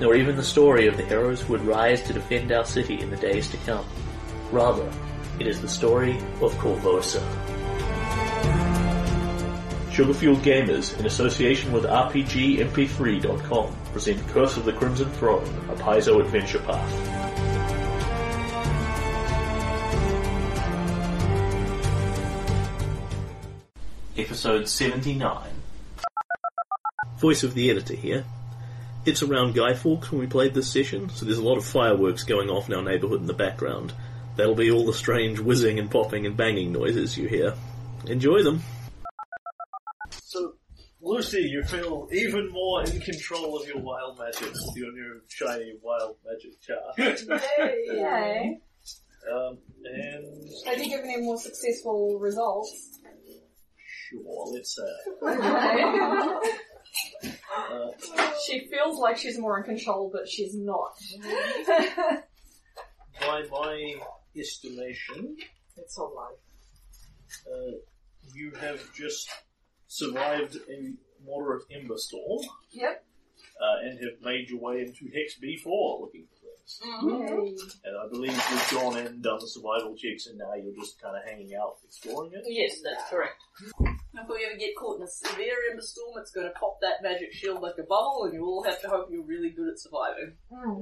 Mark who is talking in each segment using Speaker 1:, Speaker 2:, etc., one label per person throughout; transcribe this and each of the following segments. Speaker 1: nor even the story of the heroes who would rise to defend our city in the days to come. Rather, it is the story of Corvosa. Sugarfueled Gamers, in association with RPGMP3.com, present Curse of the Crimson Throne, a Paizo adventure path. Episode 79. Voice of the editor here. It's around Guy Fawkes when we played this session, so there's a lot of fireworks going off in our neighbourhood in the background. That'll be all the strange whizzing and popping and banging noises you hear. Enjoy them.
Speaker 2: So, Lucy, you feel even more in control of your wild magic with your new shiny wild magic chart.
Speaker 3: Yay.
Speaker 2: Um, and
Speaker 3: Have you given him more successful results?
Speaker 2: sure, let's say. Uh,
Speaker 3: she feels like she's more in control, but she's not.
Speaker 2: by my estimation,
Speaker 3: It's all right.
Speaker 2: uh, you have just survived a moderate ember storm
Speaker 3: Yep.
Speaker 2: uh, and have made your way into Hex B4 looking for things.
Speaker 3: Mm-hmm.
Speaker 2: And I believe you've gone in, done the survival checks, and now you're just kind of hanging out exploring it.
Speaker 4: Yes, that's correct. If we ever get caught in a severe ember storm, it's going to pop that magic shield like a bubble, and you all have to hope you're really good at surviving.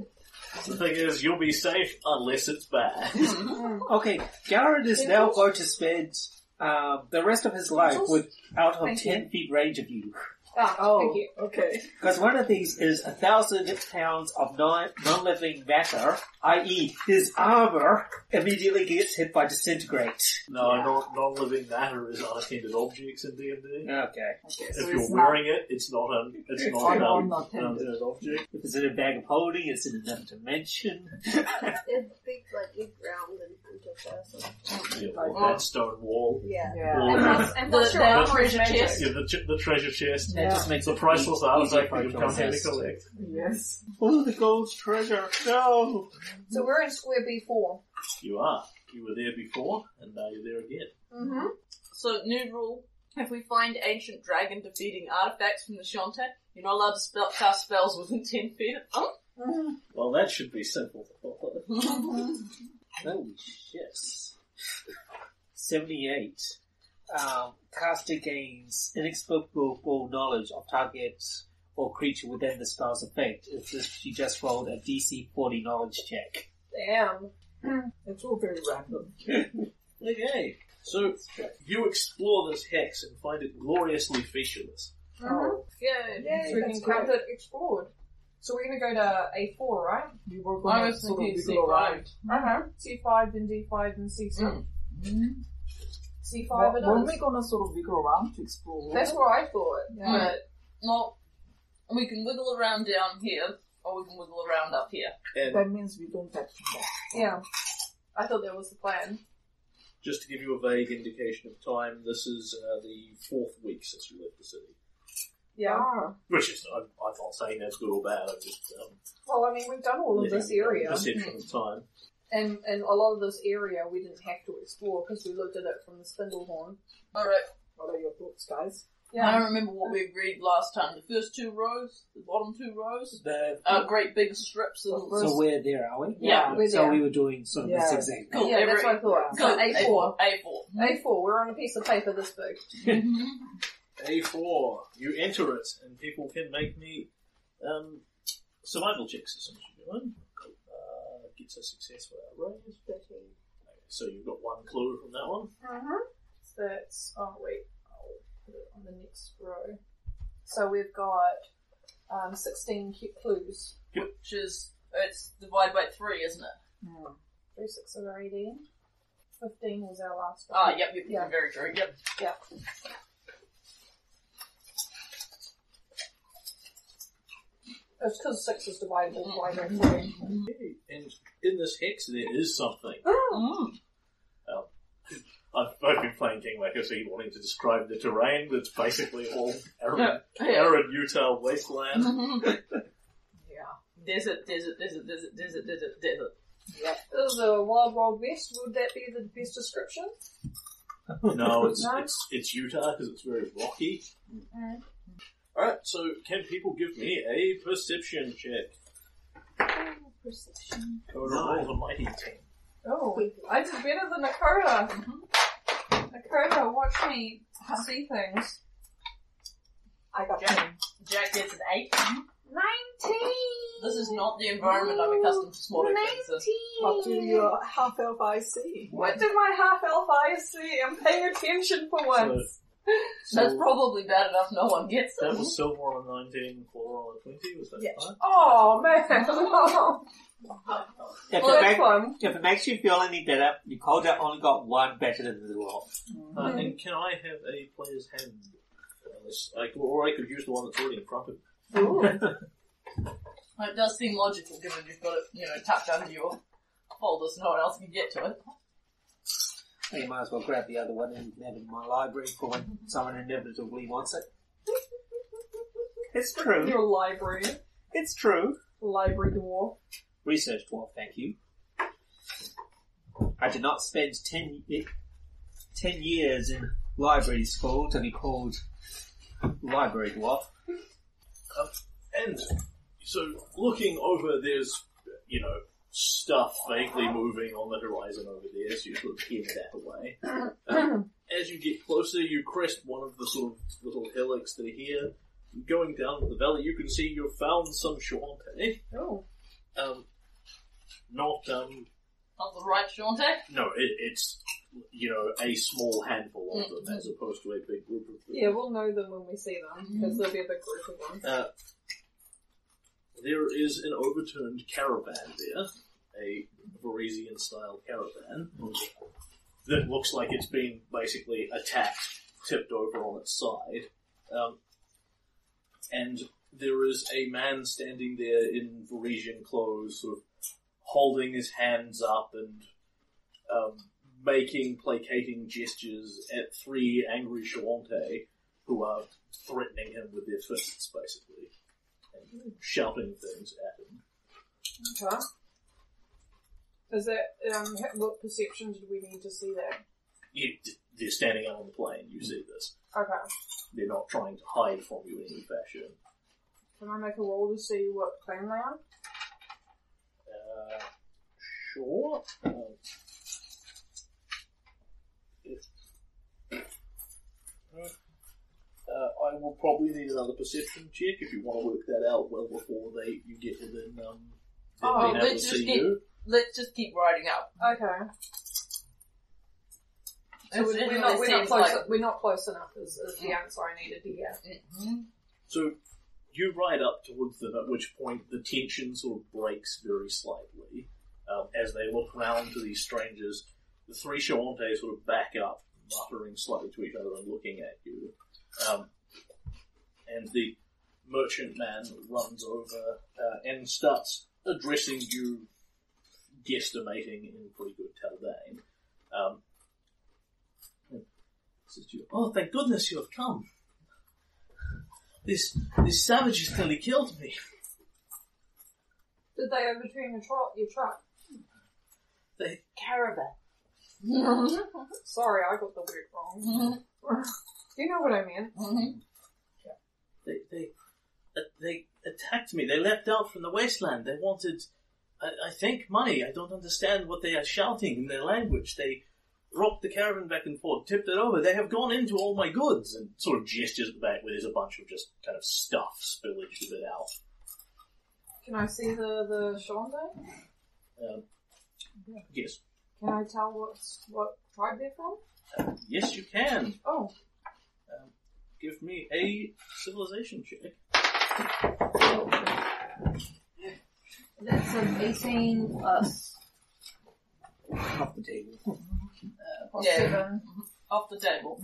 Speaker 2: The thing is, you'll be safe unless it's bad.
Speaker 5: Okay, Garrett is now going to spend uh, the rest of his life without of
Speaker 3: Thank
Speaker 5: ten feet range of you,
Speaker 3: Ah,
Speaker 6: Oh.
Speaker 3: thank you.
Speaker 6: Okay.
Speaker 5: because one of these is a thousand pounds of non non-living matter, i.e., his armor immediately gets hit by disintegrate.
Speaker 2: No, non non-living matter is unattended objects in D and D.
Speaker 5: Okay,
Speaker 6: Okay, so
Speaker 2: If you're
Speaker 6: it's not-
Speaker 2: wearing it, it's not an it's,
Speaker 6: It's
Speaker 2: not an
Speaker 6: not
Speaker 2: un-
Speaker 6: unattended.
Speaker 5: um,
Speaker 2: unattended object.
Speaker 5: if it's in a bag of holding, it's in another dimension.
Speaker 7: It's big, like big round and front of
Speaker 2: Yeah, or that stone wall.
Speaker 7: Yeah.
Speaker 6: Yeah.
Speaker 2: Or that-
Speaker 3: And
Speaker 4: The-
Speaker 3: what's your
Speaker 4: the
Speaker 3: armor
Speaker 4: treasure
Speaker 3: magic?
Speaker 4: chest?
Speaker 2: yeah, the, ch- the treasure chest.
Speaker 5: That just makes
Speaker 2: It's a
Speaker 5: it
Speaker 2: priceless
Speaker 5: easy- easier
Speaker 2: artifact
Speaker 5: for
Speaker 2: that you've come here to
Speaker 5: process.
Speaker 2: collect.
Speaker 6: Yes.
Speaker 5: Oh, the gold treasure! No.
Speaker 3: So we're in square B4.
Speaker 2: You are. You were there before, and now you're there again.
Speaker 3: Mm-hmm.
Speaker 4: So, new rule. If we find ancient dragon defeating artifacts from the Shantae, you're not allowed to spell, cast spells within 10 feet of them.
Speaker 2: Well, that should be simple.
Speaker 5: Holy shit. 78. Um, caster gains inexplicable knowledge of target or creature within the spell's effect if this- she just rolled a DC 40 knowledge check.
Speaker 3: Damn.
Speaker 6: It's all very random.
Speaker 2: okay. So you explore this hex and find it gloriously featureless.
Speaker 3: Mm-hmm.
Speaker 6: Oh.
Speaker 4: Good.
Speaker 3: So we can
Speaker 6: that's
Speaker 3: count
Speaker 6: great.
Speaker 3: it explored. So we're going to go to A4, right?
Speaker 6: You were
Speaker 4: I
Speaker 6: going to
Speaker 4: was
Speaker 6: sort of
Speaker 4: thinking
Speaker 6: wiggle around.
Speaker 3: Uh-huh. Mm. C5, then D5, then C7.
Speaker 4: Mm.
Speaker 3: C5 it
Speaker 6: Weren't
Speaker 3: is.
Speaker 6: we going to sort of wiggle around to explore?
Speaker 3: That's what I thought.
Speaker 6: Yeah.
Speaker 4: But, well, we can wiggle around down here, or we can wiggle around up here.
Speaker 2: And
Speaker 6: That means we don't have to back.
Speaker 3: Yeah. I thought that was the plan.
Speaker 2: just to give you a vague indication of time, this is uh, the fourth week since you left the city.
Speaker 3: Yeah.
Speaker 6: Ah.
Speaker 2: Which is, I'm, I'm not saying that's good or bad, I'm just, um,
Speaker 3: Well, I mean, we've done all of
Speaker 2: letting
Speaker 3: this
Speaker 2: you know,
Speaker 3: area.
Speaker 2: Perception of time.
Speaker 3: And, and a lot of this area we didn't have to explore because we looked at it from the spindle horn.
Speaker 4: Alright,
Speaker 6: What are your thoughts, guys?
Speaker 4: I don't remember what we agreed last time. The first two rows, the bottom two rows,
Speaker 5: The,
Speaker 4: are great big strips of
Speaker 5: so we're there, are we?
Speaker 4: Yeah.
Speaker 3: Uh, We're
Speaker 5: So
Speaker 3: there.
Speaker 5: we were doing sort of
Speaker 6: Yeah.
Speaker 5: this exact
Speaker 4: Cool.
Speaker 3: yeah, that's what I thought. So A4.
Speaker 4: A4.
Speaker 3: A4, we're on a piece of paper this big.
Speaker 2: A4, you enter it, and people can make me um, survival checks as soon as you go in. Uh, gets a success for our raise. So you've got one clue from that one.
Speaker 3: Mm-hmm. So that's, oh wait, I'll put it on the next row. So we've got um, 16 cu- clues.
Speaker 4: which is it's divided by three, isn't it?
Speaker 3: 3, 6, or 18. 15 was our last one.
Speaker 4: Ah,
Speaker 8: Oh,
Speaker 4: yep, yep,
Speaker 3: Yeah.
Speaker 4: yeah. very true. Yep.
Speaker 3: It's because six is divided by
Speaker 8: Mm-hmm.
Speaker 3: three.
Speaker 2: Okay, And in this hex, there is something.
Speaker 3: Ah!
Speaker 4: Mm-hmm.
Speaker 2: I've, I've been playing King Legacy, wanting to describe the terrain that's basically all arid, arid Utah wasteland.
Speaker 4: Yeah. Desert, desert, desert, desert, desert, desert, desert.
Speaker 3: Is a wild wild west? Would that be the best description?
Speaker 2: No, it's
Speaker 3: No.
Speaker 2: it's, it's Utah because it's very rocky.
Speaker 3: Mm.
Speaker 2: All right, so can people give me a perception check?
Speaker 7: Perception.
Speaker 2: Coda rolls a mighty ten.
Speaker 3: Oh, I did better than Nakoda.
Speaker 8: Mm-hmm.
Speaker 3: Nakoda, watch me see things.
Speaker 8: I got
Speaker 4: Yeah.
Speaker 8: ten.
Speaker 4: Jack gets an eight.
Speaker 3: Nineteen.
Speaker 9: This is not the environment I'm accustomed to spotting things in.
Speaker 8: What do your half elf eyes see?
Speaker 3: What did my half elf eyes see? I'm paying attention for once.
Speaker 9: That's
Speaker 2: So
Speaker 9: probably bad enough no one gets
Speaker 2: that
Speaker 9: it.
Speaker 2: was silver on a nineteen, Cora on a twenty. Was that
Speaker 8: Yes.
Speaker 2: fine?
Speaker 3: Oh man. well,
Speaker 5: If, it
Speaker 3: that's
Speaker 5: make,
Speaker 3: fun.
Speaker 5: if it makes you feel any better, Nicola only got one better than the dwarf.
Speaker 2: Uh, and can I have a player's hand? Unless I, or I could use the one that's already in front of me.
Speaker 9: It does seem logical given you've got it, you know, tucked under your folder so no one else can get to it.
Speaker 5: You might as well grab the other one and have it in my library for when someone inevitably wants it. It's true.
Speaker 3: Your library.
Speaker 5: It's true.
Speaker 3: Library dwarf.
Speaker 5: Research dwarf, thank you. I did not spend ten, ye- ten years in library school to be called library dwarf.
Speaker 2: And so looking over, there's, you know, stuff vaguely moving on the horizon over there, so you sort of head that away. Um, as you get closer, you crest one of the sort of little hillocks that are here. Going down the valley, you can see you've found some Shawante.
Speaker 3: Oh.
Speaker 2: Um, not, um,
Speaker 9: Not the right Shantae.
Speaker 2: no, it, it's, you know, a small handful of them as opposed to a big group of them.
Speaker 3: Yeah, we'll know them when we see them because there'll be a big group of them.
Speaker 2: Uh, there is an overturned caravan there, a Varisian style caravan, that looks like it's been basically attacked, tipped over on its side. Um, and there is a man standing there in Varisian clothes, sort of holding his hands up and um, making placating gestures at three angry Shawante who are threatening him with their fists, basically, and shouting things at him.
Speaker 3: Okay. Is that um? What perception did we need to see there?
Speaker 2: You, they're standing out on the plane. You see this.
Speaker 3: Okay.
Speaker 2: They're not trying to hide from you in any fashion.
Speaker 3: Can I make a roll to see what plane they are?
Speaker 2: Uh, sure. Um, if- uh, I will probably need another perception check if you want to work that out well before they you get within um, them
Speaker 9: Oh,
Speaker 2: being able to
Speaker 9: let's just
Speaker 2: see
Speaker 9: get-
Speaker 2: you.
Speaker 9: Let's just keep riding up.
Speaker 3: Okay. So
Speaker 9: It's
Speaker 3: we're, we're
Speaker 9: definitely
Speaker 3: not, we're, not
Speaker 9: seems
Speaker 3: close,
Speaker 9: like-
Speaker 3: we're not close enough is, is the answer I needed to hear.
Speaker 9: Mhm.
Speaker 2: So you ride up towards them, at which point the tension sort of breaks very slightly. Um, as they look round to these strangers, the three Shawante sort of back up, muttering slightly to each other and looking at you. Um, and the merchant man runs over uh, and starts addressing you, guesstimating in pretty good Taldane. Um, says to you, "Oh, thank goodness you have come." This this savage has nearly killed me.
Speaker 3: Did they overturn your, tro- your truck?
Speaker 2: They,
Speaker 9: Caravan.
Speaker 3: Sorry, I got the word wrong.
Speaker 9: Mhm.
Speaker 3: You know what I mean.
Speaker 9: Mhm.
Speaker 2: they, they, uh, they attacked me. They leapt out from the wasteland. They wanted, I, I think, money. I don't understand what they are shouting in their language. They rocked the caravan back and forth, tipped it over. They have gone into all my goods, and sort of gestures at the back where there's a bunch of just kind of stuff spillaged a bit out.
Speaker 3: Can I see the, the Shonda?
Speaker 2: Um, yes,
Speaker 3: Can I tell what's, what tribe they're from?
Speaker 2: yes, you can.
Speaker 3: Oh,
Speaker 2: Give me a civilization check.
Speaker 9: That's an 18 plus,
Speaker 5: Off the table.
Speaker 9: uh, plus
Speaker 3: yeah.
Speaker 9: 7.
Speaker 3: seven.
Speaker 9: Off the table.
Speaker 5: Off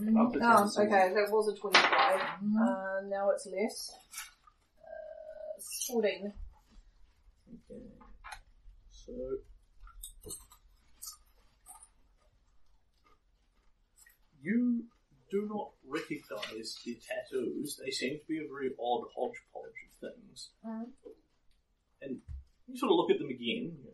Speaker 3: Oh,
Speaker 5: the table.
Speaker 2: Mm-hmm.
Speaker 3: okay, that was a 25. Uh, now it's less. It's 14.
Speaker 2: Okay. So. You do not recognise the tattoos. They seem to be a very odd hodgepodge of things.
Speaker 3: Mhm.
Speaker 2: And you sort of look at them again.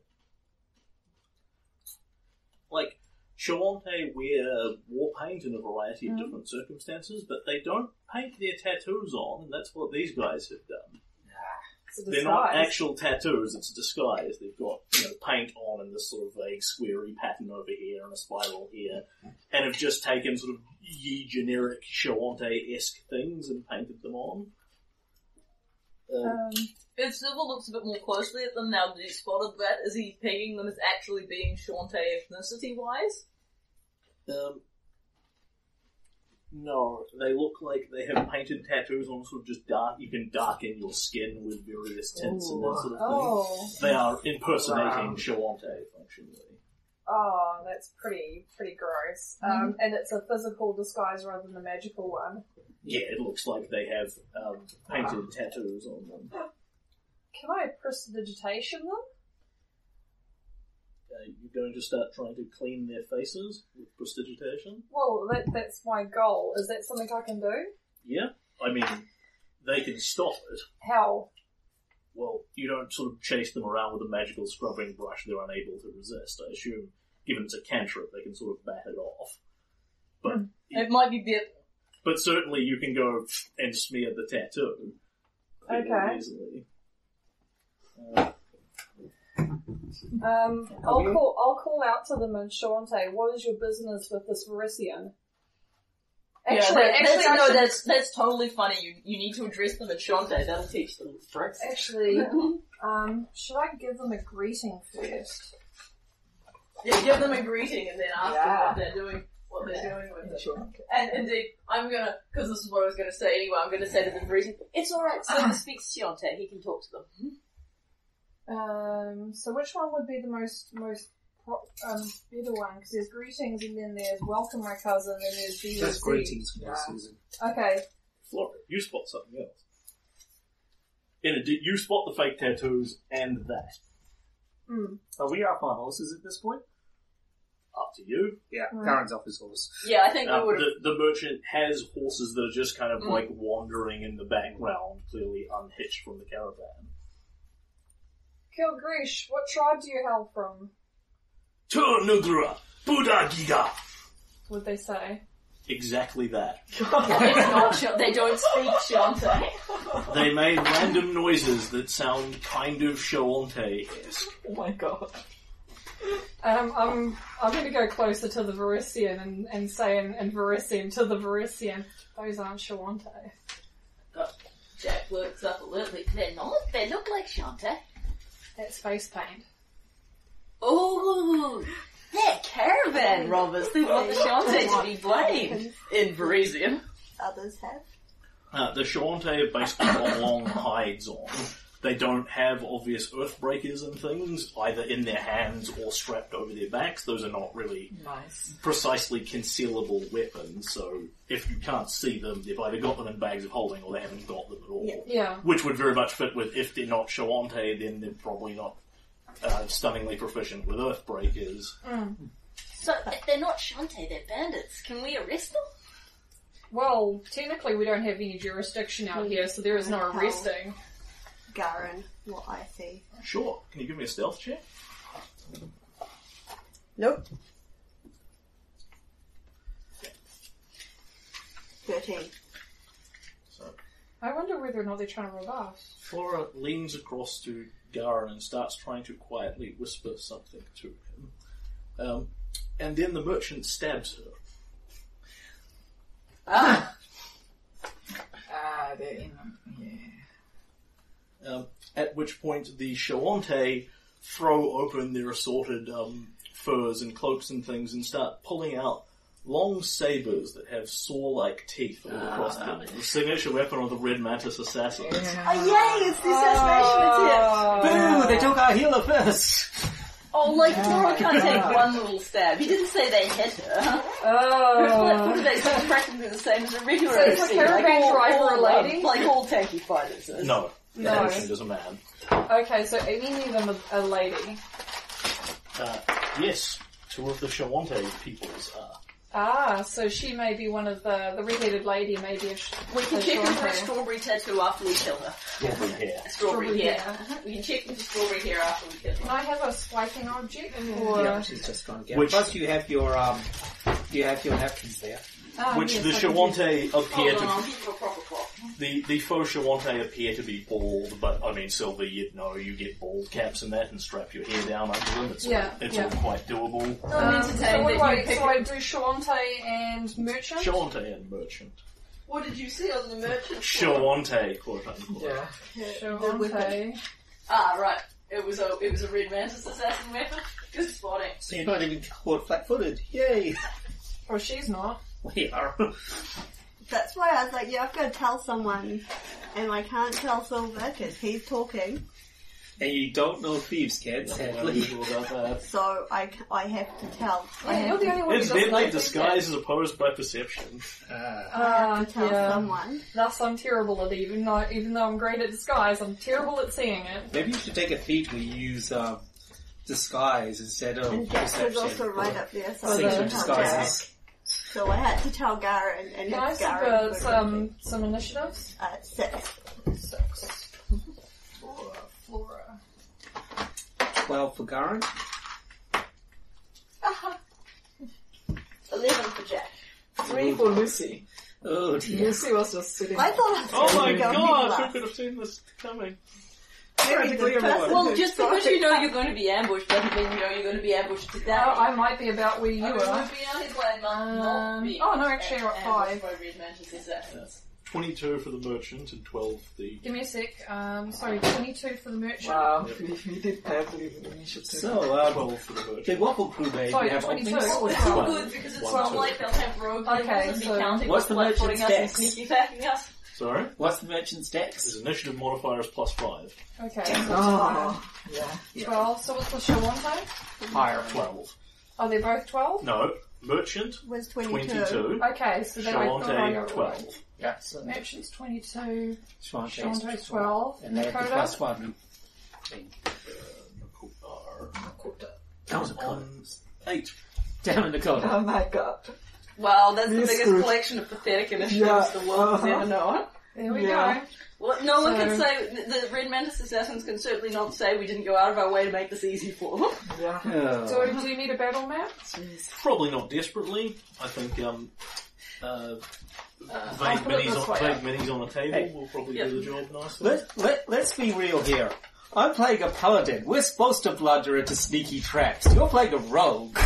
Speaker 2: Like, Shawante wear war paint in a variety of different circumstances, but they don't paint their tattoos on, and that's what these guys have done.
Speaker 3: It's a
Speaker 2: They're not
Speaker 3: disguise.
Speaker 2: actual tattoos, it's a disguise. They've got, you know, paint on and this sort of vague squarey pattern over here and a spiral here. And have just taken sort of ye generic Shawante-esque things and painted them on. Uh,
Speaker 3: Um,
Speaker 4: If Silver looks a bit more closely at them now that he's spotted that, is he pegging them as actually being Shantae ethnicity wise?
Speaker 2: um, no, they look like they have painted tattoos on sort of just dark, you can darken your skin with various tints and that sort of thing.
Speaker 3: oh,
Speaker 2: They are impersonating Shawante, functionally.
Speaker 3: oh, that's pretty, pretty gross.
Speaker 4: Mm-hmm.
Speaker 3: Um, and it's a physical disguise rather than a magical one.
Speaker 2: Yeah, it looks like they have um, painted tattoos on them.
Speaker 3: Can I prestidigitation them?
Speaker 2: Uh, you're going to start trying to clean their faces with prestidigitation?
Speaker 3: Well, that, that's my goal. Is that something I can do?
Speaker 2: Yeah. I mean, they can stop it.
Speaker 3: How?
Speaker 2: Well, you don't sort of chase them around with a magical scrubbing brush they're unable to resist. I assume, given it's a cantrip, they can sort of bat it off. But,
Speaker 4: It might be bit
Speaker 2: but certainly you can go and smear the tattoo. fairly
Speaker 3: Okay.
Speaker 2: Easily. Uh,
Speaker 3: Um, I'll
Speaker 5: Okay.
Speaker 3: call. I'll call out to them and Shante, what is your business with this Varisian?
Speaker 4: Actually, actually,
Speaker 3: that's
Speaker 4: no, that's that's totally funny. You you need to address them at Shantae. That'll teach them tricks.
Speaker 3: actually. Um, should I give them a greeting first?
Speaker 4: Yeah, give them a greeting and then ask
Speaker 3: Yeah.
Speaker 4: them what they're doing. What they're doing with it.
Speaker 3: Sure.
Speaker 4: And indeed, I'm gonna, because this is what I was gonna say anyway. I'm gonna say to them greeting. It's all right. So speaks Shantae. He can talk to them.
Speaker 3: Um, so which one would be the most most pro- um, better one? Because there's greetings and then there's welcome, my cousin, and there's these.
Speaker 5: Just greetings from you, Susan.
Speaker 3: Okay.
Speaker 2: Flora, you spot something else. In a, you spot the fake tattoos and that.
Speaker 3: Mm.
Speaker 5: Are we off our horses at this point?
Speaker 2: Up to you.
Speaker 5: Yeah,
Speaker 3: Mm.
Speaker 5: Darren's off his horse.
Speaker 4: Yeah, I think
Speaker 2: Uh,
Speaker 4: we would have.
Speaker 2: the, the merchant has horses that are just kind of like wandering in the background, clearly unhitched from the caravan.
Speaker 3: Kilgrish, what tribe do you hail from?
Speaker 2: Turnugra! Budagiga!
Speaker 3: Would they say?
Speaker 2: Exactly that.
Speaker 4: It's not. Shan- They don't speak Shantae.
Speaker 2: They made random noises that sound kind of Shawante-esque.
Speaker 3: Oh my god. Um, I'm I'm going to go closer to the Varisian and, and say in, in Varisian to the Varisian, those aren't Shawante.
Speaker 9: Jack looks up alertly. They're not. They look like Shantae.
Speaker 3: That's face paint.
Speaker 9: Ooh,
Speaker 4: They're caravan robbers. They want the Shantae to be blamed in Parisian.
Speaker 7: Others have.
Speaker 2: Uh, the Shawante have basically got long hides on. They don't have obvious earthbreakers and things, either in their hands or strapped over their backs. Those are not really
Speaker 4: Nice.
Speaker 2: precisely concealable weapons, so if you can't see them, they've either got them in bags of holding or they haven't got them at all.
Speaker 3: Yeah.
Speaker 2: Which would very much fit with if they're not Shawante, then they're probably not uh, stunningly proficient with Earthbreakers.
Speaker 9: so if they're not Shantae. They're bandits. Can we arrest them?
Speaker 3: Well, technically we don't have any jurisdiction out here, so there is no arresting.
Speaker 7: Garen, what I see.
Speaker 2: Sure, can you give me a stealth check?
Speaker 7: Nope. Thirteen.
Speaker 2: So
Speaker 3: I wonder whether or not they're trying to rob us.
Speaker 2: Flora leans across to Gara and starts trying to quietly whisper something to him. Um, and then the merchant stabs her.
Speaker 4: Ah, they
Speaker 2: Um, at which point the Shawante throw open their assorted um, furs and cloaks and things and start pulling out long sabers that have saw-like teeth all across them. The signature weapon of the Red Mantis assassins.
Speaker 3: Ah.
Speaker 9: Oh yay! It's the assassination attempt.
Speaker 5: Boo! They took our healer first!
Speaker 4: Oh, like Laura can't take one little stab. He didn't say they hit her.
Speaker 10: Oh.
Speaker 4: Her they start practically the same as a regular
Speaker 3: So it's a
Speaker 4: MC,
Speaker 3: caravan
Speaker 4: all-
Speaker 3: driver
Speaker 4: all,
Speaker 3: lady?
Speaker 4: um, like all tanky fighters. is.
Speaker 2: No.
Speaker 3: No.
Speaker 2: The person is a man.
Speaker 3: Okay, so any of them are a lady.
Speaker 2: Uh, yes, two of the Shawante peoples are.
Speaker 3: Ah, so she may be one of the the redheaded lady, maybe a sh-
Speaker 4: We can
Speaker 3: a
Speaker 4: check her for a
Speaker 3: Shante.
Speaker 4: strawberry tattoo after we kill her.
Speaker 2: Probably here.
Speaker 4: Strawberry
Speaker 3: Strawberry
Speaker 4: hair. We can check for strawberry hair after we kill her.
Speaker 3: Can I have a swiping object or?
Speaker 5: Yeah, she's just gone again.
Speaker 2: Which-
Speaker 5: Plus, you have your um, you have your napkins there.
Speaker 3: Ah,
Speaker 2: Which
Speaker 3: yes,
Speaker 2: the
Speaker 3: I can do that.
Speaker 2: Shawante appear
Speaker 4: Hold on, I'll
Speaker 2: to
Speaker 4: give you a proper clock.
Speaker 2: the the faux Shawante appear to be bald, but I mean Silver, you'd know you get bald caps and that, and strap your hair down under them. It's
Speaker 3: Yeah,
Speaker 2: it's
Speaker 3: yeah.
Speaker 2: all quite doable.
Speaker 3: Um,
Speaker 4: entertained
Speaker 3: so what
Speaker 4: that
Speaker 3: do I-
Speaker 4: you pick
Speaker 3: so I do Shawante and Merchant.
Speaker 2: Shawante and merchant.
Speaker 4: What did you see on the merchant? floor?
Speaker 2: Shawante, quote unquote.
Speaker 3: Shawante.
Speaker 4: Ah, right. It was a it was a red mantis assassin weapon. Good spotting.
Speaker 5: So you're not even caught flat-footed. Yay!
Speaker 3: Well, Oh, she's not.
Speaker 5: We are.
Speaker 7: That's why I was like, yeah, I've got to tell someone. And I can't tell Silver because he's talking.
Speaker 5: And you don't know thieves, kids.
Speaker 2: Nothing unusual about that.
Speaker 7: So I, c- I have to tell. I
Speaker 3: Yeah, you're
Speaker 7: have
Speaker 3: the
Speaker 7: to,
Speaker 3: only one. who doesn't
Speaker 2: Incidentally,
Speaker 3: know things
Speaker 2: disguise is opposed by perception.
Speaker 5: Ah.
Speaker 7: I
Speaker 3: Ah,
Speaker 7: have to tell
Speaker 3: yeah.
Speaker 7: someone.
Speaker 3: yet. Thus, I'm terrible at it. Even though, even though I'm great at disguise, I'm terrible at seeing it.
Speaker 5: Maybe you should take a feat where you use um, disguise instead of
Speaker 7: And Jack
Speaker 5: perception.
Speaker 7: was also right up there, so I
Speaker 5: Six
Speaker 7: had
Speaker 5: of
Speaker 7: to tell Jack.
Speaker 5: disguises.
Speaker 7: So I had to tell Garen and
Speaker 3: Can I
Speaker 7: it's Garen.
Speaker 3: subvert uh,
Speaker 4: um,
Speaker 3: some some initiatives?
Speaker 7: uh, six.
Speaker 3: Six. Flora, Flora.
Speaker 5: Twelve for Garen.
Speaker 4: Eleven for Jack.
Speaker 11: Three for Lucy.
Speaker 5: Oh dear.
Speaker 11: Lucy was just sitting.
Speaker 7: I thought I was
Speaker 2: Oh my
Speaker 7: gonna go
Speaker 2: god,
Speaker 7: Hitler.
Speaker 2: who could have seen this coming?
Speaker 7: Maybe the
Speaker 5: Practically everyone.
Speaker 7: person
Speaker 4: Well,
Speaker 7: who
Speaker 4: just because
Speaker 7: started-
Speaker 4: you know you're going to be ambushed doesn't mean you know you're going to be ambushed today.
Speaker 3: Now I might be about where you
Speaker 4: I would
Speaker 3: are.
Speaker 4: be out his way, not- not
Speaker 3: Um,
Speaker 4: being
Speaker 3: oh, no, actually,
Speaker 4: am-
Speaker 3: you're at
Speaker 4: ambushed
Speaker 3: five.
Speaker 4: by red mantis assassins.
Speaker 2: Twenty-two for the merchant and twelve for the.
Speaker 3: Give me a sec. Um, sorry, 22 for the merchant.
Speaker 11: Wow, we, we did badly with the initiative.
Speaker 5: So um,
Speaker 2: Twelve for the merchant.
Speaker 5: the waffle crew made.
Speaker 3: Sorry,
Speaker 5: we have
Speaker 3: 22.
Speaker 5: openings.
Speaker 3: Oh,
Speaker 4: It's all
Speaker 2: One.
Speaker 4: good because it's
Speaker 2: One,
Speaker 4: not
Speaker 2: two.
Speaker 4: like they'll have rogue
Speaker 3: Okay,
Speaker 4: labels and
Speaker 3: so-
Speaker 4: be counting
Speaker 5: What's the
Speaker 4: with flat-footing
Speaker 5: merchant's
Speaker 4: us and
Speaker 5: dex?
Speaker 4: sneaky fagging us.
Speaker 2: Sorry,
Speaker 5: What's the merchant's
Speaker 2: his
Speaker 5: dex?
Speaker 2: initiative modifier is plus five.
Speaker 3: Okay.
Speaker 11: Oh, yeah.
Speaker 3: 12. So what's the Shawante?
Speaker 5: Higher.
Speaker 2: Twelve.
Speaker 3: Are they both 12?
Speaker 2: No, merchant
Speaker 7: was 22.
Speaker 2: twenty-two.
Speaker 3: Okay, so then I thought I
Speaker 2: Shawante
Speaker 3: got
Speaker 2: twelve.
Speaker 3: twelve.
Speaker 5: Yeah. So
Speaker 3: Merchant's 22,
Speaker 5: Sean takes
Speaker 3: Shawante 12,
Speaker 5: And they have the
Speaker 3: Nakoda.
Speaker 5: plus one. That was a
Speaker 2: On
Speaker 5: Eight. Down in the corner.
Speaker 11: Oh my god.
Speaker 4: Wow, that's the
Speaker 11: Yes,
Speaker 4: biggest
Speaker 11: good.
Speaker 4: collection of pathetic initiatives
Speaker 11: Yeah,
Speaker 4: the world has
Speaker 11: uh-huh.
Speaker 4: ever known.
Speaker 3: There we
Speaker 11: Yeah.
Speaker 4: Well, no one can
Speaker 3: So-
Speaker 4: say, the Red Mantis assassins can certainly not say we didn't go out of our way to make this easy for them.
Speaker 11: Yeah.
Speaker 3: go. So do you need a battle map?
Speaker 2: Probably not desperately. I think um, uh, vague,
Speaker 3: I'll put it
Speaker 2: minis
Speaker 3: this
Speaker 2: on,
Speaker 3: way.
Speaker 2: vague minis on a table
Speaker 5: Hey.
Speaker 2: will probably
Speaker 4: Yep.
Speaker 2: do the job nicely.
Speaker 5: Let, let, let's be real here. I'm playing a paladin. We're supposed to blunder into sneaky traps. You're playing a rogue.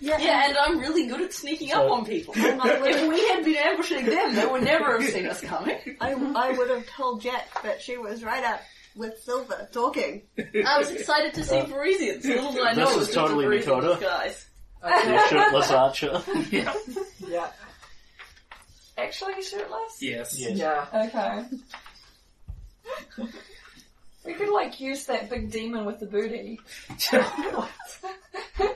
Speaker 7: Yeah,
Speaker 4: Yeah, and I'm really good at sneaking up
Speaker 2: So-
Speaker 4: on people.
Speaker 11: Um,
Speaker 4: if we had been ambushing them, they would never have seen us coming.
Speaker 7: I, I would have told Jack that she was right up with Silver talking.
Speaker 4: I was excited to see
Speaker 2: Uh,
Speaker 4: Parisians. Little did I
Speaker 2: this
Speaker 4: know
Speaker 2: is
Speaker 4: it was
Speaker 2: totally
Speaker 4: just a
Speaker 2: Dakota.
Speaker 4: guys.
Speaker 2: The shirtless archer.
Speaker 5: yeah.
Speaker 11: Yeah.
Speaker 3: Actually, shirtless?
Speaker 5: Yes.
Speaker 2: Yes.
Speaker 11: Yeah.
Speaker 3: Okay. we could, like, use that big demon with the booty.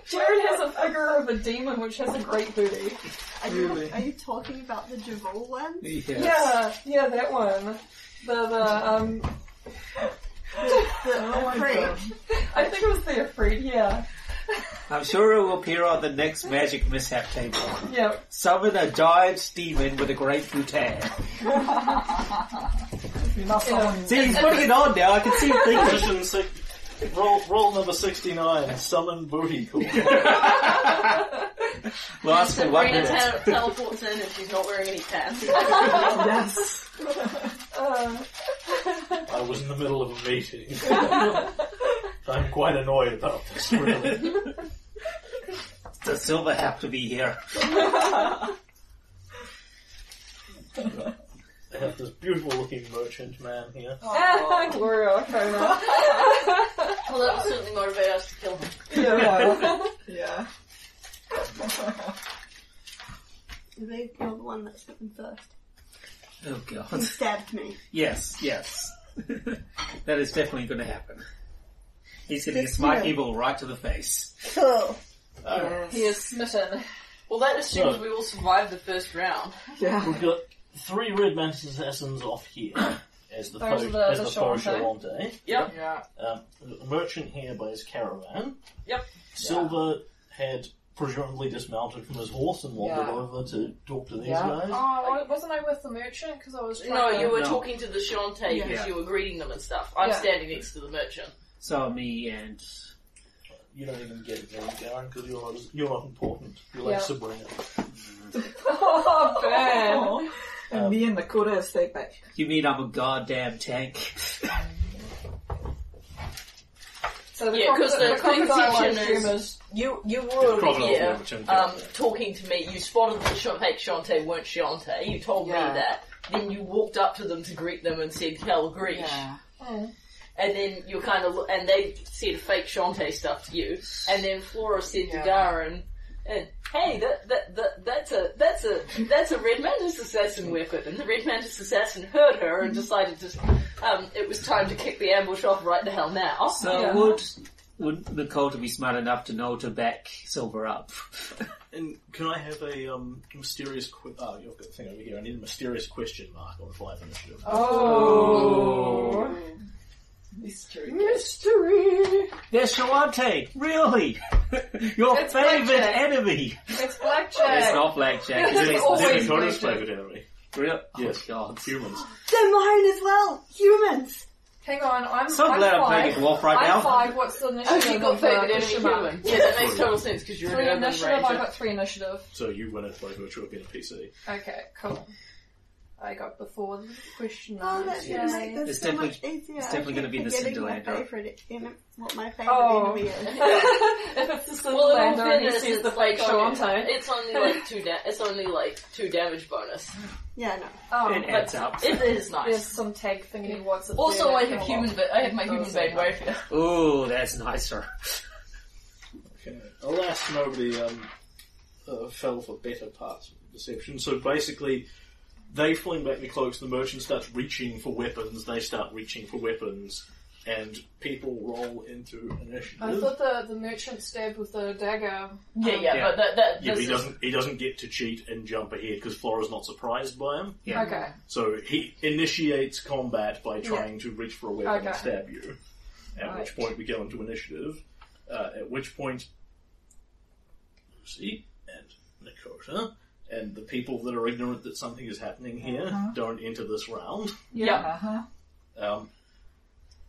Speaker 3: Jared has a figure of a demon which has a great booty.
Speaker 7: Are you,
Speaker 11: Really?
Speaker 7: are you talking about the Javal one?
Speaker 3: Yeah, yeah, that one. The, the, um,
Speaker 7: The
Speaker 11: Oh my
Speaker 7: freak.
Speaker 11: god.
Speaker 3: I think it was the Afraid, yeah.
Speaker 5: I'm sure it will appear on the next magic mishap table.
Speaker 3: Yeah.
Speaker 5: Summon a giant demon with a great bouton.
Speaker 11: Not someone-
Speaker 5: See, he's putting it on now. I can see him thinking.
Speaker 2: Position six, roll, roll number 69, summon booty call.
Speaker 5: Last for
Speaker 4: So
Speaker 5: one
Speaker 4: Brina
Speaker 5: minute.
Speaker 4: te- teleports in and she's not wearing any pants.
Speaker 11: Yes.
Speaker 3: Uh,
Speaker 2: I was in the middle of a meeting. I'm quite annoyed about this, really.
Speaker 5: Does Silver have to be here?
Speaker 2: I have this beautiful looking merchant man here.
Speaker 3: Gloria O'Connor.
Speaker 4: well, that would certainly motivate us to kill him.
Speaker 11: Yeah. well, yeah.
Speaker 7: They killed the one that shot him first.
Speaker 5: Oh
Speaker 7: He
Speaker 5: god.
Speaker 7: stabbed me.
Speaker 5: Yes, yes. that is definitely going to happen. He's going to get
Speaker 7: Just
Speaker 5: smite
Speaker 7: hit him.
Speaker 5: evil right to the face.
Speaker 7: Cool.
Speaker 12: Yes.
Speaker 1: He is smitten. Well, that assumes we will survive the first round.
Speaker 12: Yeah.
Speaker 2: We've got three red mantis assassins off here as the
Speaker 1: Those
Speaker 2: foe,
Speaker 1: are the-
Speaker 2: as
Speaker 1: the
Speaker 2: the foe
Speaker 1: Charente.
Speaker 2: Charente.
Speaker 1: Yep.
Speaker 12: Yeah.
Speaker 2: Um, a merchant here by his caravan.
Speaker 1: Yep.
Speaker 2: Silver had presumably dismounted from his horse and wandered
Speaker 12: Yeah.
Speaker 2: over to talk to these
Speaker 12: Yeah.
Speaker 2: guys.
Speaker 3: Oh, wa- wasn't I with the merchant? Because I was trying
Speaker 4: No,
Speaker 3: to...
Speaker 4: you were
Speaker 5: No.
Speaker 4: talking to the Shantae because
Speaker 5: Yeah.
Speaker 4: you were greeting them and stuff. I'm
Speaker 3: Yeah.
Speaker 4: standing next to the merchant.
Speaker 5: So me and
Speaker 2: You don't even get it, really, Garen, because you're not, you're not important. You're like
Speaker 3: Yeah.
Speaker 2: Sabrina.
Speaker 12: Oh,
Speaker 1: Oh.
Speaker 12: And me and Makota have stayed back.
Speaker 5: um, you mean I'm a goddamn tank?
Speaker 12: So the
Speaker 4: Yeah, because
Speaker 12: crocodile-
Speaker 4: the, the
Speaker 12: crocodile
Speaker 4: contention
Speaker 12: ice cream
Speaker 4: is you you were over
Speaker 2: Crocodile
Speaker 4: here
Speaker 2: over to-
Speaker 4: um, talking to me. You spotted the Sh- fake Shantae weren't Shantae. You told
Speaker 12: Yeah.
Speaker 4: me that. Then you walked up to them to greet them and said "Hell Greece,"
Speaker 3: Mm.
Speaker 4: and then you kind of and they said fake Shantae stuff to you. And then Flora said
Speaker 12: Yeah.
Speaker 4: to Garen, eh, "Hey, that, that that that's a that's a that's a red mantis assassin weapon." And the red mantis assassin heard her and decided to um, it was time to kick the ambush off right the hell now.
Speaker 5: So
Speaker 12: Yeah.
Speaker 5: would would Makota be smart enough to know to back Silver up?
Speaker 2: And can I have a um, mysterious? Qu- oh, you've got the thing over here. I need a mysterious question mark on five initiative.
Speaker 12: Oh.
Speaker 1: Mystery.
Speaker 12: Mystery.
Speaker 5: There's Shawante, really? Your
Speaker 3: It's
Speaker 5: favorite
Speaker 3: Blackjack.
Speaker 5: enemy.
Speaker 3: It's
Speaker 5: It's
Speaker 3: blackjack.
Speaker 5: not Blackjack.
Speaker 3: It's
Speaker 5: It's
Speaker 3: always
Speaker 5: always
Speaker 2: Dakota's
Speaker 3: great.
Speaker 2: favourite enemy.
Speaker 5: real.
Speaker 2: Yes.
Speaker 5: Oh God.
Speaker 2: Humans.
Speaker 7: They're mine as well. Humans.
Speaker 3: Hang on, I'm
Speaker 5: So
Speaker 3: I'm
Speaker 5: glad I'm playing a
Speaker 3: five.
Speaker 5: dwarf right
Speaker 3: I'm
Speaker 5: now.
Speaker 3: five. What's the
Speaker 4: Oh,
Speaker 3: initiative?
Speaker 4: you
Speaker 3: of
Speaker 4: got
Speaker 3: the
Speaker 4: favored enemy
Speaker 3: Fisherman?
Speaker 4: human. Yeah, that makes total sense because you're
Speaker 3: Three
Speaker 4: an urban
Speaker 3: initiative. I
Speaker 4: ranger.
Speaker 3: got three initiative.
Speaker 2: So you win it by virtue of being a PC.
Speaker 3: Okay, cool. I got before the question.
Speaker 7: Oh,
Speaker 3: numbers,
Speaker 7: that's going to
Speaker 3: yes.
Speaker 7: make this
Speaker 5: It's
Speaker 7: so
Speaker 5: definitely-
Speaker 7: much easier.
Speaker 5: it's definitely
Speaker 7: I
Speaker 5: gonna be
Speaker 7: keep
Speaker 5: the
Speaker 7: forgetting my
Speaker 5: Cinderlander.
Speaker 7: favourite en- What my favourite
Speaker 3: Oh.
Speaker 7: enemy is.
Speaker 3: if it's the silver
Speaker 4: Well, in all
Speaker 3: lander and he
Speaker 4: fairness,
Speaker 3: sees
Speaker 4: it's
Speaker 3: the fake
Speaker 4: like, oh,
Speaker 3: Sean
Speaker 4: It's only like two. Da- it's only like two damage bonus.
Speaker 7: Yeah, no.
Speaker 5: It
Speaker 3: Oh,
Speaker 5: adds up.
Speaker 4: It is
Speaker 3: there's
Speaker 4: nice.
Speaker 3: some tag thingy what's it
Speaker 1: Also,
Speaker 3: there,
Speaker 1: I
Speaker 3: that
Speaker 1: have
Speaker 3: can
Speaker 1: human.
Speaker 3: lock.
Speaker 1: Ba- I have my human bane rapier.
Speaker 5: Ooh, that's nicer.
Speaker 2: Okay. Alas, nobody um, uh, fell for better parts of the deception. So basically, they fling back their cloaks, the merchant starts reaching for weapons, they start reaching for weapons, and people roll into
Speaker 3: I
Speaker 2: initiative.
Speaker 3: thought the, the merchant stabbed with a dagger.
Speaker 4: Yeah, yeah,
Speaker 5: Yeah.
Speaker 4: but that, that this
Speaker 2: Yeah, but he
Speaker 4: is-
Speaker 2: doesn't. He doesn't get to cheat and jump ahead because Flora's not surprised by him.
Speaker 5: Yeah.
Speaker 3: Okay.
Speaker 2: So he initiates combat by trying to reach for a weapon and
Speaker 3: Okay.
Speaker 2: stab you. At which
Speaker 3: Right.
Speaker 2: point we go into initiative. Uh, at which point Lucy and Nakota and the people that are ignorant that something is happening here
Speaker 3: Uh-huh.
Speaker 2: don't enter this round.
Speaker 1: Yeah.
Speaker 12: Uh-huh.
Speaker 2: Um,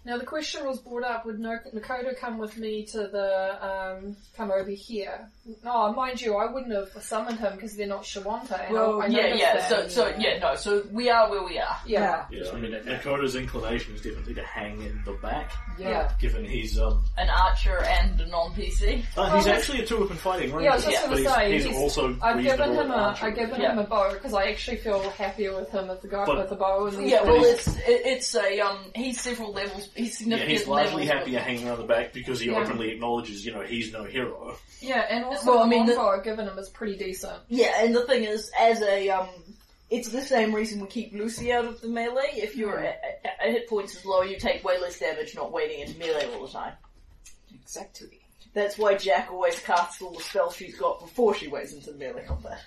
Speaker 3: Now the question was brought up: Would No- Nakoda come with me to the um, come over here? No, mind you, I wouldn't have summoned him because they're not Shawanta. and I- I
Speaker 4: yeah,
Speaker 3: noticed
Speaker 4: yeah.
Speaker 3: that.
Speaker 4: So, so yeah, no. So we are where we are.
Speaker 3: yeah,
Speaker 2: yeah, I mean, Nakota's inclination is definitely to hang in the back,
Speaker 3: yeah.
Speaker 2: given he's um,
Speaker 4: An archer and a non-PC.
Speaker 2: uh, he's
Speaker 3: Well,
Speaker 2: actually a two weapon fighting ranger,
Speaker 3: Yeah, I was just
Speaker 2: but
Speaker 3: gonna
Speaker 2: he's,
Speaker 3: say,
Speaker 2: he's,
Speaker 3: he's-
Speaker 2: also
Speaker 3: I've given
Speaker 2: reasonable
Speaker 3: him
Speaker 2: at
Speaker 3: a,
Speaker 2: archery.
Speaker 3: I've given
Speaker 4: Yeah.
Speaker 3: him a bow because I actually feel happier with him as the guy
Speaker 2: But-
Speaker 3: with the bow. And
Speaker 4: Yeah, well, it's
Speaker 2: he's-
Speaker 4: it, it's a um. He's several levels. He's
Speaker 2: Yeah,
Speaker 4: significant
Speaker 2: he's largely
Speaker 4: levels.
Speaker 2: happier hanging around the back because he
Speaker 3: Yeah.
Speaker 2: openly acknowledges, you know, he's no hero.
Speaker 3: yeah, and also
Speaker 4: Well,
Speaker 3: the
Speaker 4: I mean, the-
Speaker 3: longbow I've given him is pretty decent.
Speaker 4: Yeah, and the thing is, as a um, it's the same reason we keep Lucy out of the melee. If your uh, uh, hit points is low, you take way less damage not waiting into melee all the time.
Speaker 1: Exactly.
Speaker 4: That's why Jack always casts all the spells she's got before she waits into melee combat.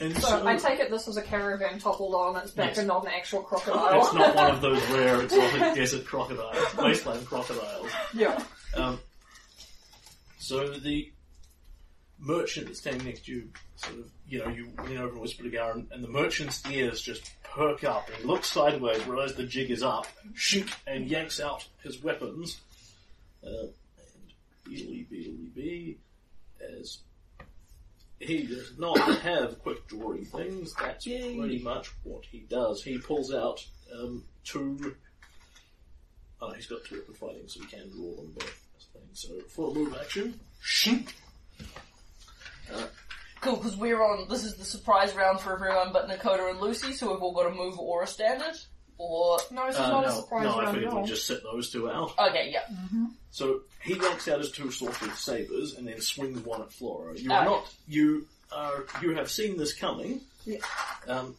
Speaker 2: And
Speaker 3: So, I take it this was a caravan toppled on its back
Speaker 2: Yes.
Speaker 3: and not an actual crocodile.
Speaker 2: it's not one of those rare exotic desert crocodiles, wasteland crocodiles.
Speaker 3: yeah,
Speaker 2: Um, so the merchant that's standing next to you, sort of, you know, you lean over and whisper to Garen, and the merchant's ears just perk up. And he looks sideways, realizes the jig is up, shoot, and yanks out his weapons. Uh, and beely beely bee, as he does not have quick drawing things. That's pretty much what he does. He pulls out um, two Oh, he's got two weapon fighting, so he can draw them both. That's the thing. So for a move action, shink.
Speaker 1: Cool, because we're on. This is the surprise round for everyone but Nakoda and Lucy, so we've all got a move or a standard. Or
Speaker 3: no, this is
Speaker 2: Uh,
Speaker 3: not a
Speaker 2: no,
Speaker 3: surprise
Speaker 2: no, I
Speaker 3: round at
Speaker 2: figured we'd
Speaker 3: all.
Speaker 2: just set those two out.
Speaker 1: okay, yeah.
Speaker 2: So he yanks out his two sorted sabers and then swings one at Flora. You
Speaker 3: Uh,
Speaker 2: are
Speaker 1: Okay.
Speaker 2: not. You are. You have seen this coming.
Speaker 7: Yeah.
Speaker 2: Um,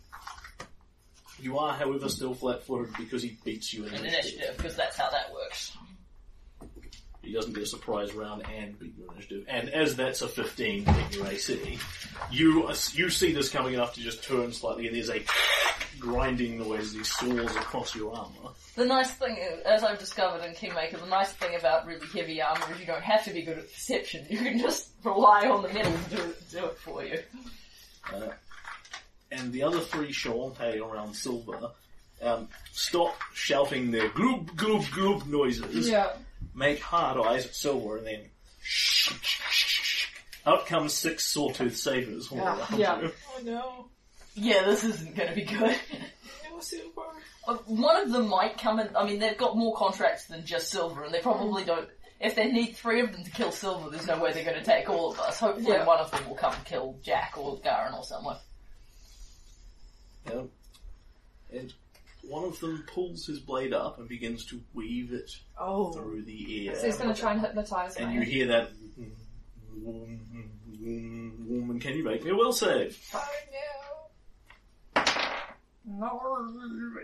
Speaker 2: You are, however, still flat-footed because he beats you in
Speaker 4: an
Speaker 2: initiative.
Speaker 4: initiative, because that's how that works.
Speaker 2: He doesn't get a surprise round and beat your initiative. And as that's a 15 beat your AC, you you see this coming enough to just turn slightly, and there's a grinding noise as he soars across your armor.
Speaker 4: The nice thing, is, as I've discovered in Kingmaker, the nice thing about really heavy armor is you don't have to be good at perception. You can just rely on the metal to do it, do it for you.
Speaker 2: Uh, and the other three Shawante around Silver um, stop shouting their gloob, gloob, gloob noises,
Speaker 3: Yeah.
Speaker 2: make hard eyes at Silver, and then out comes six sawtooth sabers. all
Speaker 3: Yeah,
Speaker 2: around
Speaker 3: yeah.
Speaker 2: you.
Speaker 8: Oh no.
Speaker 4: Yeah, this isn't going to be good.
Speaker 8: No silver.
Speaker 4: Uh, One of them might come in. I mean, they've got more contracts than just Silver, and they probably
Speaker 9: Mm.
Speaker 4: don't. If they need three of them to kill Silver, there's no way they're going to take all of us. Hopefully,
Speaker 3: Yeah.
Speaker 4: one of them will come and kill Jack or Garen or someone.
Speaker 2: Yeah. And one of them pulls his blade up and begins to weave it
Speaker 8: Oh.
Speaker 2: through the air.
Speaker 3: So he's going to try and hypnotize
Speaker 2: and you
Speaker 3: me.
Speaker 2: hear that. And can you make me a will save?
Speaker 3: Oh no. No,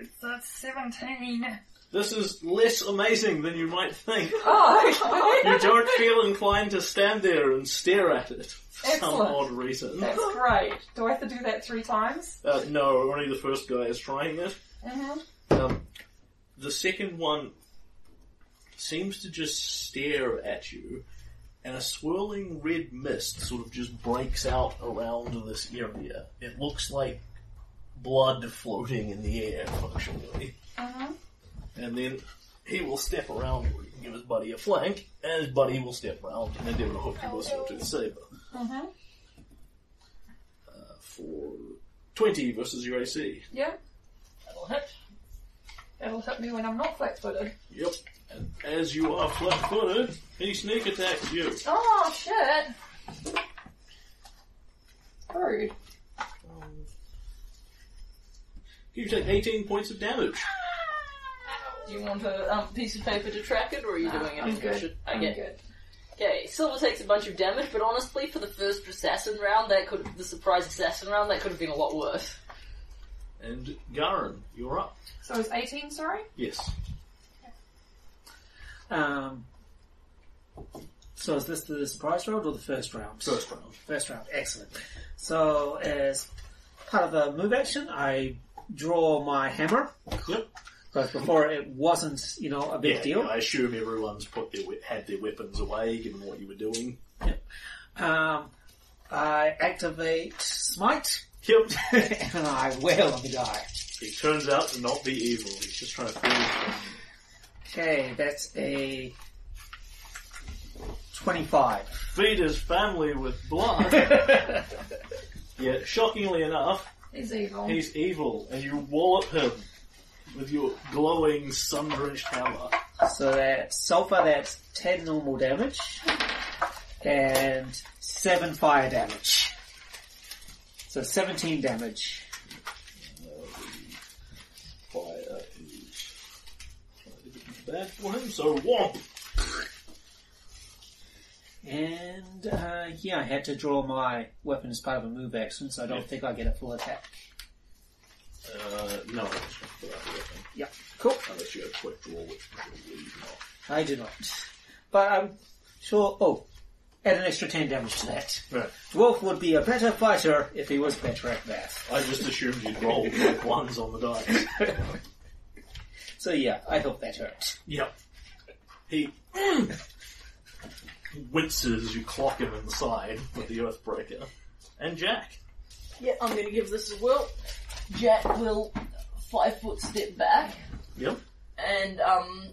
Speaker 3: it's a 17.
Speaker 2: This is less amazing than you might think.
Speaker 3: Oh,
Speaker 2: You don't feel inclined to stand there and stare at it for some
Speaker 3: Excellent.
Speaker 2: odd reason.
Speaker 3: That's great. Do I have to do that three times?
Speaker 2: Uh, no, only the first guy is trying it.
Speaker 3: Mm-hmm.
Speaker 2: Um, the second one seems to just stare at you, and a swirling red mist sort of just breaks out around this area. It looks like blood floating in the air, functionally.
Speaker 3: Mhm.
Speaker 2: And then he will step around and give his buddy a flank, and his buddy will step around and endeavour to hook you with a to saber.
Speaker 3: Mm-hmm.
Speaker 2: Uh, for 20 versus your AC.
Speaker 3: Yeah.
Speaker 4: That'll hit.
Speaker 3: It'll hit me when I'm not flat-footed.
Speaker 2: Yep. And as you are flat-footed, he sneak attacks you.
Speaker 3: Oh, shit. Rude.
Speaker 2: You take 18 points of damage.
Speaker 4: Do you want a um, piece of paper to track it, or are you doing it?
Speaker 3: I'm good. I'm
Speaker 4: Okay.
Speaker 3: good.
Speaker 9: Okay, Silver takes a bunch of damage, but honestly, for the first assassin round, that could the surprise assassin round, that could have been a lot worse.
Speaker 2: And Garen, you're up.
Speaker 3: So it's 18, sorry?
Speaker 2: Yes.
Speaker 5: Um, so is this the surprise round or the first round?
Speaker 2: First round.
Speaker 5: First round, excellent. So as part of the move action, I draw my hammer.
Speaker 2: Yep.
Speaker 5: Because before it wasn't, you know, a big
Speaker 2: yeah,
Speaker 5: deal.
Speaker 2: yeah, I assume everyone's put their we- had their weapons away, given what you were doing.
Speaker 5: Um, I activate smite,
Speaker 2: Yep.
Speaker 5: and I wail on the guy.
Speaker 2: he turns out to not be evil. He's just trying to finish him.
Speaker 5: Okay, that's a twenty-five.
Speaker 2: feed his family with blood. yeah, shockingly enough,
Speaker 3: He's evil.
Speaker 2: he's evil, and you wallop him with your glowing, sun-drenched hammer.
Speaker 5: So that so far that's ten normal damage and seven fire damage. So seventeen damage.
Speaker 2: Uh, Fire is bad for him, so womp!
Speaker 5: And uh, yeah, I had to draw my weapon as part of a move action, so I don't
Speaker 2: Yeah.
Speaker 5: think I get a full attack.
Speaker 2: Uh, no, it's not for that weapon.
Speaker 5: Cool.
Speaker 2: Unless you have quick draw, which probably not.
Speaker 5: I do not. But I'm sure oh, add an extra ten damage to that.
Speaker 2: Right.
Speaker 5: Dwarf would be a better fighter if he was better at math.
Speaker 2: I just assumed you'd roll like ones on the dice.
Speaker 5: So yeah, I hope that hurt.
Speaker 2: Yep. He winces as you clock him in the side with the Earthbreaker. And Jack.
Speaker 4: Yeah, I'm going to give this a whirl. Jack will five foot step back
Speaker 2: Yep.
Speaker 4: and um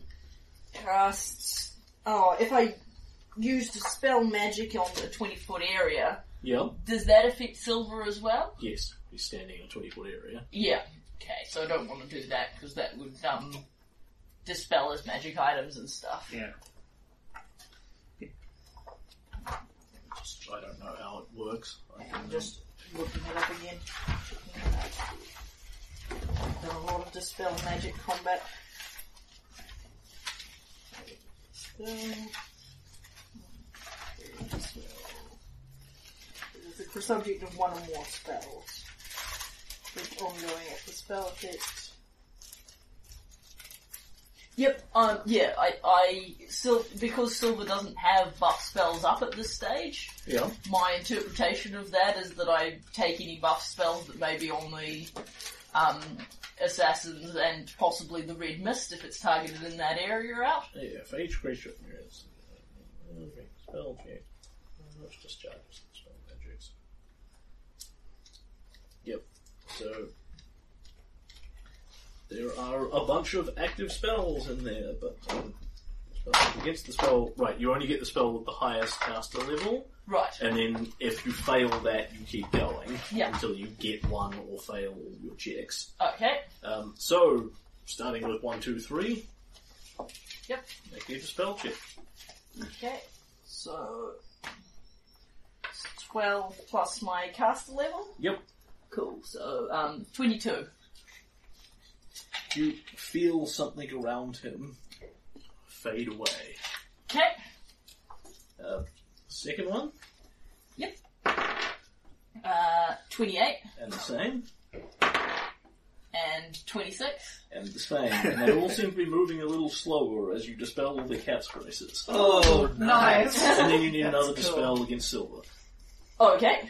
Speaker 4: cast. Oh, if I used a spell magic on the twenty foot area,
Speaker 2: Yep.
Speaker 4: does that affect Silver as well?
Speaker 2: Yes. He's standing in a 20 foot area.
Speaker 4: Yeah. Okay, so I don't want to do that because that would um dispel his magic items and stuff.
Speaker 5: Yeah.
Speaker 2: Just, I don't know how it works. I
Speaker 4: I'm
Speaker 2: can uh,
Speaker 4: just looking it up again. Checking it out. Done a lot of dispel magic combat. Dispel. Dispel. It's the subject of one or more spells.
Speaker 8: with ongoing extra spell effect.
Speaker 4: Yep, um, yeah, I, I, Sil- because Silver doesn't have buff spells up at this stage,
Speaker 2: Yeah.
Speaker 4: my interpretation of that is that I take any buff spells that may be on the, um, assassins and possibly the red mist if it's targeted in that area out.
Speaker 2: Yeah, for each creature in your instance, uh, spell check. How much discharges the spell magics? Yep. So there are a bunch of active spells in there, but um, spells against the spell, right? You only get the spell with the highest caster level,
Speaker 4: Right.
Speaker 2: and then if you fail that, you keep going
Speaker 4: Yeah.
Speaker 2: until you get one or fail all your checks.
Speaker 4: Okay.
Speaker 2: Um, so starting with one, two, three.
Speaker 4: Yep.
Speaker 2: Make me a spell check.
Speaker 4: Okay. So, it's 12 plus my caster level.
Speaker 2: Yep.
Speaker 4: Cool. So, um, 22.
Speaker 2: You feel something around him fade away.
Speaker 4: Okay.
Speaker 2: Uh, second one,
Speaker 4: Uh, 28
Speaker 2: and the same,
Speaker 4: and 26.
Speaker 2: and the same. And they all seem to be moving a little slower as you dispel all the cat races.
Speaker 5: Oh,
Speaker 3: Nice.
Speaker 2: And then you need another
Speaker 5: That's cool.
Speaker 2: dispel against Silver.
Speaker 4: Okay.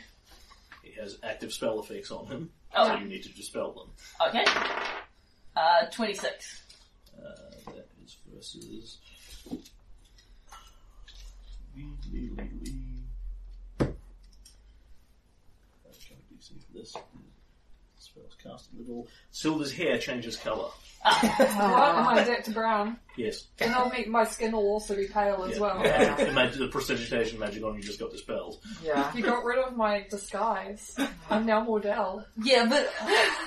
Speaker 2: He has active spell effects on him, so
Speaker 4: Oh,
Speaker 2: you need to dispel them.
Speaker 4: okay. Uh, 26.
Speaker 2: Uh, that is versus. Lee, Lee, Lee, Lee. Uh, can I do see for this? Spells cast at level. Silver's hair changes colour.
Speaker 3: Right my deck to brown,
Speaker 2: Yes.
Speaker 3: and I'll make my skin will also be pale as
Speaker 2: Yeah.
Speaker 3: well.
Speaker 2: Yeah. Imagine the prestidigitation magic on you just got dispelled.
Speaker 13: Yeah.
Speaker 3: You got rid of my disguise. I'm now Mordell.
Speaker 4: Yeah, but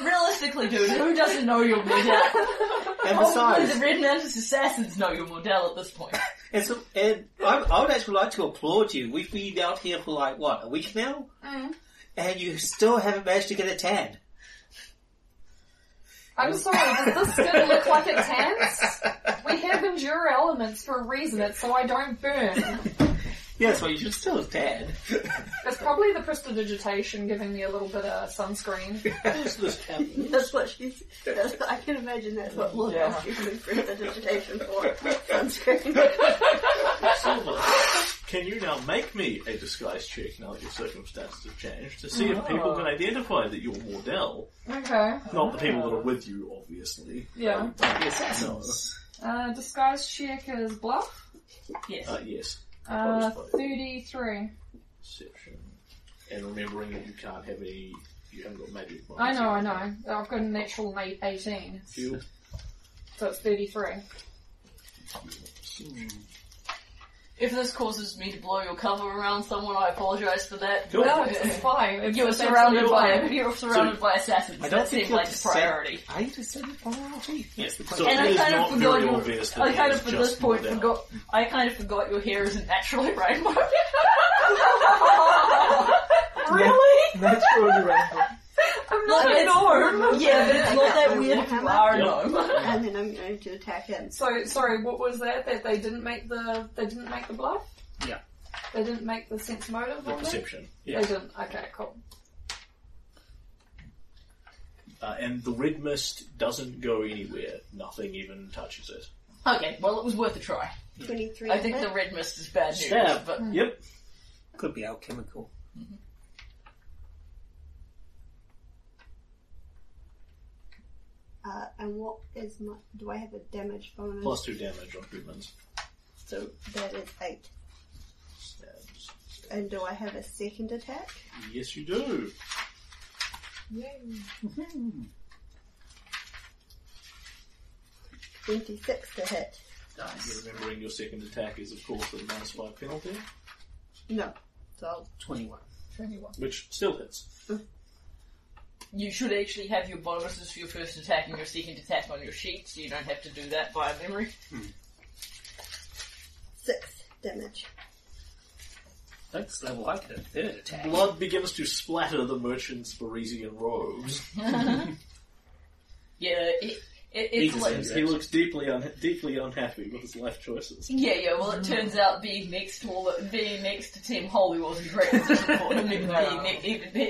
Speaker 4: realistically, dude, who doesn't know your Modell? Oh,
Speaker 5: and
Speaker 4: Probably the
Speaker 5: besides,
Speaker 4: Red Mantis assassins know your Modell at this point.
Speaker 5: and, so, and I, I would actually like to applaud you. We've been out here for like what a week now,
Speaker 4: Mm-hmm.
Speaker 3: Mm.
Speaker 5: and you still haven't managed to get a tan.
Speaker 3: I'm sorry, does this skin look like it tans? We have endure elements for a reason, it's so I don't burn.
Speaker 5: Yes, well, you should still have tan.
Speaker 3: It's probably the prestidigitation giving me a little bit of sunscreen.
Speaker 2: What's this happening?
Speaker 7: That's what she's. That's, I can imagine that's what Lord
Speaker 13: Yeah.
Speaker 7: asked you to for the vegetation for sunscreen.
Speaker 2: Silver, can you now make me a disguise check now that your circumstances have changed to see
Speaker 3: Oh.
Speaker 2: if people can identify that you're Mordell?
Speaker 3: Okay.
Speaker 2: Not the people that are with you, obviously.
Speaker 3: Yeah.
Speaker 5: Like the assassins.
Speaker 3: Uh, disguise check is bluff.
Speaker 4: Yes.
Speaker 2: Uh, yes.
Speaker 3: Uh,
Speaker 2: Close, but
Speaker 3: 33.
Speaker 2: Perception. And remembering that you can't have any. You haven't got magic. bonus.
Speaker 3: I know, I know. I've got a natural eight- 18,
Speaker 2: You
Speaker 3: so it's 33.
Speaker 4: If this causes me to blow your cover around someone, I apologise for that.
Speaker 2: Cool.
Speaker 3: No, it's, it's fine. It's,
Speaker 4: You're
Speaker 3: it's
Speaker 4: surrounded
Speaker 3: absolutely
Speaker 4: by
Speaker 3: fine.
Speaker 4: you're surrounded by assassins.
Speaker 5: I don't
Speaker 4: that
Speaker 5: think
Speaker 4: seems
Speaker 5: you're
Speaker 4: like a
Speaker 5: deceived.
Speaker 4: priority.
Speaker 5: I need to send it for all week. Yes, the
Speaker 2: So
Speaker 5: question.
Speaker 4: And
Speaker 2: it
Speaker 4: I
Speaker 2: is
Speaker 4: kind of
Speaker 2: not
Speaker 4: forgot
Speaker 2: very
Speaker 4: you-
Speaker 2: obvious that
Speaker 4: I
Speaker 2: it
Speaker 4: kind
Speaker 2: is
Speaker 4: of, at
Speaker 2: just
Speaker 4: this point,
Speaker 2: Mordell.
Speaker 4: forgot. I kind of forgot your hair isn't naturally rainbow. really?
Speaker 13: Naturally rainbow.
Speaker 3: I'm
Speaker 4: Like,
Speaker 3: not a
Speaker 4: it's-
Speaker 3: gnome!
Speaker 4: Yeah, but it's not that weird. if You are a gnome.
Speaker 7: and then I'm going to attack him.
Speaker 3: So, sorry, what was that? That they didn't make the, they didn't make the bluff?
Speaker 5: Yeah.
Speaker 3: They didn't make the sense motive
Speaker 2: The
Speaker 3: on it?
Speaker 2: perception.
Speaker 3: They didn't. Okay, cool.
Speaker 2: Uh, and the red mist doesn't go anywhere. Nothing even touches it.
Speaker 4: Okay, well, it was worth a try.
Speaker 7: 23.
Speaker 4: I think the red mist is bad news,
Speaker 2: Stab.
Speaker 4: but
Speaker 2: Yep.
Speaker 5: Could be alchemical.
Speaker 7: Uh, and what is my. Do I have a damage bonus?
Speaker 2: Plus two damage on humans.
Speaker 7: So that is 8.
Speaker 2: Stabs.
Speaker 7: And do I have a second attack?
Speaker 2: Yes, you do.
Speaker 3: Yay.
Speaker 7: 26 to hit.
Speaker 2: You're remembering your second attack is, of course, the minus five penalty,
Speaker 7: No. So.
Speaker 5: Twenty-one.
Speaker 3: 21.
Speaker 2: which still hits.
Speaker 4: you should actually have your bonuses for your first attack and your second attack on your sheet, so you don't have to do that by memory.
Speaker 7: 6 damage.
Speaker 5: Next level, I could have third attack.
Speaker 2: Blood begins to splatter the merchant's Parisian robes.
Speaker 4: Yeah, it, it,
Speaker 2: He,
Speaker 4: it's like,
Speaker 2: he looks deeply un- deeply unhappy with his life choices.
Speaker 4: yeah, yeah. Well, it turns out being next to all, being next to Tim Holy wasn't great decision for him. Even being, ne-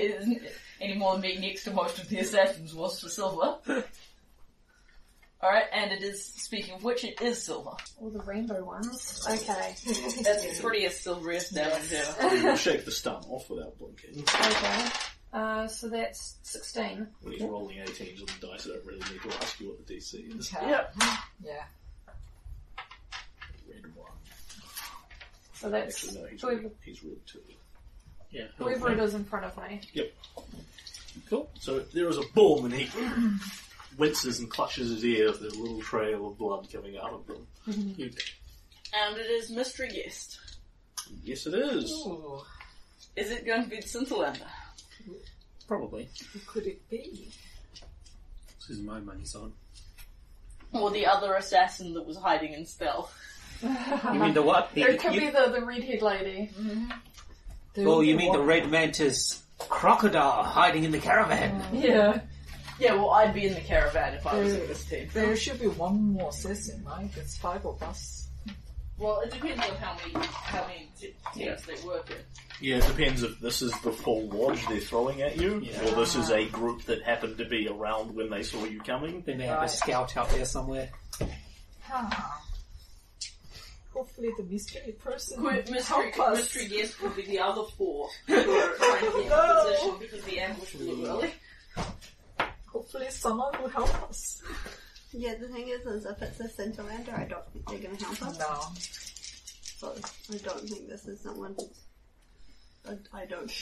Speaker 4: even,
Speaker 14: anymore than being next to most of the assassins was for silver. Alright, and it is, speaking of which, it is silver.
Speaker 3: All the rainbow ones. Okay.
Speaker 4: That's the prettiest, silveriest damage ever.
Speaker 2: You shake the stun off without blinking.
Speaker 3: Okay. Uh, so that's 16.
Speaker 2: When he's rolling 18s on the dice, I don't really need to ask you what the DC is.
Speaker 14: Okay.
Speaker 4: Yeah.
Speaker 2: Red one.
Speaker 3: So that's
Speaker 2: Actually, no, he's
Speaker 3: whoever,
Speaker 2: red, he's red two.
Speaker 15: Yeah.
Speaker 3: whoever it is in front of me.
Speaker 2: Cool. So there is a boom, and he winces and clutches his ear with a little trail of blood coming out of them. You-
Speaker 4: And it is Mystery Guest.
Speaker 2: yes, it is.
Speaker 4: Ooh.
Speaker 8: Oh,
Speaker 4: Is it going to be the Scintillander?
Speaker 5: Probably.
Speaker 8: Could it be?
Speaker 5: This is my money's on.
Speaker 4: Or the other assassin that was hiding in stealth?
Speaker 5: You mean the what? The,
Speaker 3: Or it Uh-huh. could be
Speaker 5: you-
Speaker 3: the, the redhead lady.
Speaker 5: oh, you mean the red mantis crocodile hiding in the caravan?
Speaker 3: Mm-hmm. Yeah.
Speaker 4: Yeah, well, I'd be in the caravan if I was in this team.
Speaker 8: There should be one more assassin, right? It's five of us.
Speaker 4: Well, it depends on how many how many t- teams they work in.
Speaker 2: Yeah, it depends if this is the full lodge they're throwing at you,
Speaker 5: Yeah.
Speaker 2: or this is a group that happened to be around when they saw you coming.
Speaker 5: They may have a
Speaker 8: Right.
Speaker 5: scout out there somewhere.
Speaker 8: Uh-huh. Hopefully the mystery person
Speaker 4: Quick,
Speaker 8: will
Speaker 4: mystery,
Speaker 8: help us.
Speaker 4: mystery guest would be the other four who are trying to get in position because the ambush was early.
Speaker 8: Hopefully someone will help us.
Speaker 7: Yeah, the thing is, is if it's a Cinderlander, I don't think they're going to help us.
Speaker 8: No.
Speaker 7: So I don't think this is someone. I, I don't.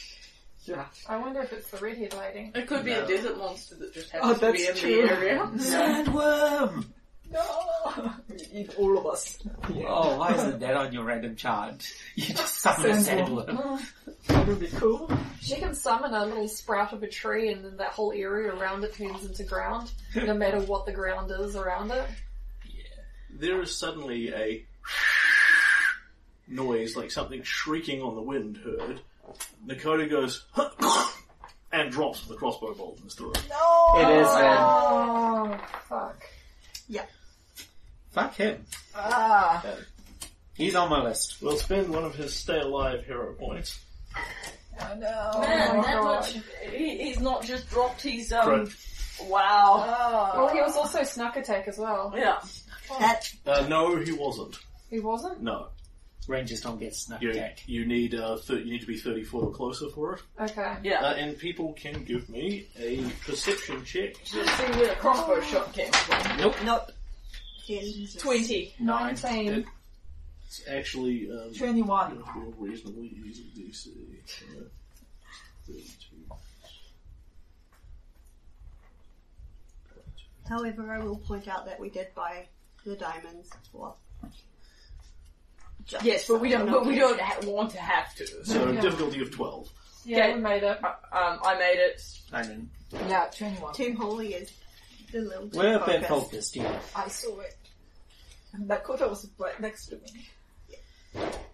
Speaker 8: Yeah.
Speaker 3: I wonder if it's the redhead lady.
Speaker 4: It could be a desert monster that just happens
Speaker 8: Oh,
Speaker 4: to be in
Speaker 8: that's
Speaker 4: the
Speaker 8: true.
Speaker 4: area.
Speaker 5: Sandworm!
Speaker 8: No! Eat all of us.
Speaker 5: Oh, why isn't that on your random chart? You just summon a
Speaker 8: Sandworm.
Speaker 5: sandworm.
Speaker 8: That would be cool.
Speaker 3: She can summon a little sprout of a tree and then that whole area around it turns into ground, no matter what the ground is around it.
Speaker 2: There is suddenly a noise, like something shrieking on the wind heard. Nakoda goes, and drops the crossbow bolt in his throat.
Speaker 5: It is red.
Speaker 8: Uh,
Speaker 3: Oh, fuck.
Speaker 5: Fuck him.
Speaker 8: Ah.
Speaker 5: He's on my list.
Speaker 2: We'll spend one of his stay alive hero points.
Speaker 8: I know.
Speaker 4: Man,
Speaker 3: my
Speaker 4: that
Speaker 3: God.
Speaker 4: much. He, he's not just dropped. He's um.
Speaker 2: Right.
Speaker 4: Wow.
Speaker 5: Oh,
Speaker 3: Well,
Speaker 8: Ah.
Speaker 3: Oh, he was also snuck attack as well.
Speaker 4: Yeah.
Speaker 7: That
Speaker 2: Uh, no, he wasn't.
Speaker 3: He wasn't?
Speaker 2: No,
Speaker 5: Rangers don't get snuck
Speaker 2: you
Speaker 5: attack.
Speaker 2: you need uh, thir- you need to be thirty four or closer for it.
Speaker 3: Okay.
Speaker 4: Yeah.
Speaker 2: Uh, and people can give me a perception check.
Speaker 4: Let's see where the crossbow shot came from.
Speaker 5: Nope.
Speaker 4: Nope.
Speaker 7: Jen.
Speaker 4: Twenty.
Speaker 3: Nineteen.
Speaker 2: It's actually um,
Speaker 8: 21.
Speaker 2: a reasonably easy DC. Uh, 32.
Speaker 7: However, I will point out that we did buy the diamonds for. Just
Speaker 4: Yes, but we don't. But we don't ha- want to have to.
Speaker 2: So
Speaker 3: Okay.
Speaker 2: difficulty of twelve.
Speaker 3: Yeah,
Speaker 4: Okay.
Speaker 3: we made it.
Speaker 4: Uh, um, I made it.
Speaker 5: I mean,
Speaker 8: Yeah, 21.
Speaker 7: Team Holy is the little. too
Speaker 5: we're a bit
Speaker 7: focused.
Speaker 5: focused, yeah.
Speaker 8: I saw it. And Dakota was right next to me.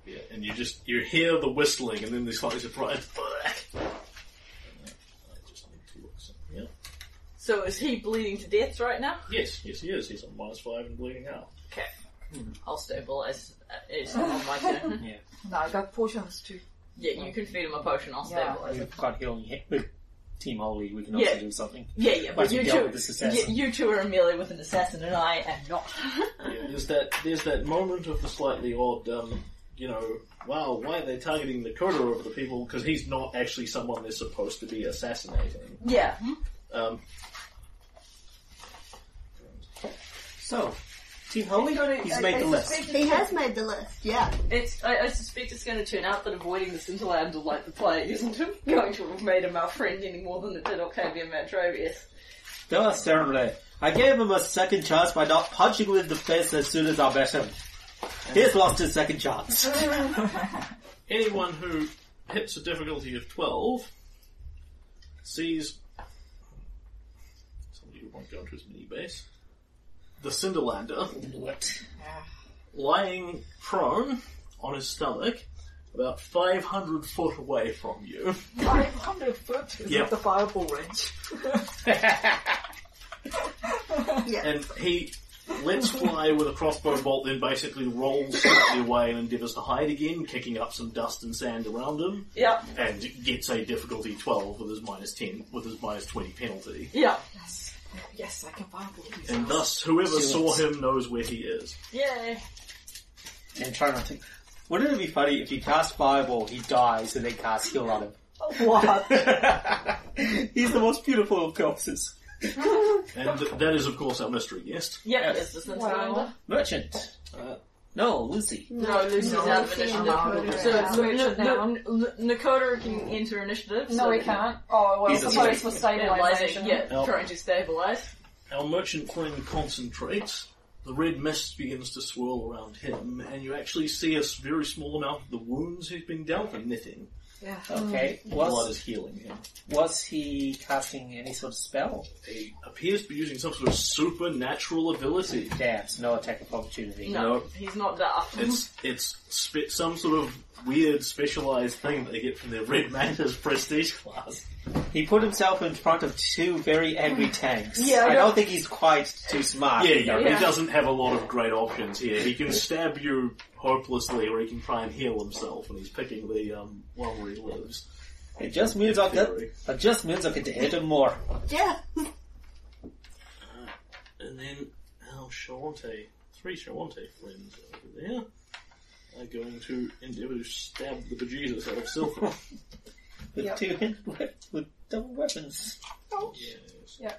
Speaker 2: Yeah, and you just you hear the whistling, and then they're slightly surprised. I just need to look something up.
Speaker 4: So is he bleeding to death right now?
Speaker 2: Yes, yes, he is. He's on minus five and bleeding out.
Speaker 4: I'll stabilize. uh, It's on my turn.
Speaker 8: No, I got potions too.
Speaker 4: Yeah, you can feed him a potion. I'll
Speaker 8: Yeah.
Speaker 4: stabilize him.
Speaker 5: We've got healing hit with Team Holy, we can also
Speaker 4: Yeah.
Speaker 5: do something.
Speaker 4: Yeah, yeah. But
Speaker 5: Once
Speaker 4: you
Speaker 5: we dealt
Speaker 4: two,
Speaker 5: with this
Speaker 4: you,
Speaker 5: assassin.
Speaker 4: you two are Amelia with an assassin, and I am not.
Speaker 2: Yeah, there's that there's that moment of the slightly odd, um, you know, wow, why are they targeting Nakoda over the people? Because he's not actually someone they're supposed to be assassinating.
Speaker 4: yeah.
Speaker 2: Um,
Speaker 5: So, Team Holy, he's made the list.
Speaker 7: He has made the list, yeah.
Speaker 4: It's. I, I suspect it's going to turn out that avoiding the Scintillander like the plague isn't going to have made him our friend any more than it did Octavian Matrovius.
Speaker 5: There certainly. I gave him a second chance by not punching him in the face as soon as I met him. He's lost his second chance.
Speaker 2: anyone who hits a difficulty of 12 sees somebody who won't go into his mini base the Cinderlander lying prone on his stomach about 500 foot away from you
Speaker 8: 500 foot is
Speaker 2: Yeah.
Speaker 8: at the fireball range.
Speaker 2: and he Let's Fly with a crossbow bolt then basically rolls slightly away and endeavours to hide again, kicking up some dust and sand around him,
Speaker 9: Yep.
Speaker 2: and gets a difficulty 12 with his minus 10, with his minus 20 penalty.
Speaker 9: Yep.
Speaker 8: Yes. Yes, I can find all these.
Speaker 2: And thus, whoever saw him knows where he is.
Speaker 9: Yay.
Speaker 5: And try not to. Wouldn't it be funny if you cast Fireball, he dies, and then cast Heal on him?
Speaker 4: Oh,
Speaker 9: What?
Speaker 5: Uh-huh. He's the most beautiful of corpses.
Speaker 2: And th- that is, of course, our mystery guest.
Speaker 9: Yep, yes, that's that's
Speaker 3: Wow.
Speaker 5: Merchant. Uh, no, Lucy.
Speaker 4: No, Lucy's
Speaker 3: No,
Speaker 4: out of
Speaker 3: Lucy
Speaker 4: initiative.
Speaker 3: and Nakoda
Speaker 4: So
Speaker 3: are
Speaker 4: it's
Speaker 3: out.
Speaker 4: Merchant now. Nakoda can enter initiative.
Speaker 3: No,
Speaker 4: so
Speaker 3: we
Speaker 4: that-
Speaker 3: can't. Oh, well,
Speaker 5: He's a
Speaker 3: suppose for
Speaker 4: Stabilizing,
Speaker 3: stabilization.
Speaker 4: yeah,
Speaker 2: Nope.
Speaker 4: trying to stabilize.
Speaker 2: Our merchant friend concentrates. The red mist begins to swirl around him, and you actually see a s- very small amount of the wounds he's been dealt and knitting.
Speaker 5: Okay.
Speaker 2: Blood
Speaker 5: Was
Speaker 2: is healing him.
Speaker 5: was he casting any sort of spell?
Speaker 2: He appears to be using some sort of supernatural ability.
Speaker 5: Dabs, no attack of opportunity.
Speaker 4: No,
Speaker 2: Nope.
Speaker 4: he's not daft.
Speaker 2: It's it's spe- some sort of weird specialized thing that they get from their red matters prestige class.
Speaker 5: He put himself in front of two very angry tanks.
Speaker 4: Yeah, I
Speaker 5: I don't
Speaker 4: don't-
Speaker 5: think he's quite too smart.
Speaker 2: Yeah, yeah,
Speaker 4: Yeah.
Speaker 2: he doesn't have a lot of great options here. He can stab you hopelessly, or he can try and heal himself, and he's picking the um, one where he lives.
Speaker 5: It just means I get,
Speaker 2: Fury.
Speaker 5: it just means I get to hit him more.
Speaker 7: Yeah.
Speaker 2: And then our Shawante, three Shawante friends over there are going to endeavour to stab the bejesus out of Silver.
Speaker 5: With
Speaker 3: Yep.
Speaker 5: two hit with, with double weapons.
Speaker 2: yes.
Speaker 3: Yeah.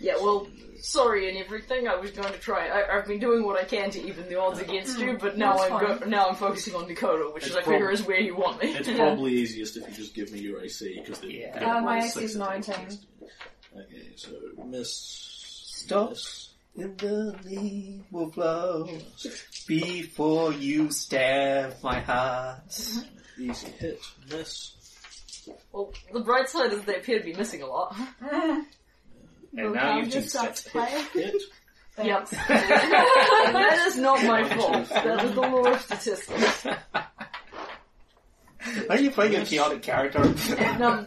Speaker 4: Yeah, well, sorry and everything. I was going to try. I, I've been doing what I can to even the odds against you, but now
Speaker 3: That's
Speaker 4: I'm go, now I'm focusing on Dakota, which
Speaker 2: It's
Speaker 4: is, I
Speaker 2: prob-
Speaker 4: figure is where you want me.
Speaker 2: It's probably easiest if you just give me your AC because they
Speaker 5: Yeah.
Speaker 2: they don't
Speaker 3: Uh, my
Speaker 2: roll
Speaker 3: AC is
Speaker 2: six attacks
Speaker 3: 19.
Speaker 2: against you. Okay, so miss.
Speaker 5: Stop.
Speaker 2: miss.
Speaker 5: And the leaf will blow before you stab my heart.
Speaker 4: Mm-hmm.
Speaker 2: Easy hit. Miss.
Speaker 4: well, the bright side is they appear to be missing a lot. Oh,
Speaker 5: And now you
Speaker 7: Round
Speaker 5: just
Speaker 7: yourself,
Speaker 5: set.
Speaker 7: player.
Speaker 2: Hit.
Speaker 4: Yep. that is not my fault. That is the law of statistics.
Speaker 5: Are you playing a chaotic character?
Speaker 4: And, um,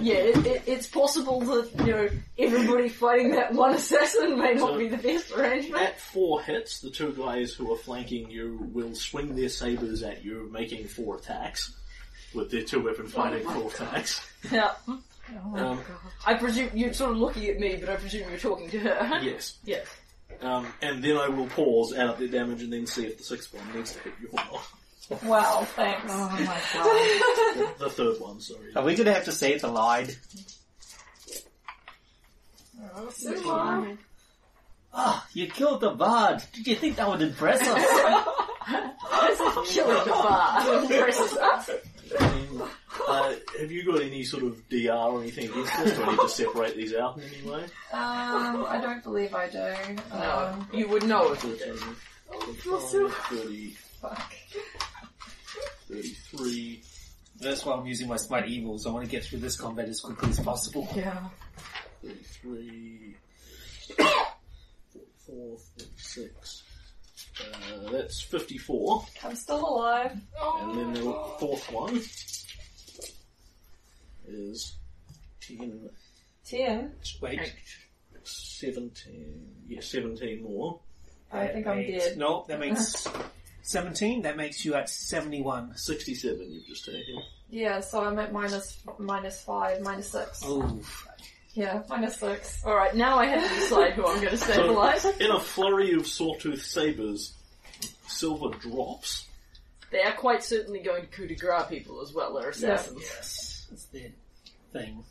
Speaker 4: yeah, it, it, it's possible that you know everybody fighting that one assassin may not be the best arrangement.
Speaker 2: At four hits, the two guys who are flanking you will swing their sabers at you, making four attacks. With their two weapon fighting four attacks.
Speaker 4: Yeah.
Speaker 2: Um,
Speaker 4: I presume you're sort of looking at me, but I presume you're talking to her.
Speaker 2: yes.
Speaker 4: Yeah.
Speaker 2: Um, and then I will pause, add up their damage, and then see if the sixth one needs to hit you or not.
Speaker 3: Wow, thanks.
Speaker 8: Oh,
Speaker 2: The, the third one, sorry.
Speaker 5: Are we gonna have to say it's a line? Ah, you killed the bard. Did you think that would impress us?
Speaker 4: Killing the bar. Impresses us.
Speaker 2: Um, uh, have you got any sort of DR or anything against this? Do I need to separate these out in any way?
Speaker 3: Um, I don't believe I do.
Speaker 4: No,
Speaker 3: Um,
Speaker 4: you would know if you
Speaker 2: 13,
Speaker 4: did.
Speaker 2: 25, 30,
Speaker 3: fuck.
Speaker 2: 33.
Speaker 5: That's why I'm using my smite evils. I want to get through this combat as quickly as possible.
Speaker 3: Yeah.
Speaker 2: 33, 44, 46. Uh, that's 54.
Speaker 3: I'm still alive.
Speaker 2: And then the fourth one is 10,
Speaker 3: Ten.
Speaker 5: Wait,
Speaker 2: 17. Yeah, 17 more.
Speaker 3: I
Speaker 5: that
Speaker 3: think I'm
Speaker 5: makes-
Speaker 3: dead.
Speaker 5: No, that makes seventeen. That makes you at seventy-one.
Speaker 2: 67 you've just taken.
Speaker 3: Yeah, so I'm at minus minus five, minus six.
Speaker 5: Oh,
Speaker 3: Yeah, minus six.
Speaker 4: Alright, now I have to decide who I'm going to stabilize.
Speaker 2: In a flurry of sawtooth sabres, Silver drops.
Speaker 4: They are quite certainly going to coup de grace people as well, they're assassins.
Speaker 5: yes, that's the thing.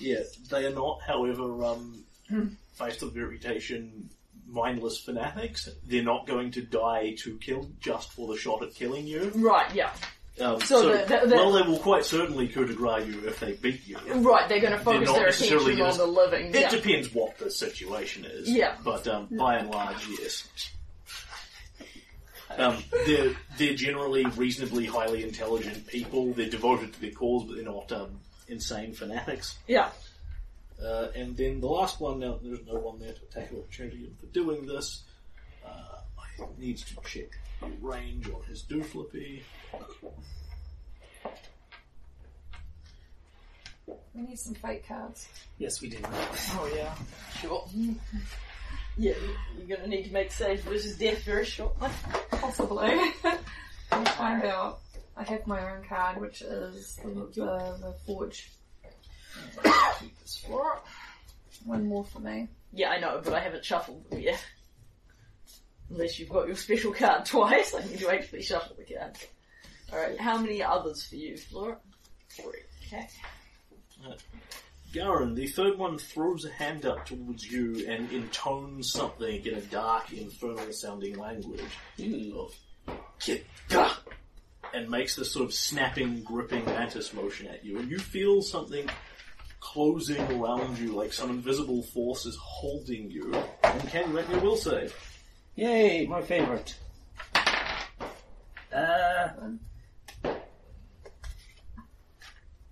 Speaker 2: Yeah, they are not, however, um, faced with reputation, mindless fanatics. They're not going to die to kill just for the shot at killing you.
Speaker 4: Right, yeah.
Speaker 2: Um,
Speaker 4: So
Speaker 2: so,
Speaker 4: the- the- the-
Speaker 2: well, they will quite certainly coup de grace you if they beat you.
Speaker 4: Right, they're going to focus
Speaker 2: not
Speaker 4: their
Speaker 2: necessarily
Speaker 4: attention
Speaker 2: gonna-
Speaker 4: on the living.
Speaker 2: It
Speaker 4: Yeah.
Speaker 2: depends what the situation is.
Speaker 4: Yeah.
Speaker 2: But um, by and large, yes. Um, they're they're generally reasonably highly intelligent people. They're devoted to their cause, but they're not um, insane fanatics.
Speaker 4: yeah.
Speaker 2: Uh, and then the last one. Now there's no one there to attack an opportunity for doing this. Uh, I needs to check the range on his dooflippy.
Speaker 3: We need some fate cards.
Speaker 5: Yes, we do.
Speaker 9: Oh yeah, sure. Yeah, you're gonna need to make saves versus death very shortly.
Speaker 3: Possibly. I'll find out. I have my own card, which is the, the, the forge. Keep this for it. One more for me.
Speaker 9: Yeah, I know, but I haven't shuffled them yet. Unless you've got your special card twice, I need to actually shuffle the card. Alright, how many others for you, Flora? Three. Okay.
Speaker 2: Garen, the third one throws a hand up towards you and intones something in a dark, infernal sounding language. Of "Kitka," and makes this sort of snapping, gripping mantis motion at you, and you feel something closing around you like some invisible force is holding you. And can you make me a will save?
Speaker 5: Yay, my favorite. Uh,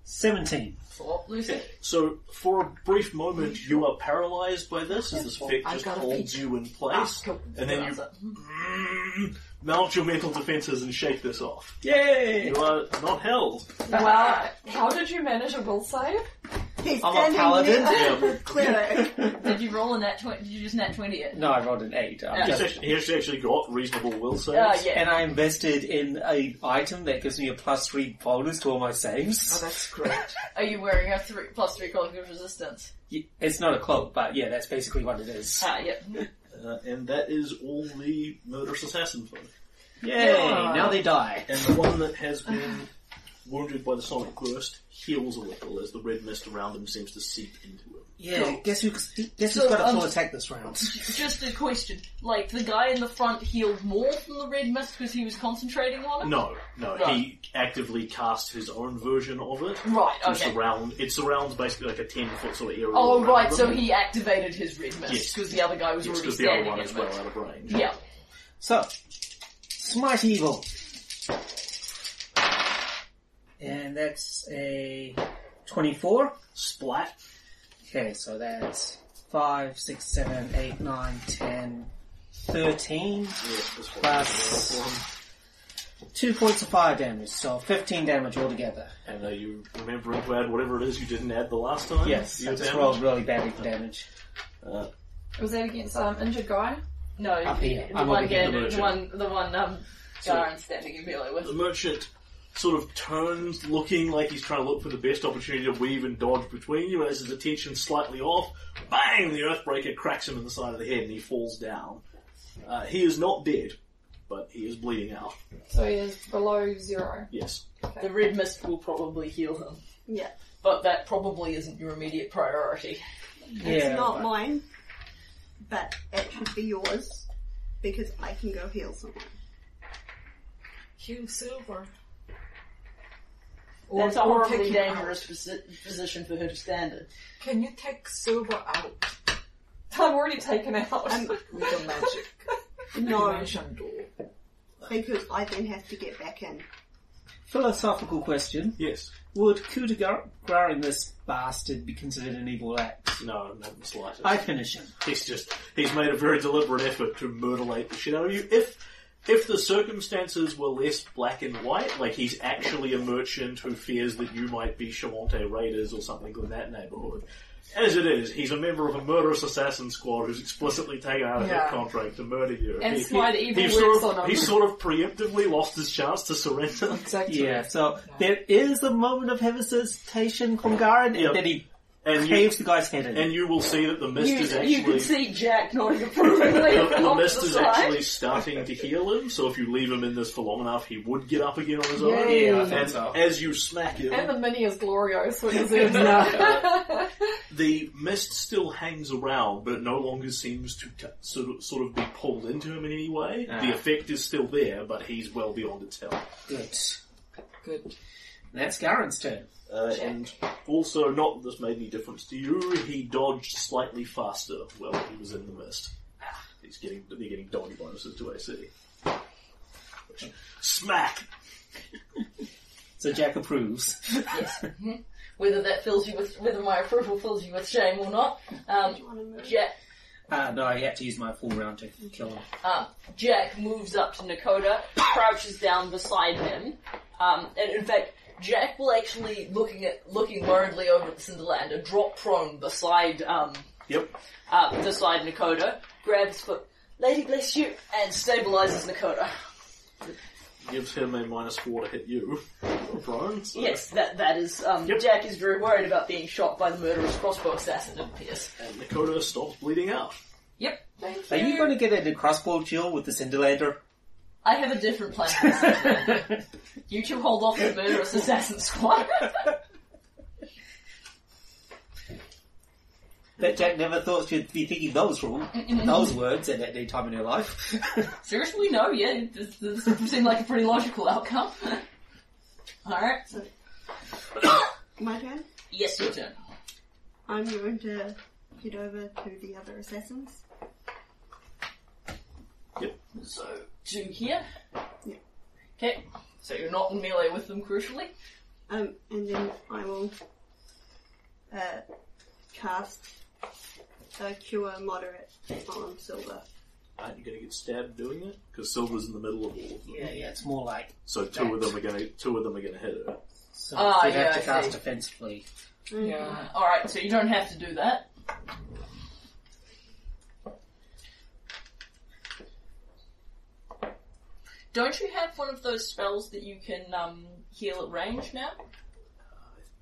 Speaker 5: seventeen.
Speaker 9: Four. Lucy.
Speaker 2: So, for a brief moment, you are paralyzed by this as this effect
Speaker 9: I've
Speaker 2: just
Speaker 9: got a
Speaker 2: holds you in
Speaker 9: Ah,
Speaker 2: place,
Speaker 9: cool.
Speaker 2: and then you mm,
Speaker 9: That's it.
Speaker 2: mount your mental defenses and shake this off.
Speaker 5: Yay!
Speaker 2: You are not held.
Speaker 3: Wow, how did you manage a will save?
Speaker 7: He's
Speaker 5: I'm a
Speaker 7: standing
Speaker 5: paladin.
Speaker 7: next to the cleric.
Speaker 4: Did you roll a nat twenty? Did you just nat twenty it?
Speaker 5: No, I rolled an eight. I'm
Speaker 4: Yeah.
Speaker 2: He's
Speaker 5: just-
Speaker 2: actually, he actually actually got reasonable will saves.
Speaker 9: Ah, yeah.
Speaker 5: and I invested in a item that gives me a plus three bonus to all my saves.
Speaker 9: that's great.
Speaker 4: Are you wearing a three plus three cognitive resistance?
Speaker 5: Y- It's not a cloak, but yeah, that's basically what it is.
Speaker 4: Ah, yep.
Speaker 2: Uh, and that is all the murderous assassin folk.
Speaker 5: Yay! Now they die.
Speaker 2: And the one that
Speaker 9: Ah.
Speaker 2: has been wounded by the sonic burst heals a little as the red mist around him seems to seep into him.
Speaker 5: Yeah, guess who? Guess
Speaker 4: So,
Speaker 5: who's got a
Speaker 4: um,
Speaker 5: full attack this round?
Speaker 4: Just a question. Like the guy in the front healed more from the red mist because he was concentrating on it.
Speaker 2: No, no, he
Speaker 4: Right.
Speaker 2: actively cast his own version of it.
Speaker 4: Right.
Speaker 2: To
Speaker 4: Okay.
Speaker 2: surround, it surrounds basically like a 10 foot sort of area.
Speaker 4: Oh
Speaker 2: around
Speaker 4: right,
Speaker 2: them.
Speaker 4: so he activated his red
Speaker 2: Yes.
Speaker 4: mist because the other guy was
Speaker 2: Yes,
Speaker 4: already
Speaker 2: because the other
Speaker 4: standing
Speaker 2: one
Speaker 4: in
Speaker 2: is well
Speaker 4: it.
Speaker 2: out of range.
Speaker 4: Yeah.
Speaker 5: So, smite evil, and that's a twenty-four.
Speaker 2: Splat.
Speaker 5: Okay, so that's five, six, seven, eight, nine, ten, thirteen.
Speaker 2: Yeah, that's what
Speaker 5: Plus-
Speaker 2: I'm going
Speaker 5: Two points of fire damage, so fifteen damage altogether.
Speaker 2: for. And are you remembering to add whatever it is you didn't add the last time?
Speaker 5: Yes,
Speaker 2: Your
Speaker 5: I just
Speaker 2: damage?
Speaker 5: rolled really badly for damage.
Speaker 2: Uh,
Speaker 3: Was that against um, injured guy?
Speaker 4: No.
Speaker 5: Up here.
Speaker 4: The
Speaker 5: I'm
Speaker 4: one
Speaker 5: looking at
Speaker 4: guy,
Speaker 2: the
Speaker 4: the
Speaker 2: merchant.
Speaker 4: one, the one, um,
Speaker 2: So-
Speaker 4: Garin standing in melee with.
Speaker 2: The merchant sort of turns, looking like he's trying to look for the best opportunity to weave and dodge between you. As his attention's slightly off, bang! The Earthbreaker cracks him in the side of the head and he falls down. Uh, he is not dead, but he is bleeding out.
Speaker 3: So he is below zero.
Speaker 2: Yes.
Speaker 4: The red mist will probably heal him,
Speaker 7: yeah,
Speaker 4: but that probably isn't your immediate priority.
Speaker 7: it's
Speaker 5: yeah,
Speaker 7: not
Speaker 5: but-
Speaker 7: mine, but it should be yours because I can go heal someone.
Speaker 8: Hugh Silver. Or-
Speaker 9: That's a
Speaker 8: or
Speaker 9: horribly
Speaker 8: take him
Speaker 9: dangerous
Speaker 8: out.
Speaker 9: posi- position for her to stand in.
Speaker 8: Can you take Silver out?
Speaker 3: I'm already taken out.
Speaker 7: Um,
Speaker 8: With the magic.
Speaker 7: no,
Speaker 8: Dimension door.
Speaker 7: because I then have to get back in.
Speaker 5: Philosophical question:
Speaker 2: Yes.
Speaker 5: Would coup de grace in this bastard be considered an evil act?
Speaker 2: No, not in the slightest.
Speaker 5: I finish him.
Speaker 2: He's just he's made a very deliberate effort to mutilate the shit out of you. If if the circumstances were less black and white, like he's actually a merchant who fears that you might be Shawante Raiders or something in that neighborhood. As it is, he's a member of a murderous assassin squad who's explicitly taken out a hit
Speaker 8: Yeah.
Speaker 2: contract to murder you.
Speaker 3: And slide evil
Speaker 2: he
Speaker 3: words
Speaker 2: sort
Speaker 3: on
Speaker 2: of,
Speaker 3: him.
Speaker 2: he sort of preemptively lost his chance to surrender.
Speaker 8: Exactly.
Speaker 5: Yeah, so there is a moment of hesitation from Garen,
Speaker 2: Yep.
Speaker 5: and then he
Speaker 2: And you,
Speaker 5: caves the guy's head in.
Speaker 2: and you will see that the mist
Speaker 9: You,
Speaker 2: is
Speaker 9: you
Speaker 2: actually
Speaker 9: can see Jack nodding approvingly
Speaker 2: the, the
Speaker 9: off to
Speaker 2: mist
Speaker 9: the
Speaker 2: is
Speaker 9: side.
Speaker 2: actually starting to heal him, so if you leave him in this for long enough, he would get up again on his own.
Speaker 5: Yeah, I
Speaker 2: And
Speaker 5: thought so.
Speaker 2: as you smack him,
Speaker 3: and the mini is glorious, which is no.
Speaker 2: the mist still hangs around, but it no longer seems to t- sort, of, sort of be pulled into him in any way.
Speaker 5: Ah.
Speaker 2: The effect is still there, but he's well beyond its help.
Speaker 5: Good.
Speaker 8: Good.
Speaker 5: And that's Garen's turn.
Speaker 2: Uh, and also, not that this made any difference to you, he dodged slightly faster while he was in the mist. Ah, He's getting they're getting dodgy bonuses to AC. Smack!
Speaker 5: So Jack approves.
Speaker 4: Whether that fills you with, whether my approval fills you with shame or not, um, Jack,
Speaker 5: Uh, no, I had to use my full round to kill him.
Speaker 4: um, Jack moves up to Nakoda, crouches down beside him, um, and in fact,
Speaker 9: Jack will actually looking at looking worriedly over at the Cinderlander, drop prone beside um
Speaker 2: Yep.
Speaker 9: uh, beside Nakoda, grabs foot, Lady bless you, and stabilizes Nakoda.
Speaker 2: Gives him a minus four to hit you. Prone, so-
Speaker 9: Yes, that that is um
Speaker 2: Yep.
Speaker 9: Jack is very worried about being shot by the murderous crossbow assassin, it appears.
Speaker 2: And Dakota stops bleeding out.
Speaker 5: Are you going to get into crossbow duel with the Cinderlander?
Speaker 4: I have a different plan for this. You two hold off the murderous assassin squad.
Speaker 5: Bet Jack never thought she'd be thinking those wrong,
Speaker 4: Mm-hmm.
Speaker 5: those words at any time in her life.
Speaker 4: Seriously, no, yeah, this, this seemed like a pretty logical outcome. Alright.
Speaker 7: My turn.
Speaker 4: Yes, your turn.
Speaker 7: I'm going to head over to the other assassins.
Speaker 4: So, two here.
Speaker 7: Yeah.
Speaker 4: Okay, so you're not in melee with them, crucially.
Speaker 7: Um, and then I will uh, cast a cure moderate on Silver.
Speaker 2: Aren't you going to get stabbed doing it? Because Silver's in the middle of all of them.
Speaker 5: yeah, yeah, it's more like
Speaker 2: So two of them are going to two of them are going to hit her.
Speaker 5: so
Speaker 4: Ah,
Speaker 5: you have
Speaker 4: yeah,
Speaker 5: to
Speaker 4: I
Speaker 5: cast
Speaker 4: see.
Speaker 5: defensively.
Speaker 7: Mm.
Speaker 4: Alright, so you don't have to do that. Don't you have one of those spells that you can um, heal at range now?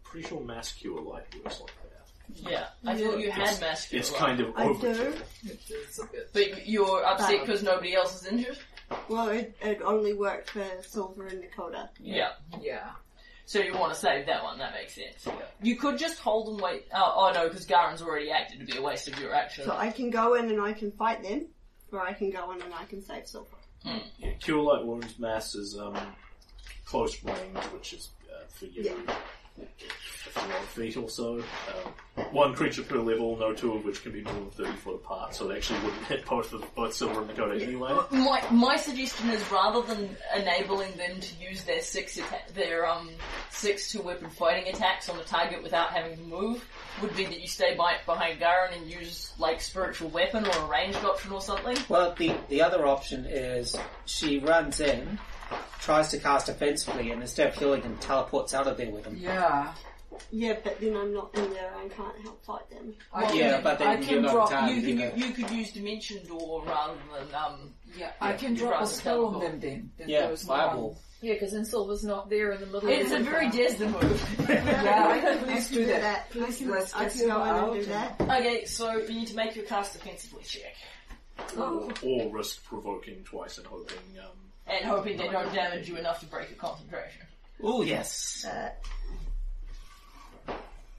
Speaker 2: Pretty sure mass cure light works like that.
Speaker 4: Yeah, I thought you had mass cure
Speaker 2: It's
Speaker 4: light.
Speaker 2: kind of
Speaker 7: I
Speaker 2: overkill.
Speaker 7: do.
Speaker 4: But you're upset
Speaker 7: Bad.
Speaker 4: because nobody else is injured?
Speaker 7: Well, it, it only worked for Silver and Dakota.
Speaker 4: Yeah.
Speaker 8: Yeah.
Speaker 4: So you want to save that one, that makes sense. You could just hold and wait. Oh, oh no, because Garen's already acted, it'd be a waste of your action.
Speaker 7: So I can go in and I can fight them, or I can go in and I can save Silver.
Speaker 2: Yeah, cure light wounds mass is um, close range, which is uh, for you.
Speaker 7: Yeah.
Speaker 2: 51 feet or so. Um, one creature per level, no two of which can be more than 30 foot apart, so it actually wouldn't hit both of both Silver and Dakota anyway.
Speaker 7: Oh,
Speaker 4: My my suggestion is rather than enabling them to use their six atta- their um six two weapon fighting attacks on the target without having to move, would be that you stay by, behind Garen and use like spiritual weapon or a ranged option or something.
Speaker 5: Well, the the other option is she runs in, tries to cast offensively, and instead of healing him, teleports out of there with him.
Speaker 8: Yeah.
Speaker 7: Yeah, but then I'm not in there and can't help fight them.
Speaker 8: I can,
Speaker 5: Yeah, but then
Speaker 4: I
Speaker 5: you
Speaker 4: can
Speaker 5: don't
Speaker 4: drop.
Speaker 5: have time
Speaker 4: you
Speaker 5: to
Speaker 4: can
Speaker 5: do
Speaker 4: you,
Speaker 5: that.
Speaker 4: you could use dimension door rather than um
Speaker 8: yeah, I can
Speaker 4: you're
Speaker 8: drop
Speaker 4: right,
Speaker 8: a spell on
Speaker 4: teleport.
Speaker 8: them then. Then
Speaker 5: Yeah,
Speaker 8: there's no
Speaker 5: fireball.
Speaker 8: one-
Speaker 3: Yeah, because Insilva's not there in the middle
Speaker 4: It's
Speaker 3: of
Speaker 4: a
Speaker 3: the
Speaker 4: very Desda move.
Speaker 8: Yeah,
Speaker 7: I can- I
Speaker 8: please
Speaker 7: can
Speaker 8: do that.
Speaker 7: I
Speaker 8: Please
Speaker 7: can,
Speaker 8: let's
Speaker 7: I
Speaker 8: get
Speaker 7: can go in
Speaker 8: Silver
Speaker 7: and do
Speaker 8: out
Speaker 7: that.
Speaker 4: okay, so you need to make your cast defensively check
Speaker 2: Or, or risk provoking twice and hoping. Um,
Speaker 4: and hoping they don't damage you enough to break your concentration.
Speaker 5: Oh yes.
Speaker 7: Uh,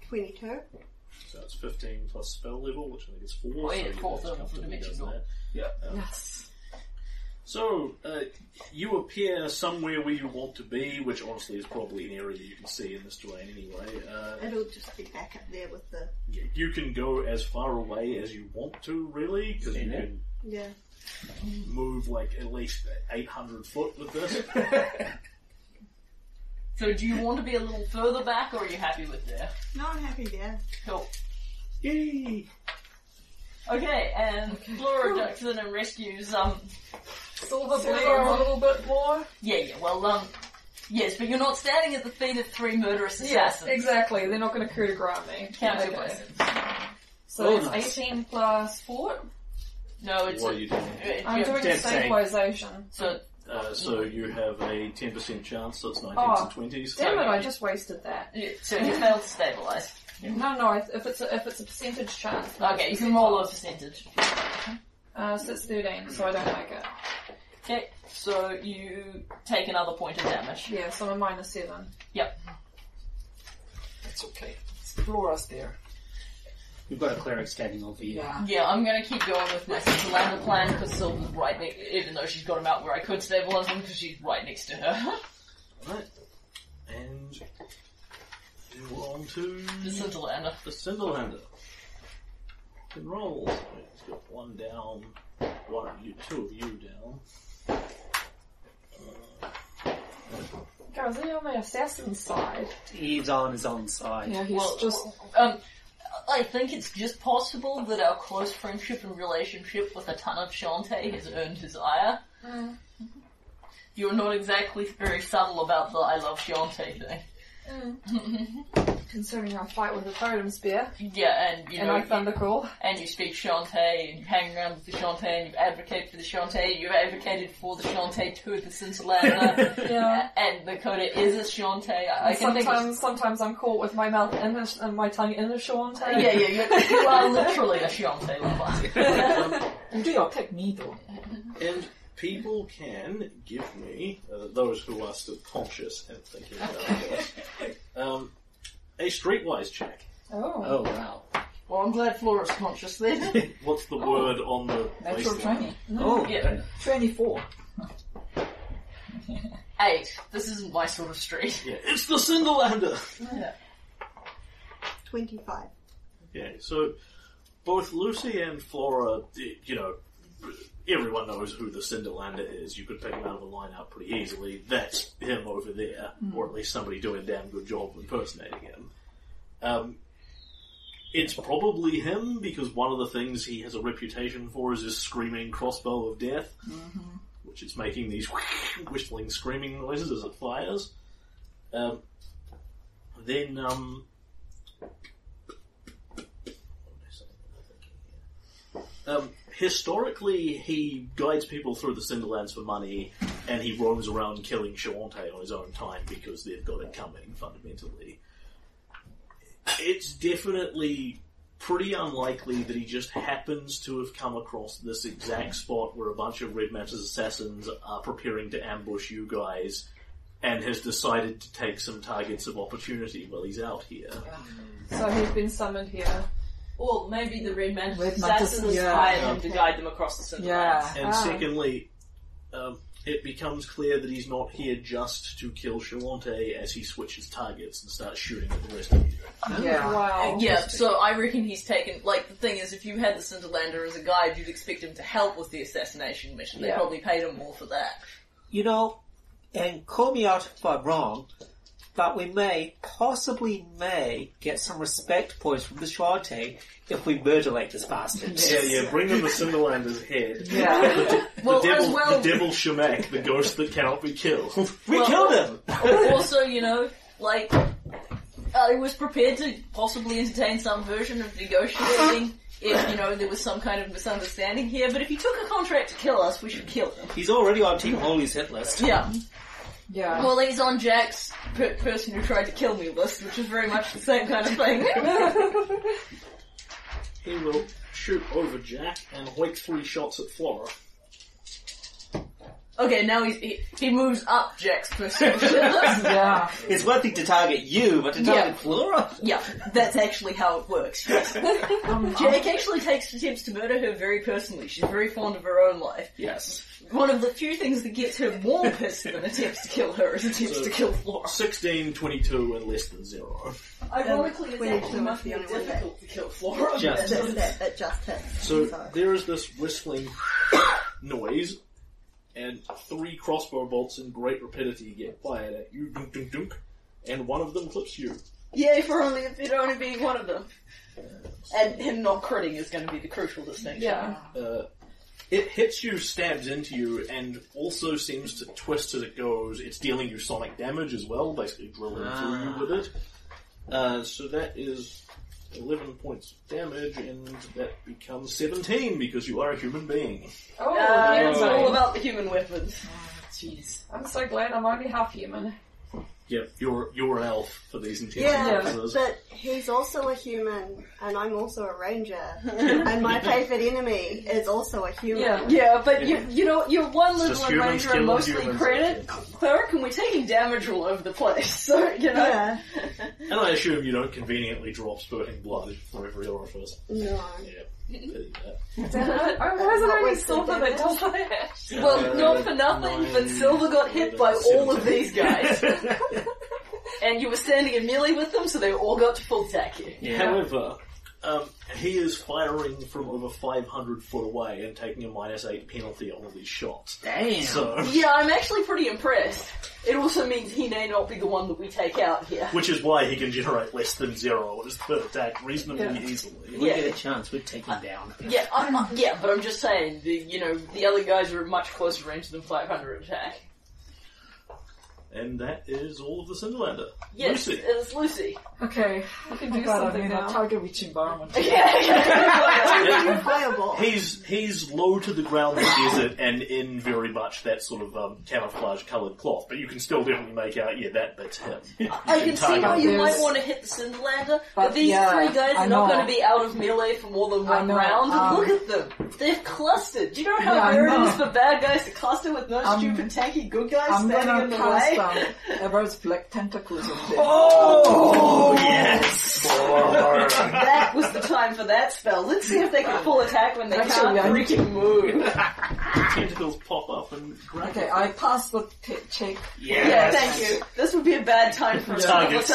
Speaker 7: 22.
Speaker 2: so it's 15 plus spell level, which I think is 4.
Speaker 4: Oh, yeah,
Speaker 2: so you
Speaker 4: fourth
Speaker 2: guys
Speaker 4: level for
Speaker 2: comfortably
Speaker 4: dimension
Speaker 2: does
Speaker 4: door.
Speaker 2: that. Um,
Speaker 8: Yes.
Speaker 2: So, uh, you appear somewhere where you want to be, which honestly is probably an area you can see in this terrain anyway. Uh,
Speaker 7: It'll just be back up there with the.
Speaker 2: yeah, you can go as far away as you want to, really, because you
Speaker 5: Yeah.
Speaker 2: can
Speaker 7: Yeah.
Speaker 2: move like at least 800 foot with this.
Speaker 4: So do you want to be a little further back, or are you happy with there?
Speaker 7: No, I'm happy there.
Speaker 4: Cool.
Speaker 2: Yay!
Speaker 4: Okay, and Flora ducks in and rescues. Um,
Speaker 3: Silver
Speaker 8: Silver.
Speaker 3: Blair a little bit more.
Speaker 4: yeah, yeah. Well, um, yes, but you're not standing at the feet of three murderous assassins.
Speaker 3: exactly. They're not going to coup de grace me.
Speaker 4: Counter
Speaker 3: Okay.
Speaker 4: blessings.
Speaker 3: So
Speaker 5: Oh,
Speaker 3: it's
Speaker 5: nice.
Speaker 3: 18 plus 4.
Speaker 4: No, it's.
Speaker 2: What
Speaker 4: a-
Speaker 2: are you doing?
Speaker 4: it-
Speaker 3: I'm
Speaker 4: yeah,
Speaker 3: doing a
Speaker 5: death save.
Speaker 3: stabilization.
Speaker 4: so
Speaker 2: Uh, so you have a 10% chance, so it's 19s
Speaker 3: Oh,
Speaker 2: and 20s.
Speaker 3: Damn it, I just wasted that.
Speaker 4: yeah, so you failed to stabilize.
Speaker 3: No, no, I- if it's a, if it's a percentage chance. then
Speaker 4: Okay, you
Speaker 3: it's
Speaker 4: can roll a
Speaker 3: percentile.
Speaker 4: percentage.
Speaker 3: Uh, so it's 13, so I don't make it.
Speaker 4: Okay, so you take another point of damage.
Speaker 3: Yeah, so I'm a minus 7.
Speaker 8: That's okay. Explore us there.
Speaker 5: We've got a cleric standing over you.
Speaker 8: Yeah.
Speaker 4: Yeah, I'm gonna keep going with my Lander plan because Sylva's right next, even though she's got him out where I could stabilize him because she's right next to her.
Speaker 2: Right. And we're on to
Speaker 4: the Cinderlander.
Speaker 2: the Cinderlander. Can roll. It's got one down, one of you, two of you down.
Speaker 3: Guys, are you on the assassin's side?
Speaker 5: He's on his own side.
Speaker 3: Yeah, he's
Speaker 4: Well,
Speaker 3: just...
Speaker 4: Um, I think it's just possible that our close friendship and relationship with a ton of Shantae has earned his ire.
Speaker 3: Mm.
Speaker 4: You're not exactly very subtle about the I love Shantae thing.
Speaker 3: Considering our fight with the totem spear
Speaker 4: yeah, and you
Speaker 3: and
Speaker 4: know,
Speaker 3: I thunder call.
Speaker 4: and you speak Shantae, and you hang around with the Shantae, and you advocate for the Shantae, you've advocated for the Shantae to the Cincinnati,
Speaker 3: Yeah.
Speaker 4: and Lakota is a Shantae. I, I can think of...
Speaker 3: Sometimes, sometimes I'm caught with my mouth in the, and my tongue in the shorn tail.
Speaker 4: Yeah, yeah, you, you are literally a Shantae lover.
Speaker 8: You do not pick me though.
Speaker 2: And people can give me, uh, those who are still conscious and thinking about this, um, a streetwise check.
Speaker 3: Oh.
Speaker 5: Oh wow.
Speaker 4: well, I'm glad Flora's conscious then.
Speaker 2: What's the word on the
Speaker 4: Natural
Speaker 2: baseline?
Speaker 4: training.
Speaker 5: Oh,
Speaker 4: Mm-hmm. Yeah.
Speaker 8: Twenty-four.
Speaker 4: Eight. This isn't my sort of street.
Speaker 2: Yeah, it's the Cinderlander!
Speaker 7: Twenty-five.
Speaker 2: Yeah, so both Lucy and Flora, eh, you know, everyone knows who the Cinderlander is. You could pick him out of a lineup pretty easily. That's him over there, or at least somebody doing a damn good job of impersonating him. Um, it's probably him because one of the things he has a reputation for is his screaming crossbow of death, which is making these whistling, screaming noises as it fires. Um, then, um, Um, historically, he guides people through the Cinderlands for money, and he roams around killing Shawante on his own time because they've got it coming, fundamentally. It's definitely pretty unlikely that he just happens to have come across this exact spot where a bunch of Red Matter's assassins are preparing to ambush you guys, and has decided to take some targets of opportunity while he's out here.
Speaker 3: So he's been summoned here.
Speaker 4: Or maybe the Red Man's
Speaker 8: Red Mantis,
Speaker 4: assassins
Speaker 8: yeah.
Speaker 4: hired him to guide them across the Cinderlands.
Speaker 8: Yeah.
Speaker 2: And
Speaker 3: Ah.
Speaker 2: secondly, um, it becomes clear that he's not here just to kill Shawante as he switches targets and starts shooting at the rest of you.
Speaker 8: Yeah.
Speaker 3: Wow.
Speaker 4: Yeah, so I reckon he's taken, like, the thing is, if you had the Cinderlander as a guide, you'd expect him to help with the assassination mission. They
Speaker 8: Yeah.
Speaker 4: probably paid him more for that.
Speaker 5: You know, and call me out if I'm wrong, but we may, possibly may, get some respect points from the Shante if we murderate this bastard.
Speaker 2: Yeah, yeah, bring him the Cinderlander's head.
Speaker 8: Yeah.
Speaker 4: Well,
Speaker 2: the devil,
Speaker 4: as well-
Speaker 2: the devil Shemek, the ghost that cannot be killed.
Speaker 5: We
Speaker 4: Well-
Speaker 5: killed him!
Speaker 4: also, you know, like, I was prepared to possibly entertain some version of negotiating if, you know, there was some kind of misunderstanding here, but if he took a contract to kill us, we should kill him.
Speaker 5: He's already on Team Holy's hit list.
Speaker 4: Yeah.
Speaker 8: Yeah.
Speaker 4: Well, he's on Jack's per- person who tried to kill me list, which is very much the same kind of thing.
Speaker 2: he will shoot over Jack and hoik three shots at Flora.
Speaker 4: okay, now he's, he, he moves up Jack's person list.
Speaker 8: yeah.
Speaker 5: It's one thing to target you, but to target
Speaker 4: Yeah.
Speaker 5: Flora?
Speaker 4: Yeah, that's actually how it works. yes. Jake actually takes attempts to murder her very personally. She's very fond of her own life.
Speaker 5: Yes.
Speaker 4: One of the few things that gets her more pissed than attempts to kill her is attempts
Speaker 2: So-
Speaker 4: to kill Flora.
Speaker 2: 16, 22, and less than zero.
Speaker 4: Ironically, it's
Speaker 7: Wait,
Speaker 4: actually much more
Speaker 7: the only one that-
Speaker 4: difficult to kill Flora.
Speaker 5: Just.
Speaker 4: than-
Speaker 7: Just that, that just hits.
Speaker 2: So there is this whistling noise, and three crossbow bolts in great rapidity get fired at you, dunk, dunk, dunk, and one of them clips you.
Speaker 4: Yay for only it only being one of them. And him not critting is going to be the crucial distinction.
Speaker 3: Yeah.
Speaker 2: Uh, it hits you, stabs into you, and also seems to twist as it goes. It's dealing you sonic damage as well, basically drilling
Speaker 5: Ah.
Speaker 2: through you with it. Uh, so that is 11 points of damage, and that becomes 17 because you are a human being.
Speaker 3: Oh,
Speaker 4: Uh,
Speaker 3: yeah,
Speaker 4: it's all about the human weapons.
Speaker 8: Jeez.
Speaker 3: I'm so glad I'm only half human.
Speaker 2: Yep, you're, you're an elf for these intents
Speaker 7: Yeah,
Speaker 2: and purposes.
Speaker 7: but he's also a human, and I'm also a ranger, and my favourite enemy is also a human.
Speaker 3: Yeah.
Speaker 4: Yeah, but you you know you're one
Speaker 2: just
Speaker 4: little
Speaker 2: humans
Speaker 4: ranger and
Speaker 2: killing
Speaker 4: mostly
Speaker 2: humans.
Speaker 4: credit cleric, and we're taking damage all over the place. So you know,
Speaker 7: Yeah.
Speaker 2: And I assume you don't conveniently drop spurting blood from every orifice.
Speaker 7: No.
Speaker 2: Yeah, pity that.
Speaker 3: Damn it. I wasn't
Speaker 7: Not
Speaker 3: only
Speaker 7: wasted
Speaker 3: silver that
Speaker 7: damage.
Speaker 3: does that.
Speaker 4: well,
Speaker 2: Uh,
Speaker 4: not for nothing,
Speaker 2: nine,
Speaker 4: but Silver got hit by all of these guys, and you were standing in melee with them, so they all got to full attack you.
Speaker 2: However, um, he is firing from over 500 foot away and taking a minus 8 penalty on all these shots.
Speaker 5: Damn.
Speaker 2: So,
Speaker 4: Yeah, I'm actually pretty impressed. It also means he may not be the one that we take out here.
Speaker 2: which is why he can generate less than zero on his third attack reasonably
Speaker 3: Yeah.
Speaker 2: easily.
Speaker 5: we
Speaker 4: yeah.
Speaker 5: get a chance, we'd take him down.
Speaker 4: Yeah, I'm not, yeah, but I'm just saying, the, you know, the other guys are at much closer range than 500 attack.
Speaker 2: And that is all of the Cinderlander.
Speaker 9: Yes,
Speaker 2: Lucy.
Speaker 9: it was Lucy.
Speaker 8: Okay.
Speaker 3: You can
Speaker 8: I'm
Speaker 3: do
Speaker 8: glad I'm
Speaker 3: something
Speaker 8: in a
Speaker 3: now.
Speaker 8: target-rich environment.
Speaker 2: Yeah.
Speaker 7: Fireball.
Speaker 2: He's he's low to the ground in the desert and in very much that sort of um, camouflage coloured cloth, but you can still definitely make out, yeah, that bit's him.
Speaker 9: I can see why you
Speaker 8: There's-
Speaker 9: might want to hit the Cinderlander, but,
Speaker 8: But
Speaker 9: these
Speaker 8: yeah,
Speaker 9: three guys
Speaker 8: I
Speaker 9: are not
Speaker 8: know.
Speaker 9: going to be out of melee for more than
Speaker 8: I
Speaker 9: one
Speaker 8: know,
Speaker 9: round. And
Speaker 8: um,
Speaker 9: Look at them. They've clustered. Do you know how
Speaker 8: Yeah, I
Speaker 9: rare it
Speaker 8: know.
Speaker 9: is for bad guys to cluster with no
Speaker 8: Um,
Speaker 9: stupid tanky good guys
Speaker 8: I'm
Speaker 9: standing
Speaker 8: gonna
Speaker 9: in the
Speaker 8: cast
Speaker 9: way?
Speaker 8: um, a rose black tentacles on them.
Speaker 2: Oh, yes!
Speaker 9: that was the time for that spell. Let's see if they can full attack when they
Speaker 8: Actually,
Speaker 9: can't
Speaker 8: I-
Speaker 9: freaking move.
Speaker 2: Tentacles pop up and grab
Speaker 8: Okay, I pass the t- check.
Speaker 9: Yeah, thank you. This would be a bad time for a
Speaker 2: Target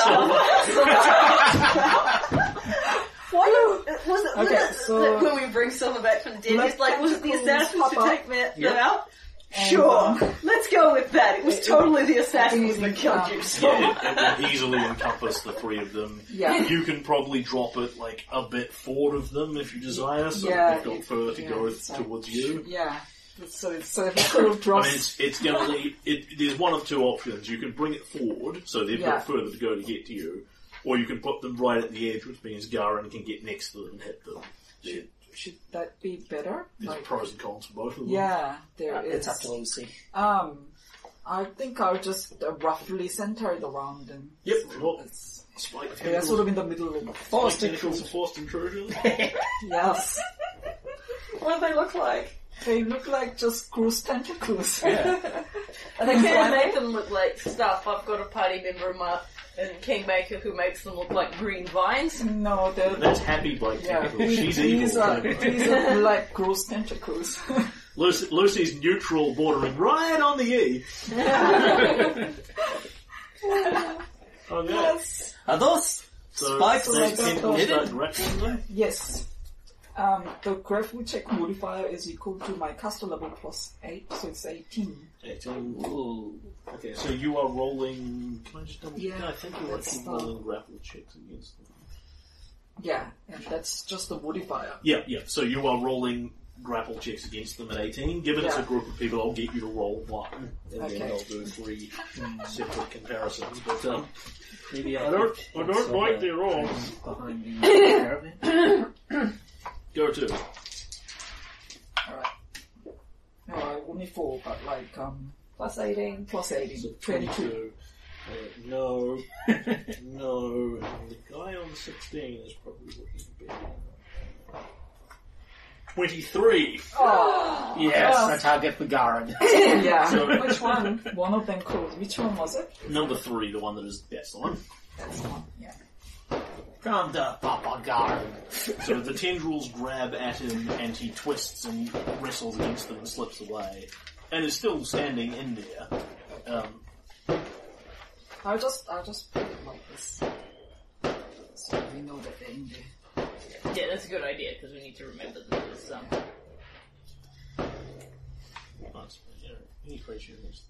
Speaker 9: Why do, was it, was
Speaker 8: Okay,
Speaker 9: it
Speaker 8: so-
Speaker 9: that when we bring Silver back from dead, he's
Speaker 8: Let
Speaker 9: like, was it the
Speaker 8: tentacles
Speaker 9: assassins who
Speaker 8: pop
Speaker 9: take me, them
Speaker 2: Yep.
Speaker 9: out?
Speaker 8: And,
Speaker 9: Sure,
Speaker 8: um,
Speaker 9: let's go with that. It was
Speaker 8: it-
Speaker 9: totally the
Speaker 8: I
Speaker 9: assassins
Speaker 8: think
Speaker 9: that
Speaker 8: it-
Speaker 9: killed
Speaker 8: uh,
Speaker 9: you. So.
Speaker 2: Yeah, it will easily encompass the three of them.
Speaker 8: Yeah.
Speaker 2: You can probably drop it like a bit forward of them if you desire, so
Speaker 8: Yeah,
Speaker 2: they've got
Speaker 8: it-
Speaker 2: further to
Speaker 8: yeah,
Speaker 2: go
Speaker 8: it's like-
Speaker 2: towards you.
Speaker 8: Yeah. So it's so it sort of
Speaker 2: I
Speaker 8: drops.
Speaker 2: mean, it's, it's going to lead. It, there's one of two options. You can bring it forward, so they've
Speaker 8: Yeah.
Speaker 2: got further to go to get to you, or you can put them right at the edge, which means Garin can get next to them and hit them. There,
Speaker 8: Should that be better?
Speaker 2: there's
Speaker 8: Like,
Speaker 2: pros and cons for both of them.
Speaker 8: yeah, there is.
Speaker 5: It's up to Lucy.
Speaker 8: Um, I think I'll just uh, roughly center it around and
Speaker 2: Yep. Well,
Speaker 8: it's,
Speaker 2: spike
Speaker 8: yeah,
Speaker 2: tentacles.
Speaker 8: sort of in the middle of
Speaker 2: Spike
Speaker 5: Forced
Speaker 2: tentacles
Speaker 5: intrusion.
Speaker 2: are forced intrusion.
Speaker 8: Yes.
Speaker 9: What do they look like?
Speaker 8: They look like just gross tentacles.
Speaker 9: I think I make them look like stuff. I've got a party member in my in Kingmaker who makes them look like green vines.
Speaker 8: No, they're
Speaker 2: That's happy Blake
Speaker 8: Yeah.
Speaker 2: tentacles. She's
Speaker 8: these
Speaker 2: evil.
Speaker 8: are
Speaker 2: apparently.
Speaker 8: these are like gross tentacles.
Speaker 2: Lucy, Lucy's neutral, bordering right on the E. okay.
Speaker 5: Are those
Speaker 2: So
Speaker 5: Spikes
Speaker 2: they
Speaker 8: like
Speaker 2: can
Speaker 8: that.
Speaker 2: start grappling them.
Speaker 8: yes. Um, the grapple check modifier is equal to my caster level plus eight, so it's eighteen.
Speaker 2: Ooh. Okay, so you are rolling. Can I just double?
Speaker 8: Yeah,
Speaker 2: I think you're
Speaker 8: that's
Speaker 2: actually
Speaker 8: fine.
Speaker 2: rolling grapple checks against them.
Speaker 8: Yeah, and that's just the modifier.
Speaker 2: Yeah, yeah. So you are rolling grapple checks against them at 18. Given it's a
Speaker 8: Yeah.
Speaker 2: group of people, I'll get you to roll one, and then
Speaker 8: Okay.
Speaker 2: I'll do three separate comparisons. But um,
Speaker 5: maybe
Speaker 2: I don't, I don't like their rolls.
Speaker 5: behind the caravan?
Speaker 2: Go to.
Speaker 8: Alright. No, I only four, but like um
Speaker 3: Plus 18.
Speaker 8: plus eighteen. Twenty-two.
Speaker 2: Uh, no, no. And the guy on 16 is probably looking better. 23.
Speaker 5: Yes, a target for Garin.
Speaker 8: yeah. Which one? One of them called. Which one was it?
Speaker 2: Number 3, the one that is that's the one.
Speaker 8: That's one. Yeah.
Speaker 5: Come to Papa Garin.
Speaker 2: So the tendrils grab at him and he twists and wrestles against them and slips away. And is still standing in there. Um,
Speaker 8: I'll just I'll just put it like this. So we know that they're in there.
Speaker 4: Yeah, that's a good idea because we need to remember that there's um,
Speaker 2: nice, yeah, any creature that's-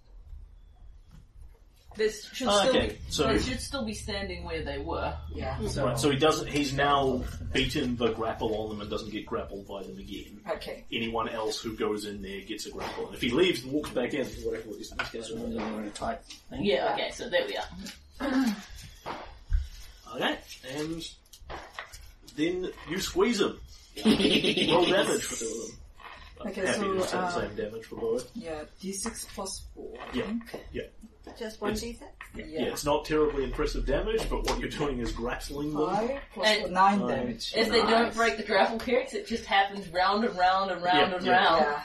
Speaker 4: this should
Speaker 2: Ah,
Speaker 4: still
Speaker 2: okay,
Speaker 4: be,
Speaker 2: so
Speaker 4: they should still be standing where they were.
Speaker 8: Yeah.
Speaker 2: right, so he doesn't. He's now beaten the grapple on them and doesn't get grappled by them again.
Speaker 8: Okay.
Speaker 2: anyone else who goes in there gets a grapple. And if he leaves and walks back in, whatever it is, this guy's
Speaker 5: Really
Speaker 2: doing.
Speaker 5: want to type thing.
Speaker 4: Yeah, okay, so there we are.
Speaker 2: Okay, and then you squeeze him. Roll damage for two of them. I'm
Speaker 8: Okay,
Speaker 2: happy to
Speaker 8: so,
Speaker 2: set the
Speaker 8: uh,
Speaker 2: same damage for both.
Speaker 8: Yeah, D six plus four. I
Speaker 2: Yeah.
Speaker 8: think.
Speaker 7: Just one d6.
Speaker 8: Yeah.
Speaker 2: Yeah. it's not terribly impressive damage, but what you're doing is grappling them. Um,
Speaker 8: Five plus
Speaker 4: And-
Speaker 8: four, nine
Speaker 2: Nine.
Speaker 8: damage.
Speaker 4: If they don't break the grapple kicks, it just happens round and round and round
Speaker 2: Yeah,
Speaker 4: and
Speaker 2: yeah.
Speaker 4: round.
Speaker 8: Yeah.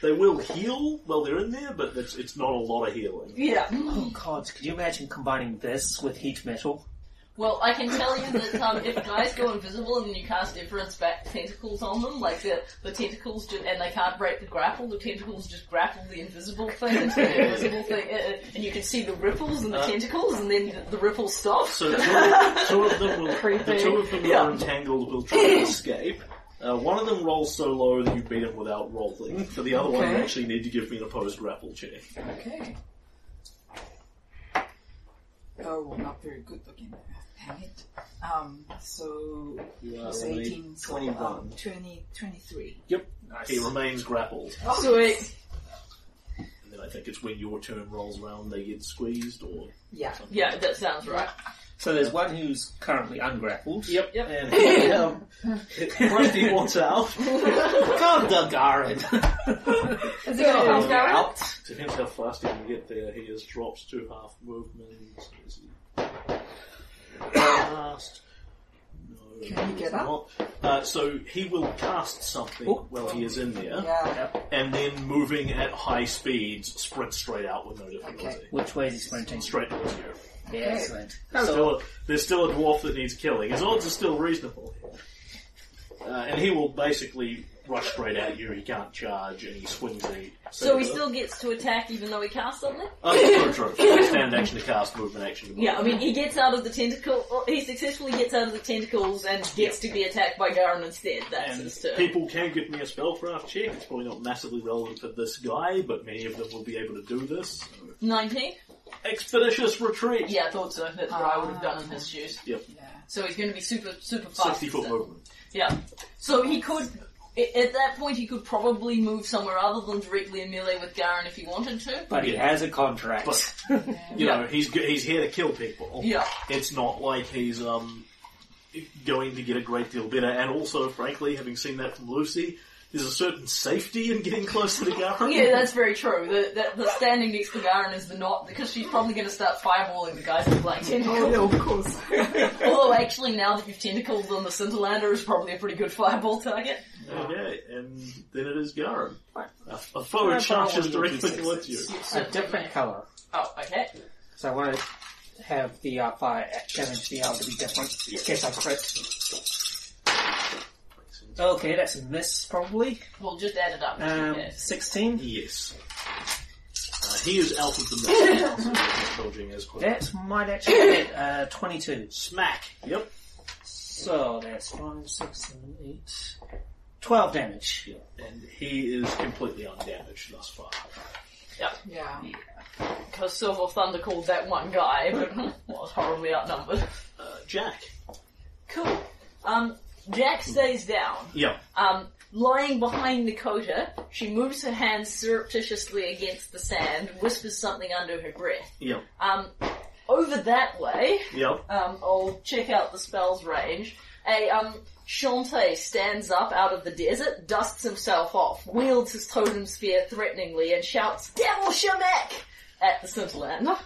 Speaker 2: They will heal while they're in there, but it's, it's not a lot of healing.
Speaker 9: Yeah.
Speaker 5: Oh god, could you imagine combining this with heat metal?
Speaker 4: Well, I can tell you that um, if guys go invisible and then you cast Everence back tentacles on them, like the, the tentacles just, and they can't break the grapple, the tentacles just grapple the invisible thing, and turn the invisible thing, uh, uh, and you can see the ripples and the
Speaker 2: Uh.
Speaker 4: tentacles, and then the, the ripple stops.
Speaker 2: So two of, two of them will, the
Speaker 8: Creepy.
Speaker 2: two of them that are entangled will try to escape. Uh, one of them rolls so low that you beat him without rolling. For the other one, you
Speaker 8: Okay.
Speaker 2: actually need to give me an opposed grapple check.
Speaker 8: Okay. Oh, not very good looking. Dang it. Um, so
Speaker 2: You
Speaker 8: plus 18, so, um, 20, 23. oh,
Speaker 2: He remains grappled.
Speaker 8: Sweet.
Speaker 2: And then I think it's when your turn rolls around they get squeezed or
Speaker 8: Yeah.
Speaker 2: something.
Speaker 4: Yeah, that sounds right.
Speaker 5: So there's one who's currently ungrappled.
Speaker 2: Yep.
Speaker 4: Yep.
Speaker 5: And um,
Speaker 2: Grumpy wants out.
Speaker 5: God, Delgarin.
Speaker 3: Is it going to help Garrett?
Speaker 5: out.
Speaker 2: Depends how fast he can get there. He has drops to half movement. Is he fast? No.
Speaker 8: Can he get
Speaker 2: he's not. Uh, so he will cast something
Speaker 5: Oh.
Speaker 2: while he is in there,
Speaker 8: Yeah.
Speaker 2: and then moving at high speeds, sprint straight out with no difficulty.
Speaker 8: Okay.
Speaker 5: Which way is he sprinting?
Speaker 2: Straight towards you.
Speaker 5: Yeah, excellent.
Speaker 2: There's
Speaker 5: So,
Speaker 2: still, a, there's still a dwarf that needs killing. His odds are still reasonable. Uh, and he will basically rush straight at you. He can't charge, and he swings the.
Speaker 9: So he still gets to attack even though he cast something?
Speaker 2: Oh, true, true. Stand action to cast, movement action to move.
Speaker 9: Yeah, I mean, he gets out of the tentacle.
Speaker 4: uh,
Speaker 9: or He successfully gets out of the tentacles and gets to be attacked by Garen instead. That's
Speaker 2: And
Speaker 9: his turn.
Speaker 2: people can give me a spellcraft check. It's probably not massively relevant for this guy, but many of them will be able to do this.
Speaker 4: 19?
Speaker 2: Expeditious retreat.
Speaker 4: Yeah, I thought so. That's what I would have done in his shoes.
Speaker 2: Yep.
Speaker 4: So he's going to be super, super fast.
Speaker 2: Sixty foot
Speaker 4: So-
Speaker 2: movement.
Speaker 4: Yeah. So he could, a- at that point, he could probably move somewhere other than directly in melee with Garen if he wanted to.
Speaker 5: but he has a contract.
Speaker 2: But you know, he's g- he's here to kill people.
Speaker 4: Yeah.
Speaker 2: It's not like he's um going to get a great deal better. And also, frankly, having seen that from Lucy, there's a certain safety in getting close to the Garen.
Speaker 4: Yeah, that's very true. The, the, the standing next to Garen is the not, because she's probably going to start fireballing the guys with black
Speaker 8: Oh,
Speaker 4: tentacles.
Speaker 8: yeah, of course.
Speaker 4: Although actually now that you've tentacles on the Scintillander is probably a pretty good fireball target.
Speaker 2: Okay, and then it is Garen. A, a foe charges directly towards you.
Speaker 5: a different color.
Speaker 4: Oh, okay.
Speaker 5: So I want to have the uh, fire damage be able to be different in case I crit. Okay, that's a miss probably.
Speaker 4: We'll just add it up.
Speaker 5: Um,
Speaker 4: Okay.
Speaker 5: 16.
Speaker 2: Yes. Uh, he is out of the mess now, so he's dodging as quick.
Speaker 5: That might actually hit, uh, 22.
Speaker 2: Smack. Yep.
Speaker 5: So that's 5, 6, 7, 8, 12 damage.
Speaker 2: Yep. And he is completely undamaged thus far.
Speaker 8: Yeah.
Speaker 4: Because Silver Thunder called that one guy, but was horribly outnumbered.
Speaker 2: Uh, Jack.
Speaker 9: Cool. Um, Jack stays down.
Speaker 2: Yep.
Speaker 9: Um, lying behind Nakota, she moves her hands surreptitiously against the sand, whispers something under her breath.
Speaker 2: Yep.
Speaker 9: Um, over that way,
Speaker 2: Yep.
Speaker 9: um, I'll check out the spell's range. A um, Shantae stands up out of the desert, dusts himself off, wields his totem spear threateningly, and shouts, "Devil Shamek!" at the Scintillander.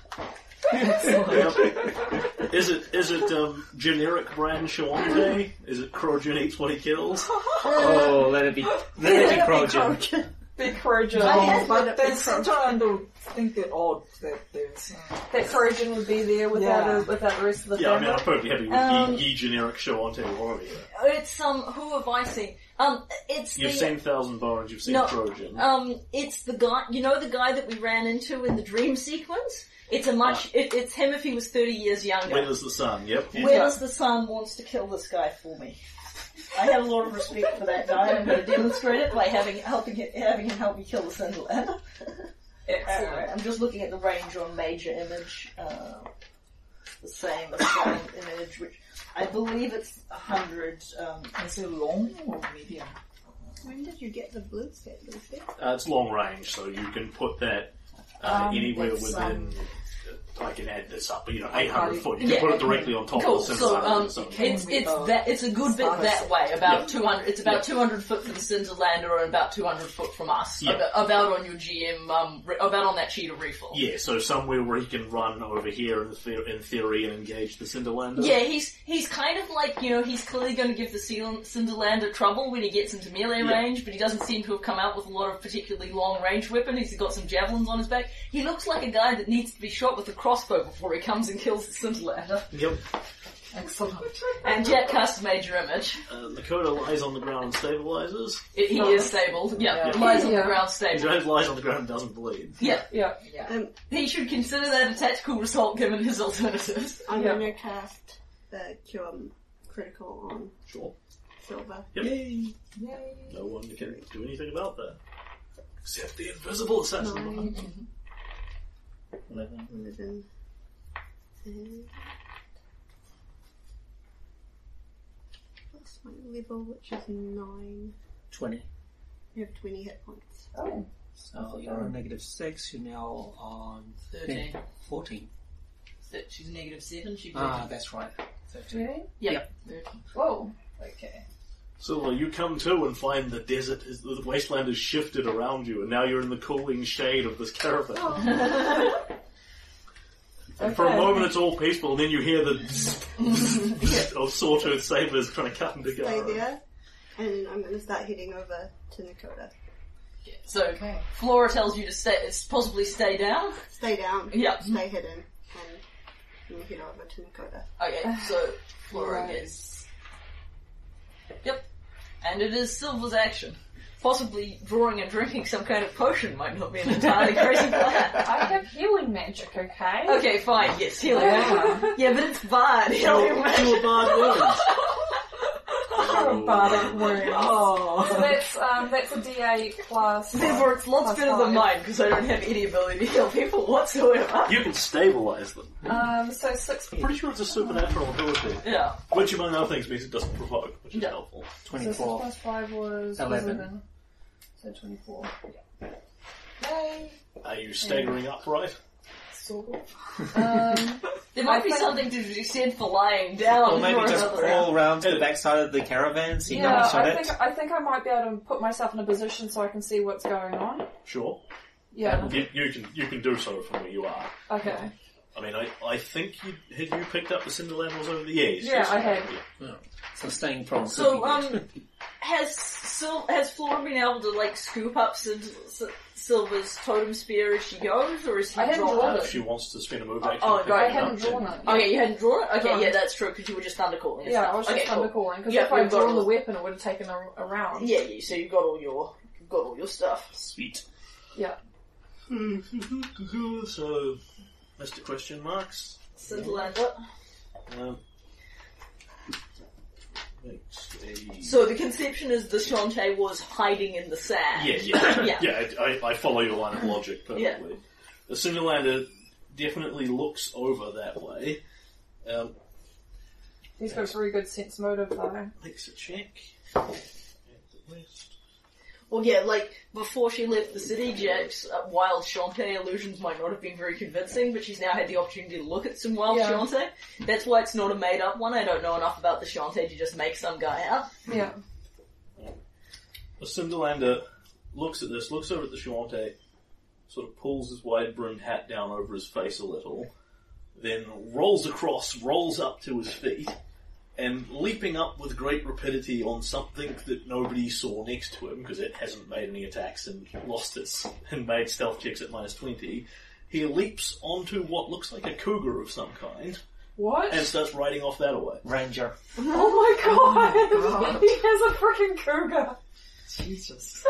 Speaker 2: Yep. Is it is it um, generic brand Shawante? Is it Crogen eats what he kills?
Speaker 5: Oh, let it be, let it be Crojan.
Speaker 8: Big courageous.
Speaker 4: had been
Speaker 8: but they
Speaker 4: big courageous.
Speaker 8: sometimes don't think they're odd that there's.
Speaker 3: That Corrigan would be there without,
Speaker 8: Yeah.
Speaker 3: a, without the rest of the
Speaker 2: Yeah, I mean,
Speaker 3: family.
Speaker 2: I'm probably happy with
Speaker 9: Um,
Speaker 2: ye, ye generic Shawante warrior.
Speaker 9: It's um, who have I seen? Um, it's
Speaker 2: You've
Speaker 9: the
Speaker 2: seen Thousand Bones, you've seen
Speaker 9: No.
Speaker 4: Uh,
Speaker 2: Trojan.
Speaker 9: Um, it's the guy, you know the guy that we ran into in the dream sequence? It's a much,
Speaker 2: Uh.
Speaker 9: it, it's him if he was 30 years younger.
Speaker 2: When is the sun? Yep.
Speaker 9: Where's the son wants to kill this guy for me? I have a lot of respect for that guy. I'm going to demonstrate it by having helping him, having him help me kill the Sunderland. Alright, I'm just looking at the range on major image. Uh, the same, the same image, which I believe it's 100. Um,
Speaker 8: Is it long or medium?
Speaker 7: When did you get the blue set, Lucy?
Speaker 2: Uh, it's long range, so you can put that uh,
Speaker 9: Um,
Speaker 2: anywhere
Speaker 9: it's,
Speaker 2: within. I can add this up, but you know, 800 foot. You
Speaker 4: Yeah,
Speaker 2: can put it directly on top
Speaker 4: Cool.
Speaker 2: of the
Speaker 4: So
Speaker 2: Cincinnati
Speaker 4: um,
Speaker 2: or something.
Speaker 4: it's
Speaker 8: we
Speaker 4: it's
Speaker 8: both
Speaker 4: that it's a good bit
Speaker 8: start
Speaker 4: that
Speaker 8: us?
Speaker 4: way. About
Speaker 2: Yeah.
Speaker 4: two hundred. It's about two hundred foot from the Cinderlander and about two hundred foot from us.
Speaker 2: Yeah.
Speaker 4: About, about on your GM. Um, re- about on that cheetah refill.
Speaker 2: yeah, so somewhere where he can run over here in, the- in theory and engage the Cinderlander.
Speaker 4: Yeah, he's he's kind of like you know he's clearly going to give the Seal- Cinderlander trouble when he gets into melee
Speaker 2: Yeah.
Speaker 4: range, but he doesn't seem to have come out with a lot of particularly long range weapon. He's got some javelins on his back. He looks like a guy that needs to be shot with a crossbow before he comes and kills the Cinderlander.
Speaker 2: Yep.
Speaker 8: Excellent.
Speaker 4: And Jack casts major image.
Speaker 2: Uh, Lakota lies on the ground and stabilizes.
Speaker 4: It, he is stabled. Yeah,
Speaker 2: Yeah.
Speaker 4: lies on the
Speaker 3: Yeah.
Speaker 4: ground
Speaker 2: He
Speaker 4: stabled.
Speaker 2: just lies on the ground and doesn't bleed.
Speaker 4: Yeah,
Speaker 3: Yeah.
Speaker 4: He should consider that a tactical result given his alternatives.
Speaker 7: I'm
Speaker 3: Yeah.
Speaker 7: gonna cast the cure critical on
Speaker 2: Sure.
Speaker 7: Silver.
Speaker 2: Yep.
Speaker 8: Yay.
Speaker 2: No one can do anything about that. Except the invisible assassin.
Speaker 7: Nine, Mm-hmm.
Speaker 2: Eleven.
Speaker 7: eleven, and what's my level, which is nine.
Speaker 5: 20.
Speaker 7: I have twenty hit points.
Speaker 8: Oh.
Speaker 5: So you're on negative six. You're now on
Speaker 4: Thirteen.
Speaker 5: fourteen.
Speaker 4: That she's negative seven. She
Speaker 5: Ah, that's right.
Speaker 3: Really?
Speaker 4: Yep.
Speaker 3: Whoa. Okay.
Speaker 2: So well, you come to and find the desert, is, the wasteland has shifted around you, and now you're in the cooling shade of this caravan.
Speaker 7: Oh,
Speaker 2: and for a moment it's all peaceful, and then you hear the zzz, zzz, zzz of sawtooth sabers trying to cut into
Speaker 7: Stay
Speaker 2: Gara.
Speaker 7: there, and I'm going to start heading over to Nakoda.
Speaker 4: So Flora tells you to stay, possibly stay down.
Speaker 7: Stay down.
Speaker 4: Yeah.
Speaker 7: Stay hidden, and I'm gonna head over to Nakoda.
Speaker 4: Okay, so Flora
Speaker 8: Right.
Speaker 4: is. Yep, and it is Silver's action. Possibly drawing and drinking some kind of potion might not be an entirely crazy plan.
Speaker 3: I have healing magic, okay?
Speaker 4: Okay, fine. Yes, healing.
Speaker 8: Wow.
Speaker 4: yeah, but it's bad. Healing magic.
Speaker 8: Acrobatic wound. Oh.
Speaker 3: That's um, that's a DA plus.
Speaker 4: Therefore, it's lots
Speaker 3: Plus
Speaker 4: better
Speaker 3: five.
Speaker 4: than mine because I don't have any ability to heal people whatsoever.
Speaker 2: You can stabilize them.
Speaker 3: Um, so six.
Speaker 2: Pretty sure it's a supernatural ability,
Speaker 4: Yeah.
Speaker 2: which among other things means it doesn't provoke, which is
Speaker 4: Yeah.
Speaker 2: helpful.
Speaker 3: So six
Speaker 5: Twenty-four.
Speaker 3: plus five was
Speaker 5: Eleven.
Speaker 3: eleven. So twenty-four. Yay.
Speaker 2: Are you staggering upright?
Speaker 3: Sort of. Um,
Speaker 4: There
Speaker 3: I
Speaker 4: might be
Speaker 3: think-
Speaker 4: something to be said for lying down.
Speaker 5: Or maybe
Speaker 4: for
Speaker 5: just
Speaker 4: another
Speaker 5: crawl around to the backside of the caravan, see how
Speaker 3: yeah,
Speaker 5: much of
Speaker 3: I
Speaker 5: it.
Speaker 3: think I think I might be able to put myself in a position so I can see what's going on.
Speaker 2: Sure.
Speaker 3: Yeah.
Speaker 2: You, you can you can do so from where you are.
Speaker 3: Okay.
Speaker 2: I mean, I, I think you had you picked up the cinder levels over the years.
Speaker 3: Yeah, I had.
Speaker 5: So staying from.
Speaker 4: So, um, has Sil- has Flora been able to like scoop up Sil- Sil- Silver's totem spear as she goes, or is he
Speaker 3: I hadn't
Speaker 4: drawn
Speaker 3: drawn
Speaker 2: Uh,
Speaker 4: it?
Speaker 3: it.
Speaker 2: if she wants to spend a move action.
Speaker 4: Oh,
Speaker 2: pick
Speaker 4: right,
Speaker 2: it
Speaker 3: I hadn't
Speaker 2: up,
Speaker 3: drawn
Speaker 2: then-
Speaker 3: it.
Speaker 4: Okay, you hadn't drawn it. Okay,
Speaker 3: No.
Speaker 4: yeah, that's true because you were just thunder calling.
Speaker 3: Yeah, I was just
Speaker 4: okay,
Speaker 3: under
Speaker 4: cool.
Speaker 3: calling because
Speaker 4: Yeah,
Speaker 3: if I
Speaker 4: we've
Speaker 3: had
Speaker 4: got
Speaker 3: drawn
Speaker 4: all-
Speaker 3: the weapon, it would have taken a, a round.
Speaker 4: Yeah, you, so you got all your you've got all your stuff.
Speaker 2: Sweet.
Speaker 3: Yeah.
Speaker 2: So, Mr. Question Marks.
Speaker 4: Scintillander.
Speaker 2: Um, makes a-
Speaker 4: So the conception is the Shantae was hiding in the sand.
Speaker 2: Yeah, yeah,
Speaker 4: Yeah.
Speaker 2: yeah. I, I follow your line of logic perfectly.
Speaker 4: Yeah.
Speaker 2: The Cinderlander definitely looks over that way. Um,
Speaker 3: He's got a very good sense motive though.
Speaker 2: makes a check. At the west.
Speaker 4: Well, yeah, like before she left the city, Jack's uh, wild Shantae illusions might not have been very convincing, but she's now had the opportunity to look at some wild
Speaker 3: Yeah.
Speaker 4: Shantae. That's why it's not a made up one. I don't know enough about the Shantae to just make some guy out.
Speaker 3: Yeah.
Speaker 2: The Cinderlander looks at this, looks over at the Shawante, sort of pulls his wide brimmed hat down over his face a little, then rolls across, rolls up to his feet, and leaping up with great rapidity on something that nobody saw next to him, because it hasn't made any attacks and lost its, and made stealth checks at minus 20, he leaps onto what looks like a cougar of some kind,
Speaker 3: What?
Speaker 2: and starts riding off that away.
Speaker 5: ranger.
Speaker 3: Oh my god! he has a freaking cougar!
Speaker 4: Jesus.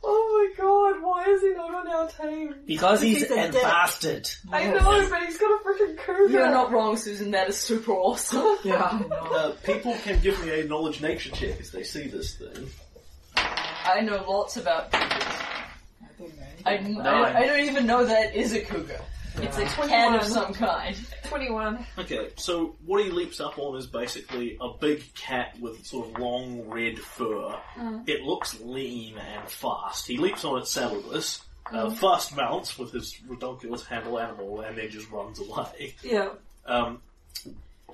Speaker 3: oh my god, why is he not on our team?
Speaker 5: Because he's
Speaker 7: He's a
Speaker 5: a
Speaker 7: dick.
Speaker 5: bastard.
Speaker 3: I know, but he's got a freaking cougar!
Speaker 4: You're not wrong, Susan. That is super awesome.
Speaker 8: Yeah, no.
Speaker 2: Uh, people can give me a knowledge nature check as they see this thing.
Speaker 4: I know lots about.
Speaker 8: I don't know.
Speaker 4: I, I, I don't even know that is a cougar. It's a can of
Speaker 3: 21.
Speaker 4: some kind.
Speaker 3: 21.
Speaker 2: Okay, so what he leaps up on is basically a big cat with sort of long red fur. It looks lean and fast. He leaps on it saddleless, uh, fast mounts with his redonkulous handle animal, and then just runs away.
Speaker 3: Yeah.
Speaker 2: Um,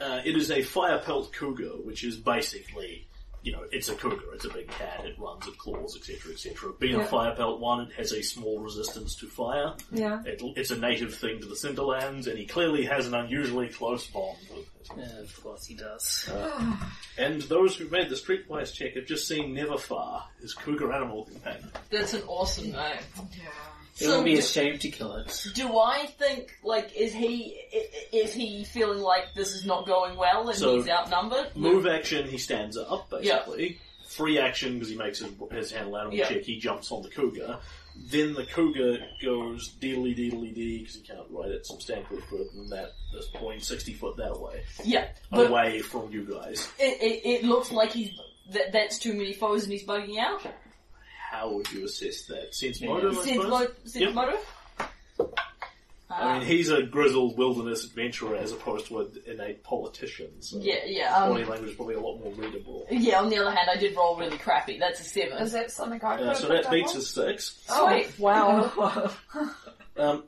Speaker 2: uh, it is a fire pelt cougar, which is basically, you know, it's a cougar, it's a big cat, it runs, it claws, etc., etc. Being
Speaker 3: Yeah.
Speaker 2: a fire pelt one, it has a small resistance to fire.
Speaker 3: Yeah.
Speaker 2: It, it's a native thing to the Cinderlands, and he clearly has an unusually close bond with it.
Speaker 5: of course he does.
Speaker 2: And those who made the streetwise check have just seen Neverfar, his cougar animal companion.
Speaker 4: That's an awesome name.
Speaker 5: It would be a shame to kill it.
Speaker 4: Do I think like is he i- i- is he feeling like this is not going well and
Speaker 2: So-
Speaker 4: he's outnumbered?
Speaker 2: Move action, he stands up, basically. Free action, because he makes his, his handle animal
Speaker 4: Yeah.
Speaker 2: check, he jumps on the cougar. Then the cougar goes deedly deedly dee, because he can't ride it substantially further than that, this point, 60 foot that way.
Speaker 4: Yeah, but
Speaker 2: away from you guys.
Speaker 4: it, it, it looks like he's that, that's too many foes and he's bugging out.
Speaker 2: How would you assess that? Sense
Speaker 5: Yeah.
Speaker 2: motive, I
Speaker 4: Since Um,
Speaker 2: suppose?
Speaker 4: mo- since
Speaker 2: Yep.
Speaker 4: motive.
Speaker 2: I mean, he's a grizzled wilderness adventurer as opposed to an innate politician. So
Speaker 4: Yeah, yeah. Um,
Speaker 2: body language is probably a lot more readable.
Speaker 4: yeah, on the other hand, I did roll really crappy. That's a
Speaker 3: Is
Speaker 4: seven.
Speaker 3: that something I could
Speaker 2: Uh,
Speaker 3: have
Speaker 2: so
Speaker 3: picked
Speaker 2: that
Speaker 3: up
Speaker 2: beats
Speaker 3: on?
Speaker 2: a six.
Speaker 3: Oh, wow.
Speaker 8: Oh,
Speaker 2: Um,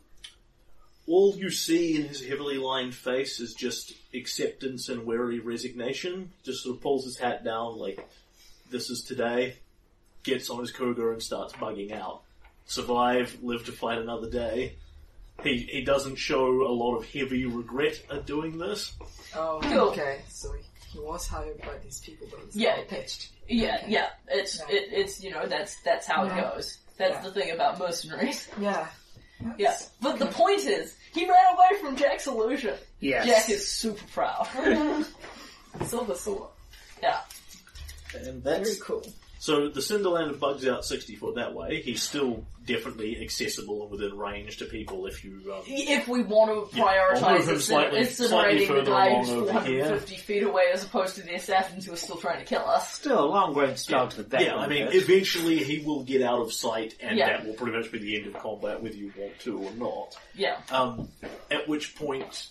Speaker 2: all you see in his heavily lined face is just acceptance and wary resignation. Just sort of pulls his hat down, like, this is today, gets on his cougar and starts bugging out. Survive, live to fight another day. He, he doesn't show a lot of heavy regret at doing this.
Speaker 8: Oh,
Speaker 4: Cool.
Speaker 8: okay. So he was hired by these people, but he's
Speaker 4: Yeah.
Speaker 8: not pitched.
Speaker 4: Yeah, yeah. It's
Speaker 8: Yeah.
Speaker 4: It, it's you know that's that's how
Speaker 8: Yeah.
Speaker 4: it goes. That's
Speaker 8: Yeah.
Speaker 4: the thing about mercenaries.
Speaker 8: Yeah.
Speaker 4: Yeah. But the point is, he ran away from Jack's illusion.
Speaker 5: Yes.
Speaker 4: Jack is super proud.
Speaker 8: Silver sword.
Speaker 4: yeah.
Speaker 2: And
Speaker 8: Very
Speaker 2: that's
Speaker 8: cool.
Speaker 2: So the Cinderland bugs out 60 foot that way. He's still definitely accessible and within range to people if you. Um,
Speaker 4: If we want to
Speaker 2: Yeah, I'll move
Speaker 4: prioritize
Speaker 2: him slightly-
Speaker 4: incinerating
Speaker 2: slightly
Speaker 4: the
Speaker 2: further
Speaker 4: guy
Speaker 2: along
Speaker 4: who's
Speaker 2: over here.
Speaker 4: 450 feet away as opposed to the assassins who are still trying to kill us.
Speaker 5: Still a long range start to the back.
Speaker 2: yeah, I mean, eventually he will get out of sight, and
Speaker 4: Yeah.
Speaker 2: that will pretty much be the end of combat, whether you want to or not.
Speaker 4: Yeah.
Speaker 2: Um, at which point,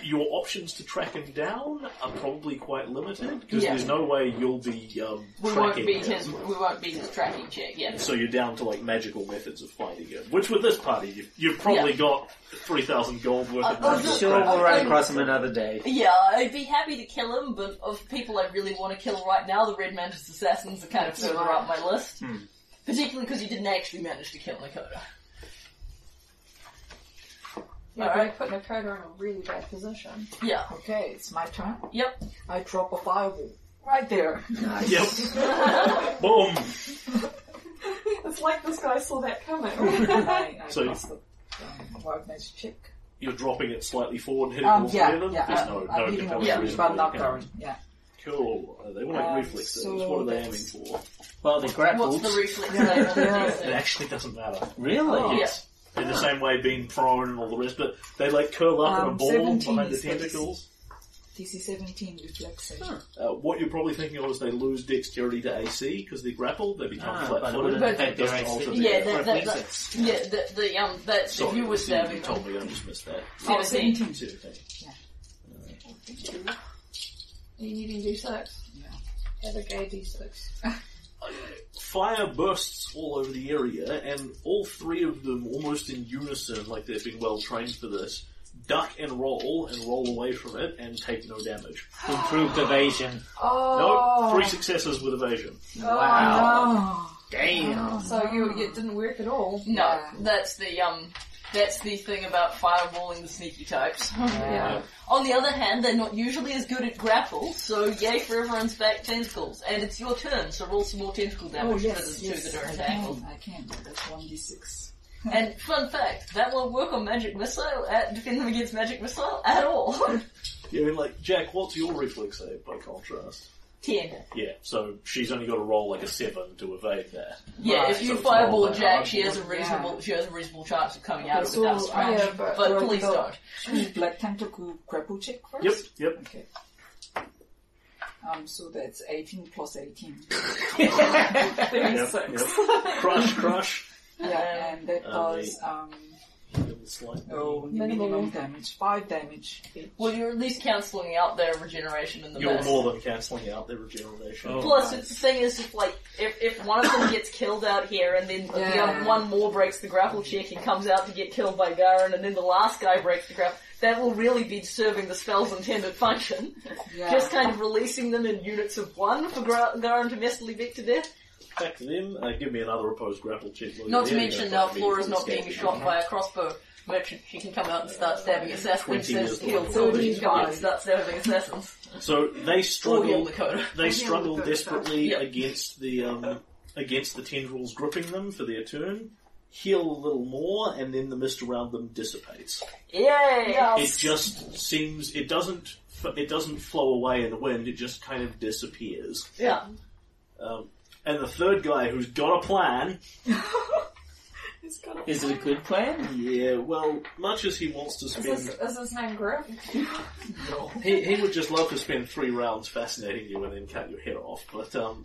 Speaker 2: your options to track him down are probably quite limited because
Speaker 4: Yeah.
Speaker 2: there's no way you'll be um,
Speaker 4: We won't
Speaker 2: tracking
Speaker 4: beat
Speaker 2: him.
Speaker 4: his we won't beat his tracking check, yeah.
Speaker 2: So you're down to like magical methods of fighting him, which with this party you've, you've probably
Speaker 4: Yeah.
Speaker 2: got three thousand gold worth of
Speaker 4: Uh, uh,
Speaker 2: magical
Speaker 5: sure
Speaker 2: crap.
Speaker 5: we'll run across him another day.
Speaker 4: Yeah, I'd be happy to kill him, but of people I really want to kill right now, the Red Mantis Assassins are kind of further up my list.
Speaker 2: Hmm.
Speaker 4: Particularly because you didn't actually manage to kill Nakoda.
Speaker 3: Yeah,
Speaker 4: All
Speaker 3: but I
Speaker 4: right.
Speaker 3: put Nakoda in a really bad position.
Speaker 4: Yeah.
Speaker 8: Okay, it's my turn.
Speaker 4: Yep.
Speaker 8: I drop a fireball. Right there.
Speaker 2: Yep. Boom.
Speaker 3: It's like this guy saw that coming.
Speaker 8: I, I
Speaker 2: So-
Speaker 8: cast the um, wild magic check.
Speaker 2: You're dropping it slightly forward and hitting
Speaker 8: Um,
Speaker 2: all three
Speaker 8: yeah,
Speaker 2: of them?
Speaker 8: yeah.
Speaker 2: There's
Speaker 8: I'm,
Speaker 2: no,
Speaker 8: I'm
Speaker 2: no
Speaker 8: hitting all
Speaker 2: compelling
Speaker 4: yeah,
Speaker 8: three,
Speaker 2: reason
Speaker 8: but
Speaker 2: why
Speaker 8: not
Speaker 2: you can't.
Speaker 8: current. Yeah.
Speaker 2: Cool. Uh, they want like
Speaker 8: Um,
Speaker 2: reflexes.
Speaker 8: so
Speaker 2: what are they aiming
Speaker 8: that's-
Speaker 2: for?
Speaker 5: Well, they
Speaker 4: What's
Speaker 5: grappled.
Speaker 4: the reflex save on
Speaker 8: Yeah.
Speaker 4: the
Speaker 2: It
Speaker 4: DC?
Speaker 2: actually doesn't matter.
Speaker 5: Really?
Speaker 8: Oh.
Speaker 4: Yeah.
Speaker 2: In the same way, being prone and all the rest, but they like curl up in a
Speaker 8: Um,
Speaker 2: ball
Speaker 8: 17
Speaker 2: behind the
Speaker 8: is this.
Speaker 2: tentacles.
Speaker 8: DC 17 reflex save.
Speaker 2: Uh, what you're probably thinking of is they lose dexterity to AC because they're grappled. They become
Speaker 5: Ah, but it
Speaker 2: flat-footed.
Speaker 5: wouldn't affect
Speaker 2: It doesn't
Speaker 5: their
Speaker 2: alter
Speaker 5: AC.
Speaker 2: the,
Speaker 4: Yeah,
Speaker 2: uh,
Speaker 4: that, that, that,
Speaker 5: Reflexes.
Speaker 4: yeah, the, the, um, that, if
Speaker 2: sorry,
Speaker 4: you were
Speaker 2: you
Speaker 4: stabbing
Speaker 2: told me I just missed that.
Speaker 4: Oh,
Speaker 8: Oh, 17.
Speaker 2: It's okay.
Speaker 3: you needing D6? Yeah. Have a gay D6.
Speaker 2: fire bursts all over the area, and all three of them, almost in unison, like they've been well trained for this, duck and roll and roll away from it and take no damage.
Speaker 5: Improved evasion.
Speaker 3: Oh,
Speaker 2: No, three successes with evasion.
Speaker 4: Oh,
Speaker 8: Oh, Wow.
Speaker 5: Damn.
Speaker 3: so you, it didn't work at all.
Speaker 4: No,
Speaker 8: Yeah.
Speaker 4: that's the um, that's the thing about fireballing the sneaky types.
Speaker 3: Yeah.
Speaker 4: On the other hand, they're not usually as good at grapple, so yay for everyone's back tentacles. And it's your turn, so roll some more tentacle
Speaker 8: Oh,
Speaker 4: damage for
Speaker 8: yes,
Speaker 4: the two
Speaker 8: yes. Hmm.
Speaker 4: that are
Speaker 8: I
Speaker 4: entangled.
Speaker 8: can. I can. That's 1d6.
Speaker 4: And fun fact, that won't work on magic missile, at, defend them against magic missile at all.
Speaker 2: Yeah, I mean, like, Jack, what's your reflex save by contrast?
Speaker 4: Ten.
Speaker 2: Yeah, so she's only got to roll like a seven to evade that.
Speaker 4: Yeah,
Speaker 8: Right,
Speaker 4: if
Speaker 2: so
Speaker 4: you
Speaker 2: it's
Speaker 4: fireball a
Speaker 2: more than
Speaker 4: Jack,
Speaker 2: half.
Speaker 4: she has a reasonable she has a reasonable chance of coming out of it without
Speaker 8: So,
Speaker 4: scratch.
Speaker 8: yeah,
Speaker 4: but
Speaker 8: but-
Speaker 4: please
Speaker 8: but-
Speaker 4: don't.
Speaker 8: Should we Black Tentacle grapple check first?
Speaker 2: Yep, yep.
Speaker 8: Okay. Um, so that's 18 plus 18.
Speaker 2: Yep, yep. Crush, crush.
Speaker 8: Yeah, and that
Speaker 2: Um,
Speaker 8: does, um,
Speaker 2: Little slight-
Speaker 8: oh,
Speaker 3: Minimal.
Speaker 8: minimum damage. 5 damage.
Speaker 4: Well, you're at least cancelling out their regeneration in the
Speaker 2: You're
Speaker 4: mist.
Speaker 2: more than cancelling out their regeneration.
Speaker 5: Oh.
Speaker 4: Plus, it's the thing is, if like if, if one of them gets killed out here, and then the
Speaker 8: Yeah.
Speaker 4: other, one more breaks the grapple check and comes out to get killed by Garen, and then the last guy breaks the grapple, that will really be serving the spell's intended function.
Speaker 8: Yeah.
Speaker 4: Just kind of releasing them in units of one for Gra- Garen to messily beat to death.
Speaker 2: Back to them. Uh, give me another opposed grapple check. Look,
Speaker 4: Not to
Speaker 2: there you
Speaker 4: mention,
Speaker 2: go.
Speaker 4: now Flora's not being
Speaker 2: Escape.
Speaker 4: shot by a crossbow merchant. She can come out and start stabbing assassins.
Speaker 2: 20
Speaker 4: She
Speaker 2: is
Speaker 4: says,
Speaker 2: the
Speaker 4: heal
Speaker 2: one.
Speaker 4: somebody,
Speaker 2: Yeah.
Speaker 4: come out and start stabbing assassins.
Speaker 2: So they
Speaker 4: Or heal
Speaker 2: struggle.
Speaker 4: Dakota.
Speaker 2: They struggle
Speaker 7: Yeah.
Speaker 2: desperately
Speaker 4: Yeah.
Speaker 2: against the um, against the tendrils gripping them for their turn. Heal a little more, and then the mist around them dissipates.
Speaker 4: Yay!
Speaker 2: It just seems it doesn't f- it doesn't flow away in the wind. It just kind of disappears.
Speaker 4: Yeah.
Speaker 2: Um, and the third guy who's got a plan.
Speaker 5: Is it a good plan?
Speaker 2: Yeah, well, much as he wants to
Speaker 3: Is, this,
Speaker 2: spend,
Speaker 3: is his name Griff?
Speaker 2: he, he would just love to spend three rounds fascinating you and then cut your head off. But um,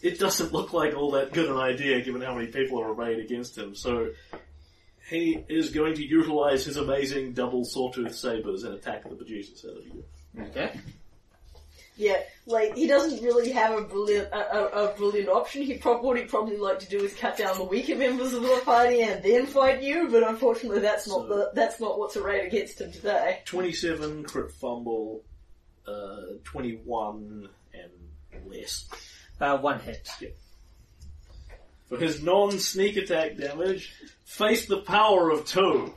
Speaker 2: it doesn't look like all that good an idea, given how many people are arrayed against him. So He is going to utilize his amazing double sawtooth sabers and attack the bejesus out of you.
Speaker 5: Okay.
Speaker 9: Yeah, like he doesn't really have a brilliant a, a, a brilliant option. He prob- what he'd probably like to do is cut down the weaker members of the party and then fight you, but unfortunately, that's not
Speaker 2: So-
Speaker 9: the that's not what's arrayed against him today.
Speaker 2: 27 crit fumble, uh, 21 and less.
Speaker 5: Uh, one hit.
Speaker 2: For his non-sneak attack damage, face the power of two.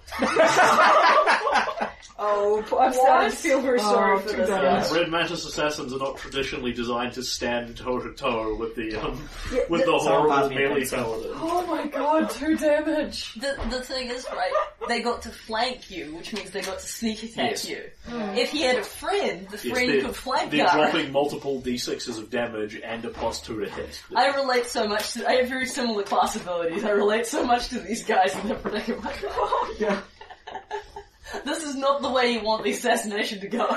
Speaker 9: Oh, p- I'm starting to feel very sorry
Speaker 8: Oh,
Speaker 9: for
Speaker 8: too
Speaker 9: this
Speaker 8: bad.
Speaker 9: guy.
Speaker 8: Yes.
Speaker 2: Uh, Red Mantis assassins are not traditionally designed to stand toe to toe with the um,
Speaker 9: Yeah,
Speaker 2: with the
Speaker 5: It's all
Speaker 2: horrible
Speaker 5: about the
Speaker 2: melee
Speaker 5: offensive.
Speaker 2: paladin.
Speaker 3: Oh my god, two damage.
Speaker 4: The, the thing is, right, they got to flank you, which means they got to sneak attack
Speaker 2: Yes.
Speaker 4: you.
Speaker 8: Hmm.
Speaker 4: If he had a friend, the
Speaker 2: Yes,
Speaker 4: friend could
Speaker 2: they're,
Speaker 4: flank
Speaker 2: they're
Speaker 4: Gara.
Speaker 2: dropping multiple d6s of damage and a plus two to hit.
Speaker 4: I relate so much to, I have very similar class abilities. I relate so much to these guys and their predicament.
Speaker 8: Yeah.
Speaker 4: this is not the way you want the assassination to go.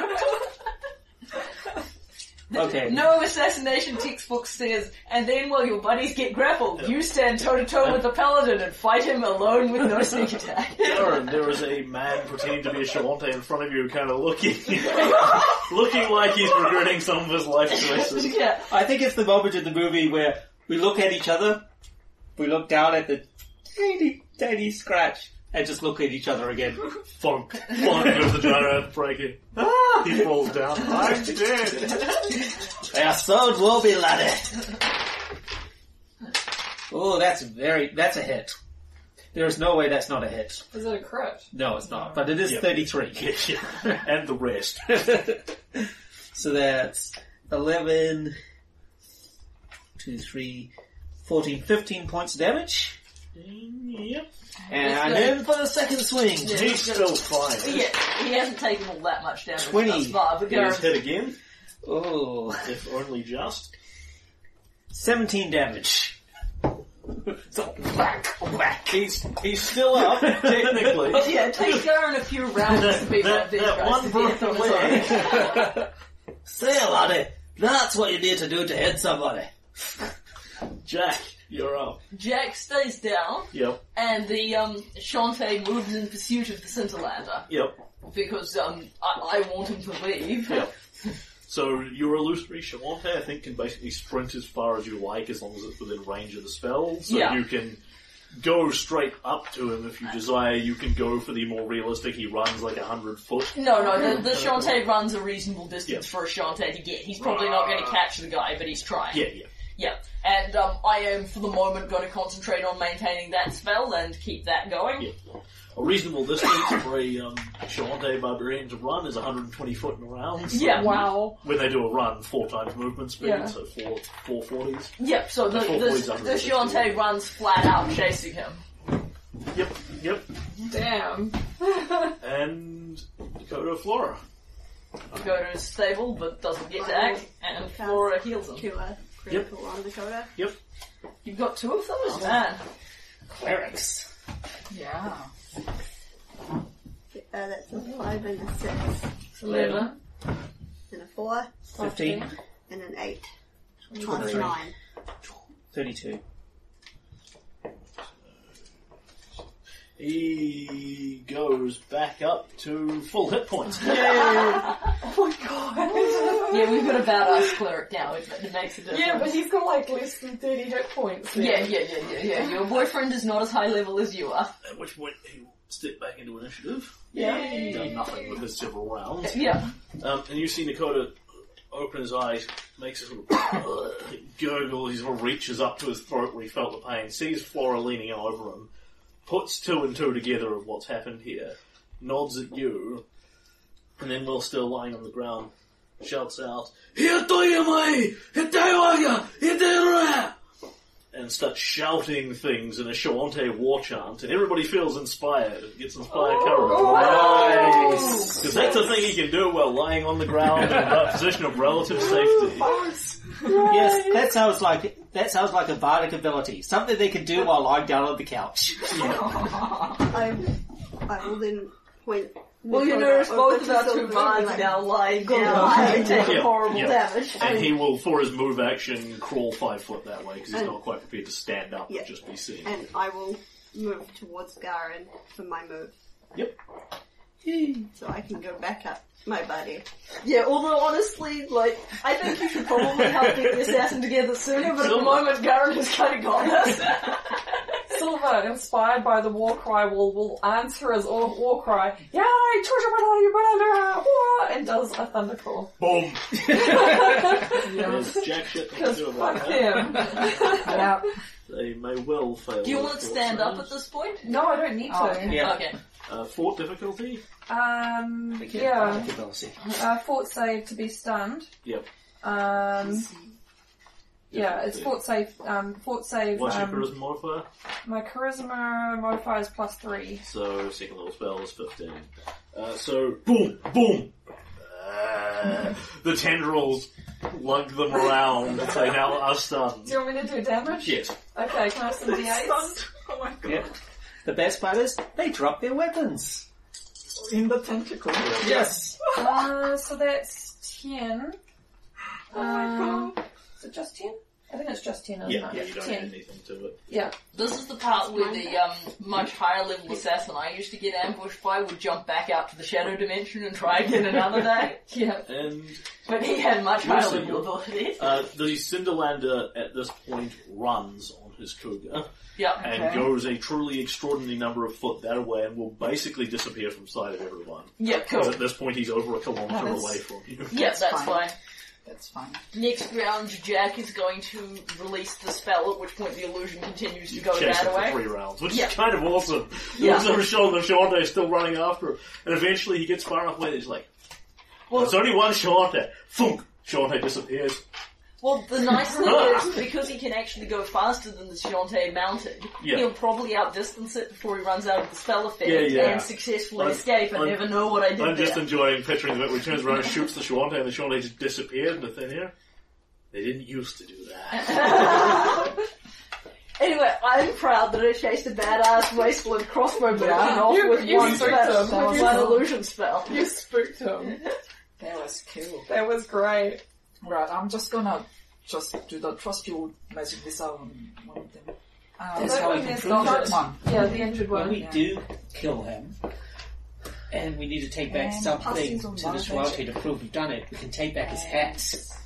Speaker 5: Okay.
Speaker 4: no assassination textbook says, and then while your buddies get grappled, you stand toe to toe with the paladin and fight him alone with no sneak attack.
Speaker 2: Darren, there is a man pretending to be a Shawante in front of you, kind of looking, looking like he's regretting some of his life choices.
Speaker 4: yeah.
Speaker 5: I think it's the moment in the movie where we look at each other, we look down at the tiny, tiny scratch, and just look at each other again.
Speaker 2: Funk, funk of the gyro breaking.
Speaker 5: Ah!
Speaker 2: He falls down. I'm dead.
Speaker 5: Our sword will be ladded. Oh, that's very, that's a hit. There is no way that's not a hit.
Speaker 3: Is it a crit?
Speaker 5: No, it's not, but it is
Speaker 2: Yep.
Speaker 5: 33.
Speaker 2: Yeah, yeah. And the rest.
Speaker 5: so that's 11, 2, 3, 14, 15 points of damage.
Speaker 2: Yep.
Speaker 5: And
Speaker 4: Let's
Speaker 5: I'm
Speaker 4: go.
Speaker 5: in for the second swing.
Speaker 2: He's still fine.
Speaker 4: Yeah, he hasn't taken all that much damage
Speaker 5: 20.
Speaker 4: thus far, but
Speaker 2: He's
Speaker 4: Garen's
Speaker 2: hit again,
Speaker 5: Oh,
Speaker 2: if only just.
Speaker 5: 17 damage. so, whack, whack.
Speaker 2: He's he's still up, technically.
Speaker 4: Yeah, it takes Garen a few rounds to beat one
Speaker 2: That-
Speaker 4: of these
Speaker 2: that
Speaker 4: guys
Speaker 2: one
Speaker 4: to death on
Speaker 2: broken
Speaker 4: his own.
Speaker 2: leg.
Speaker 5: Say, laddie, that's what you need to do to hit somebody.
Speaker 2: Jack, you're up.
Speaker 4: Jack stays down,
Speaker 2: Yep,
Speaker 4: and the um, Shantae moves in pursuit of the Scintillator,
Speaker 2: yep,
Speaker 4: because um, I, I want him to leave.
Speaker 2: yep. So your illusory Shawante, I think, can basically sprint as far as you like as long as it's within range of the spell. So
Speaker 4: Yeah.
Speaker 2: you can go straight up to him if you desire. You can go for the more realistic, he runs like a hundred foot.
Speaker 4: No, no, the, the Shantae runs a reasonable distance
Speaker 2: Yeah.
Speaker 4: for a Shantae to get. He's probably not going to catch the guy, but he's trying.
Speaker 2: Yeah, yeah.
Speaker 4: Yeah, and um, I am for the moment going to concentrate on maintaining that spell and keep that going.
Speaker 2: Yeah. A reasonable distance for a um, Shawante barbarian to run is 120 foot in a round. So
Speaker 4: Yeah.
Speaker 3: Wow.
Speaker 2: When they do a run, four times movement speed,
Speaker 3: Yeah.
Speaker 2: so four four forties.
Speaker 4: Yep, so the,
Speaker 2: Before
Speaker 4: the,
Speaker 2: he's
Speaker 4: the
Speaker 2: under the
Speaker 4: Shantae runs flat out chasing him.
Speaker 2: Yep, yep.
Speaker 3: Damn.
Speaker 2: And Dakota Flora.
Speaker 4: Go to his stable, but doesn't get to act, and Flora heals him.
Speaker 7: Cure critical on Dakota.
Speaker 2: Yep.
Speaker 4: You've got two of those? man.
Speaker 5: Clerics.
Speaker 8: Yeah.
Speaker 7: Uh, that's a five and a six
Speaker 4: Eleven.
Speaker 7: and a four
Speaker 5: 15,
Speaker 7: and an eight times
Speaker 5: Twenty-three.
Speaker 7: nine.
Speaker 5: 32.
Speaker 2: He goes back up to full hit points.
Speaker 4: Yeah, we've got a badass cleric now, it, it makes a difference.
Speaker 3: Yeah, but he's got like less than 30 hit points. now.
Speaker 4: yeah, yeah, yeah, yeah, yeah. Your boyfriend is not as high level as you are.
Speaker 2: At which point he will step back into initiative.
Speaker 4: Yeah.
Speaker 2: He's Done nothing with his several rounds.
Speaker 4: Yeah.
Speaker 2: Um, and you see Dakota open his eyes, makes a sort of gurgle, he sort of reaches up to his throat where he felt the pain, sees Flora leaning over him, puts two and two together of what's happened here, nods at you, and then while still lying on the ground, shouts out, "Hitoyamai! Hitaiwaga! Hitaira!" and starts shouting things in a Shawante war chant, and everybody feels inspired, gets inspired courage.
Speaker 5: Nice.
Speaker 2: Because that's a thing he can do while lying on the ground in a position of relative safety.
Speaker 5: Yes, that sounds like that sounds like a bardic ability. Something they can do while lying down on the couch.
Speaker 7: I, I will then point.
Speaker 9: Well, you
Speaker 7: Dakota
Speaker 9: notice
Speaker 7: over
Speaker 9: both
Speaker 7: to
Speaker 9: of our two
Speaker 7: Silver
Speaker 9: bards
Speaker 7: and, like,
Speaker 9: now lying down
Speaker 7: Yeah.
Speaker 9: and taking
Speaker 2: Yeah.
Speaker 9: horrible
Speaker 2: Yeah.
Speaker 9: damage.
Speaker 2: And he will, for his move action, crawl five foot that way because he's
Speaker 7: And-
Speaker 2: not quite prepared to stand up
Speaker 7: Yeah.
Speaker 2: and just be seen.
Speaker 7: and I will move towards Garen for my move.
Speaker 2: Yep.
Speaker 7: So I can go back up my buddy.
Speaker 9: Yeah, although honestly, like, I think you should probably help get the assassin together sooner, but at the moment, Garen has kind of got us.
Speaker 8: Silver, inspired by the war cry, will, will answer his own war cry. Yay! Treasure Banana, Banana! And does a thunder call.
Speaker 2: Boom!
Speaker 8: Yes.
Speaker 2: There's jack shit they can
Speaker 8: Because
Speaker 2: do about
Speaker 8: fuck
Speaker 2: that.
Speaker 8: him. yeah.
Speaker 2: They may well fail.
Speaker 4: Do you
Speaker 2: their
Speaker 4: want to
Speaker 2: fort
Speaker 4: stand up at
Speaker 2: saves.
Speaker 4: this point?
Speaker 8: No, I don't need to.
Speaker 4: Oh, okay.
Speaker 5: Yeah.
Speaker 4: Okay.
Speaker 2: Uh, fort difficulty?
Speaker 8: Um,
Speaker 5: We can't
Speaker 8: yeah.
Speaker 5: find it, obviously.
Speaker 8: Uh, fort save to be stunned.
Speaker 2: Yep.
Speaker 8: Um, yeah, it's
Speaker 2: Difficulty.
Speaker 8: fort save, um, fort save,
Speaker 2: What's your
Speaker 8: um,
Speaker 2: charisma modifier?
Speaker 8: my charisma modifier is plus three.
Speaker 2: So, second level spell is 15. Uh, so, boom, boom! Uh, the tendrils lug them around. They now are
Speaker 8: Do
Speaker 2: stunned.
Speaker 8: you want me to do damage?
Speaker 2: Yes.
Speaker 8: Okay, can I have some d8s?
Speaker 4: Oh my god.
Speaker 5: Yeah. The best part is they drop their weapons.
Speaker 8: In the tentacle.
Speaker 5: Yes.
Speaker 8: Uh, so that's 10. Oh my god. Is it just 10? I think it's just 10, isn't
Speaker 2: Yeah,
Speaker 8: it?
Speaker 2: yeah, you don't
Speaker 8: 10.
Speaker 2: add anything to it.
Speaker 8: Yeah.
Speaker 4: This is the part where the um, much higher level assassin I used to get ambushed by would jump back out to the shadow dimension and try again another day.
Speaker 8: Yeah.
Speaker 2: And
Speaker 4: But he had much
Speaker 2: You're
Speaker 4: higher
Speaker 2: so
Speaker 4: level abilities.
Speaker 2: uh, the Cinderlander at this point runs on his cougar
Speaker 4: Yep.
Speaker 2: and
Speaker 8: Okay.
Speaker 2: goes a truly extraordinary number of foot that way and will basically disappear from sight of everyone.
Speaker 4: Yep,
Speaker 2: Because
Speaker 4: cool.
Speaker 2: at this point he's over a kilometre
Speaker 8: That's-
Speaker 2: away from you.
Speaker 4: Yep, that's
Speaker 8: That's
Speaker 4: fine.
Speaker 8: fine. That's fine.
Speaker 4: Next round, Jack is going to release the spell, at which point the illusion continues to
Speaker 2: You
Speaker 4: go
Speaker 2: chase
Speaker 4: that
Speaker 2: him for
Speaker 4: away.
Speaker 2: three rounds, which
Speaker 4: Yeah.
Speaker 2: is kind of awesome. He
Speaker 4: Yeah.
Speaker 2: looks over his shoulder, Shawante is still running after him, and eventually he gets far enough away that he's like, well, "There's only one Shawante." Funk. Shawante disappears.
Speaker 4: Well, the nice thing is, because he can actually go faster than the Shantae mounted,
Speaker 2: Yeah.
Speaker 4: he'll probably outdistance it before he runs out of the spell effect
Speaker 2: Yeah, yeah.
Speaker 4: and successfully
Speaker 2: I'm-
Speaker 4: escape and
Speaker 2: I'm-
Speaker 4: never know what I did
Speaker 2: I'm
Speaker 4: there.
Speaker 2: just enjoying picturing the bit where he turns around and shoots the Shawante, and the Shawante just disappeared into thin air. They didn't used to do that.
Speaker 9: Anyway, I'm proud that I chased a badass, wasteful, and crossbow person off
Speaker 8: You-
Speaker 9: with
Speaker 8: you
Speaker 9: one
Speaker 8: spooked
Speaker 9: spell,
Speaker 8: him. That was
Speaker 9: one
Speaker 8: awesome.
Speaker 9: illusion spell.
Speaker 8: You spooked him.
Speaker 4: That was cool.
Speaker 8: That was great. Right, I'm just gonna just do the trust you magic missile on one of them. Um,
Speaker 5: That's
Speaker 8: that
Speaker 5: how
Speaker 8: one
Speaker 5: we
Speaker 8: there's
Speaker 5: control
Speaker 8: not-
Speaker 5: that one.
Speaker 8: Yeah, the injured
Speaker 5: When
Speaker 8: one.
Speaker 5: we
Speaker 8: yeah.
Speaker 5: do kill him, and we need to take back
Speaker 8: And
Speaker 5: something
Speaker 8: passings
Speaker 5: to
Speaker 8: on
Speaker 5: the
Speaker 8: knowledge.
Speaker 5: Shawante to prove we've done it, we can take back his axe.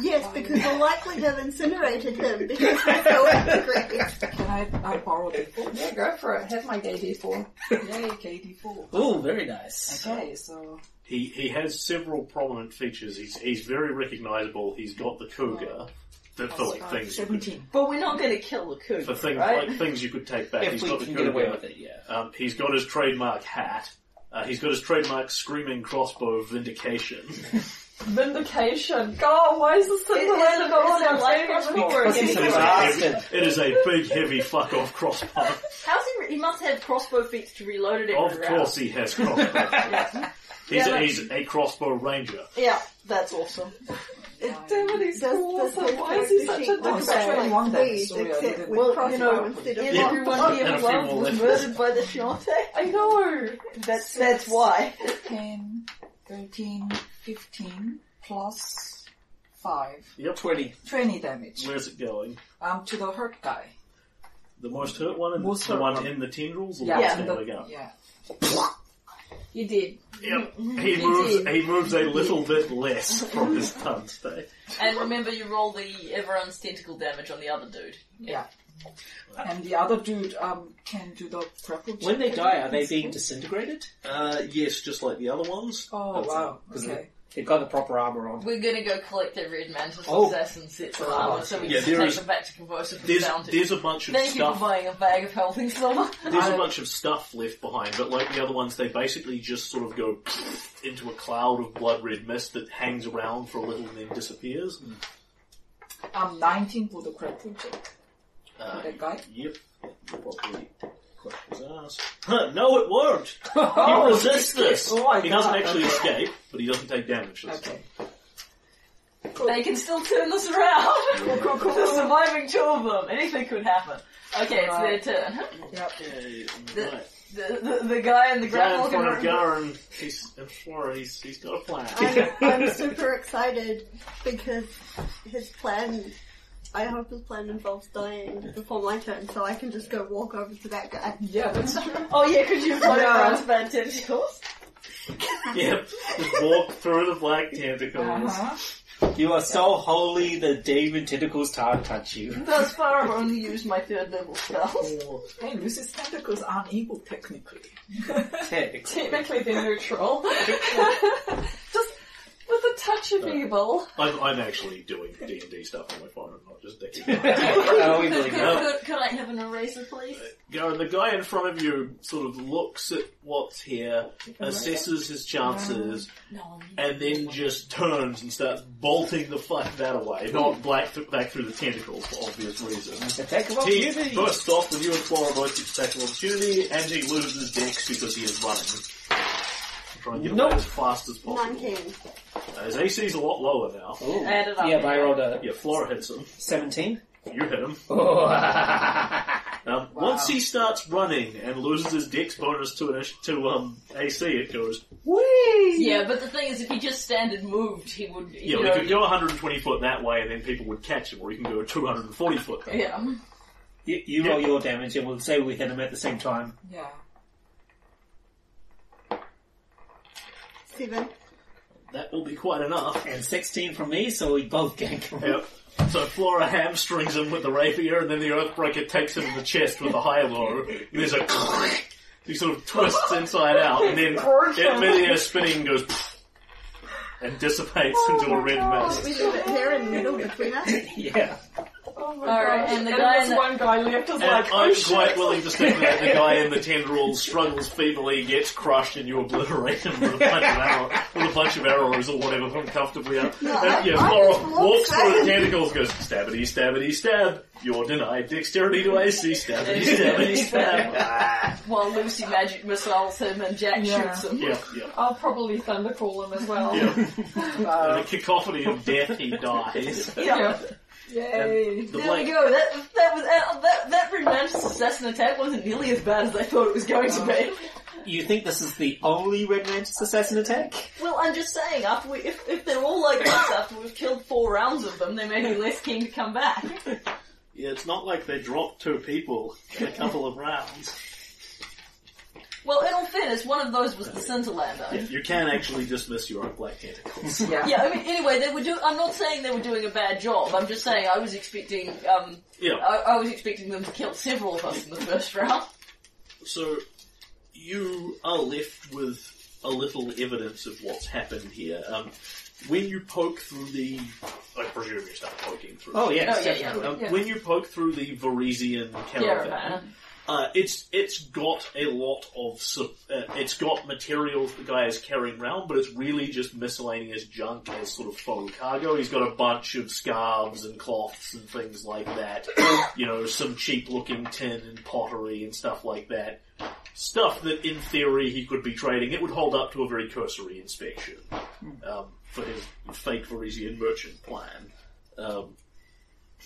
Speaker 7: Yes, because I likely to have incinerated him because I fell at the grave.
Speaker 8: Can I, I borrow D4?
Speaker 3: Yeah, go for it. Have my gay D4.
Speaker 8: Yay, KD4.
Speaker 5: Ooh, very nice.
Speaker 8: Okay, so
Speaker 2: He he has several prominent features. He's he's very recognisable. He's got the cougar. that for like
Speaker 8: five,
Speaker 2: things, you could,
Speaker 8: seventeen.
Speaker 9: But we're not going to kill the coup,
Speaker 2: for things
Speaker 9: right?
Speaker 2: like things you could take back.
Speaker 5: If
Speaker 2: he's
Speaker 5: we
Speaker 2: got the
Speaker 5: can
Speaker 2: cougar.
Speaker 5: get away with it, yeah.
Speaker 2: Um, he's got his trademark hat. Uh, he's got his trademark screaming crossbow of vindication.
Speaker 8: vindication. God, why is this thing the way to go on? I'm saying it's for
Speaker 5: Because he's a bastard.
Speaker 2: it is a big, heavy fuck off crossbow.
Speaker 9: How's he? Re- he must have crossbow feats to reload it every
Speaker 2: of
Speaker 9: round.
Speaker 2: course, he has crossbow. he's,
Speaker 9: Yeah,
Speaker 2: a,
Speaker 9: but-
Speaker 2: he's a crossbow ranger.
Speaker 9: Yeah, that's awesome.
Speaker 8: Damn it, he's
Speaker 7: Does-
Speaker 8: cool.
Speaker 7: does
Speaker 8: so
Speaker 7: the
Speaker 8: why is he such a
Speaker 7: character sheet look
Speaker 8: dickbag?
Speaker 7: like
Speaker 8: One day,
Speaker 7: weed,
Speaker 8: so yeah,
Speaker 7: except
Speaker 8: we did-
Speaker 7: with
Speaker 9: Well,
Speaker 7: crossbow
Speaker 9: you know,
Speaker 7: instead of
Speaker 2: Yeah.
Speaker 9: Everyone
Speaker 7: longbow?
Speaker 9: he
Speaker 2: And a
Speaker 9: ever
Speaker 2: few
Speaker 9: loved
Speaker 2: more
Speaker 9: was
Speaker 2: left.
Speaker 9: murdered by the Shante.
Speaker 8: I know.
Speaker 9: That's that's why.
Speaker 8: 10, 13, 15, plus 5.
Speaker 2: Yep.
Speaker 5: 20.
Speaker 8: 20 damage.
Speaker 2: Where's it going?
Speaker 8: Um, to the hurt guy.
Speaker 2: The most hurt one and
Speaker 8: Most
Speaker 2: the
Speaker 8: hurt
Speaker 2: one
Speaker 8: one.
Speaker 2: in the tendrils? Or
Speaker 8: Yeah,
Speaker 2: the
Speaker 8: yeah,
Speaker 2: one
Speaker 8: the-
Speaker 2: standing up?
Speaker 8: yeah.
Speaker 3: You did.
Speaker 2: Yep. He moves, he moves a little bit less from his stun state.
Speaker 4: And remember, you roll the everyone's tentacle damage on the other dude.
Speaker 8: And the other dude um, can do the grapple check.
Speaker 5: When they die, are they being disintegrated?
Speaker 2: Uh, yes, just like the other ones.
Speaker 8: Oh,
Speaker 5: That's
Speaker 8: wow.
Speaker 5: it. 'Cause
Speaker 8: Okay.
Speaker 5: They've got the proper armor on.
Speaker 4: We're gonna go collect the red mantis
Speaker 5: Oh.
Speaker 4: assassin sets of
Speaker 5: Oh,
Speaker 4: armor, so we
Speaker 2: yeah,
Speaker 4: can
Speaker 2: there
Speaker 4: take
Speaker 2: is-
Speaker 4: them back to Conversa for the
Speaker 2: There's,
Speaker 4: bounty.
Speaker 2: there's a bunch of
Speaker 4: Thank you for
Speaker 2: stuff
Speaker 4: buying a bag of healthy silver.
Speaker 2: There's a
Speaker 8: I-
Speaker 2: bunch of stuff left behind, but like the other ones, they basically just sort of go into a cloud of blood red mist that hangs around for a little and then disappears.
Speaker 8: Um, 19 for the grapple check.
Speaker 2: Uh,
Speaker 8: For that guy.
Speaker 2: yep. Probably crack his ass. Huh, no, it won't! he resists this!
Speaker 8: Oh my
Speaker 2: he doesn't
Speaker 8: God,
Speaker 2: actually
Speaker 8: okay.
Speaker 2: escape, but he doesn't take damage. this time.
Speaker 8: Okay.
Speaker 4: They can still turn this around. The surviving two of them. Anything could happen. Okay,
Speaker 8: Right.
Speaker 4: it's their turn.
Speaker 2: Okay,
Speaker 4: The-
Speaker 2: right.
Speaker 4: The, the, the guy in the
Speaker 2: Down
Speaker 4: grapple
Speaker 2: in front of
Speaker 4: can
Speaker 2: Garen, he's in Flora, he's, he's got a plan.
Speaker 7: I'm, I'm super excited because his plan I hope his plan involves dying before my turn, so I can just go walk over to that guy.
Speaker 8: Yeah, that's true.
Speaker 9: Oh yeah, because you floated around about ten yours.
Speaker 2: Yep. Just walk through the black tentacles.
Speaker 8: Uh-huh.
Speaker 5: You are so holy that demon tentacles can't touch you.
Speaker 9: Thus far, I've only used my third level spells.
Speaker 8: Hey, Lucy's tentacles aren't evil technically.
Speaker 5: Text.
Speaker 8: technically, they're neutral. Just with a touch of evil.
Speaker 2: I'm, I'm actually doing D and D stuff on my phone. I'm not just thinking.
Speaker 5: oh, we believe
Speaker 4: Could,
Speaker 5: you.
Speaker 4: could, could I have an eraser, please?
Speaker 2: Go and the guy in front of you sort of looks at what's here, assesses his chances,
Speaker 4: No.
Speaker 2: and then just turns and starts bolting the fuck that away. Not black th- back through the tentacles for obvious reasons.
Speaker 5: Attack of
Speaker 2: He
Speaker 5: opportunity.
Speaker 2: first off with you and Flora both get attack of opportunity, and he loses dex because he is running. Try and get away
Speaker 5: Nope.
Speaker 2: as fast as possible.
Speaker 7: 19.
Speaker 2: His AC's a lot lower now.
Speaker 5: Ooh.
Speaker 9: Add
Speaker 8: uh,
Speaker 9: it up.
Speaker 5: Yeah, but I rolled a
Speaker 2: Yeah, Flora hits him.
Speaker 5: 17.
Speaker 2: You hit him.
Speaker 5: Oh.
Speaker 2: Um, Once he starts running and loses his dex bonus to an, to um AC, it goes.
Speaker 4: Yeah, but the thing is, if he just standard moved, he would.
Speaker 2: Yeah,
Speaker 4: you
Speaker 2: we
Speaker 4: know,
Speaker 2: could go 120 foot that way, and then people would catch him, or you can go 240 foot. That way.
Speaker 4: yeah.
Speaker 5: You, you roll your damage and we'll say we hit him at the same time.
Speaker 8: Yeah.
Speaker 7: 7.
Speaker 2: That will be quite enough.
Speaker 5: And 16 from me, so we both gank him.
Speaker 2: Yep. So Flora hamstrings him with the rapier, and then the Earthbreaker takes him in the chest with a high low. And there's a. he sort of twists inside out, and then in midair spinning goes. And dissipates into a red mist.
Speaker 7: We leave it here in the middle between us.
Speaker 5: Yeah.
Speaker 4: All right, and the
Speaker 8: And
Speaker 4: guy
Speaker 8: this
Speaker 4: in the,
Speaker 8: one guy left is
Speaker 2: And
Speaker 8: like, oh
Speaker 2: I'm
Speaker 8: shit.
Speaker 2: quite willing to stipulate that the guy in the tendril struggles feebly, gets crushed, and you obliterate him with a bunch of, arrow, with a bunch of arrows or whatever from comfortably up. and, yeah,
Speaker 7: I-
Speaker 2: Laura
Speaker 7: I just
Speaker 2: walks
Speaker 7: walked
Speaker 2: through
Speaker 7: in.
Speaker 2: the tentacles, goes stabity, stabity, stab. You're denied dexterity to AC, stabity, stabity, stab.
Speaker 4: while Lucy magic missiles him and Jack
Speaker 8: Yeah.
Speaker 4: shoots him.
Speaker 2: Yeah, yeah.
Speaker 8: I'll probably thunder call him as well.
Speaker 2: Yeah. In a cacophony of death, he dies.
Speaker 8: Yeah.
Speaker 2: And the
Speaker 4: There we
Speaker 2: blade,
Speaker 4: go. That that was uh, that that revenge assassin attack wasn't nearly as bad as I thought it was going to be.
Speaker 5: You think this is the only Red Mantis assassin attack?
Speaker 4: Well, I'm just saying, after we, if, if they're all like us after we've killed four rounds of them, they may be less keen to come back.
Speaker 2: yeah, it's not like they dropped two people in a couple of rounds.
Speaker 4: Well, in all fairness, one of those was the Scintillator.
Speaker 2: Yeah, you can actually dismiss your own black tentacles.
Speaker 4: Yeah, I mean, anyway, they were do. I'm not saying they were doing a bad job. I'm just saying I was expecting, um,
Speaker 2: Yeah.
Speaker 4: I, I was expecting them to kill several of us in the first round.
Speaker 2: So, you are left with a little evidence of what's happened here. Um, when you poke through the, I presume you start poking through.
Speaker 5: Oh, yes,
Speaker 4: Oh, yeah, yeah.
Speaker 5: definitely.
Speaker 2: Um, When you poke through the Varisian caravan,
Speaker 4: Yeah,
Speaker 2: uh, it's it's got a lot of su- uh, it's got materials the guy is carrying around, but it's really just miscellaneous junk as sort of faux cargo. He's got a bunch of scarves and cloths and things like that. you know, some cheap looking tin and pottery and stuff like that. Stuff that, in theory, he could be trading. It would hold up to a very cursory inspection um, for his fake Varisian merchant plan. Um,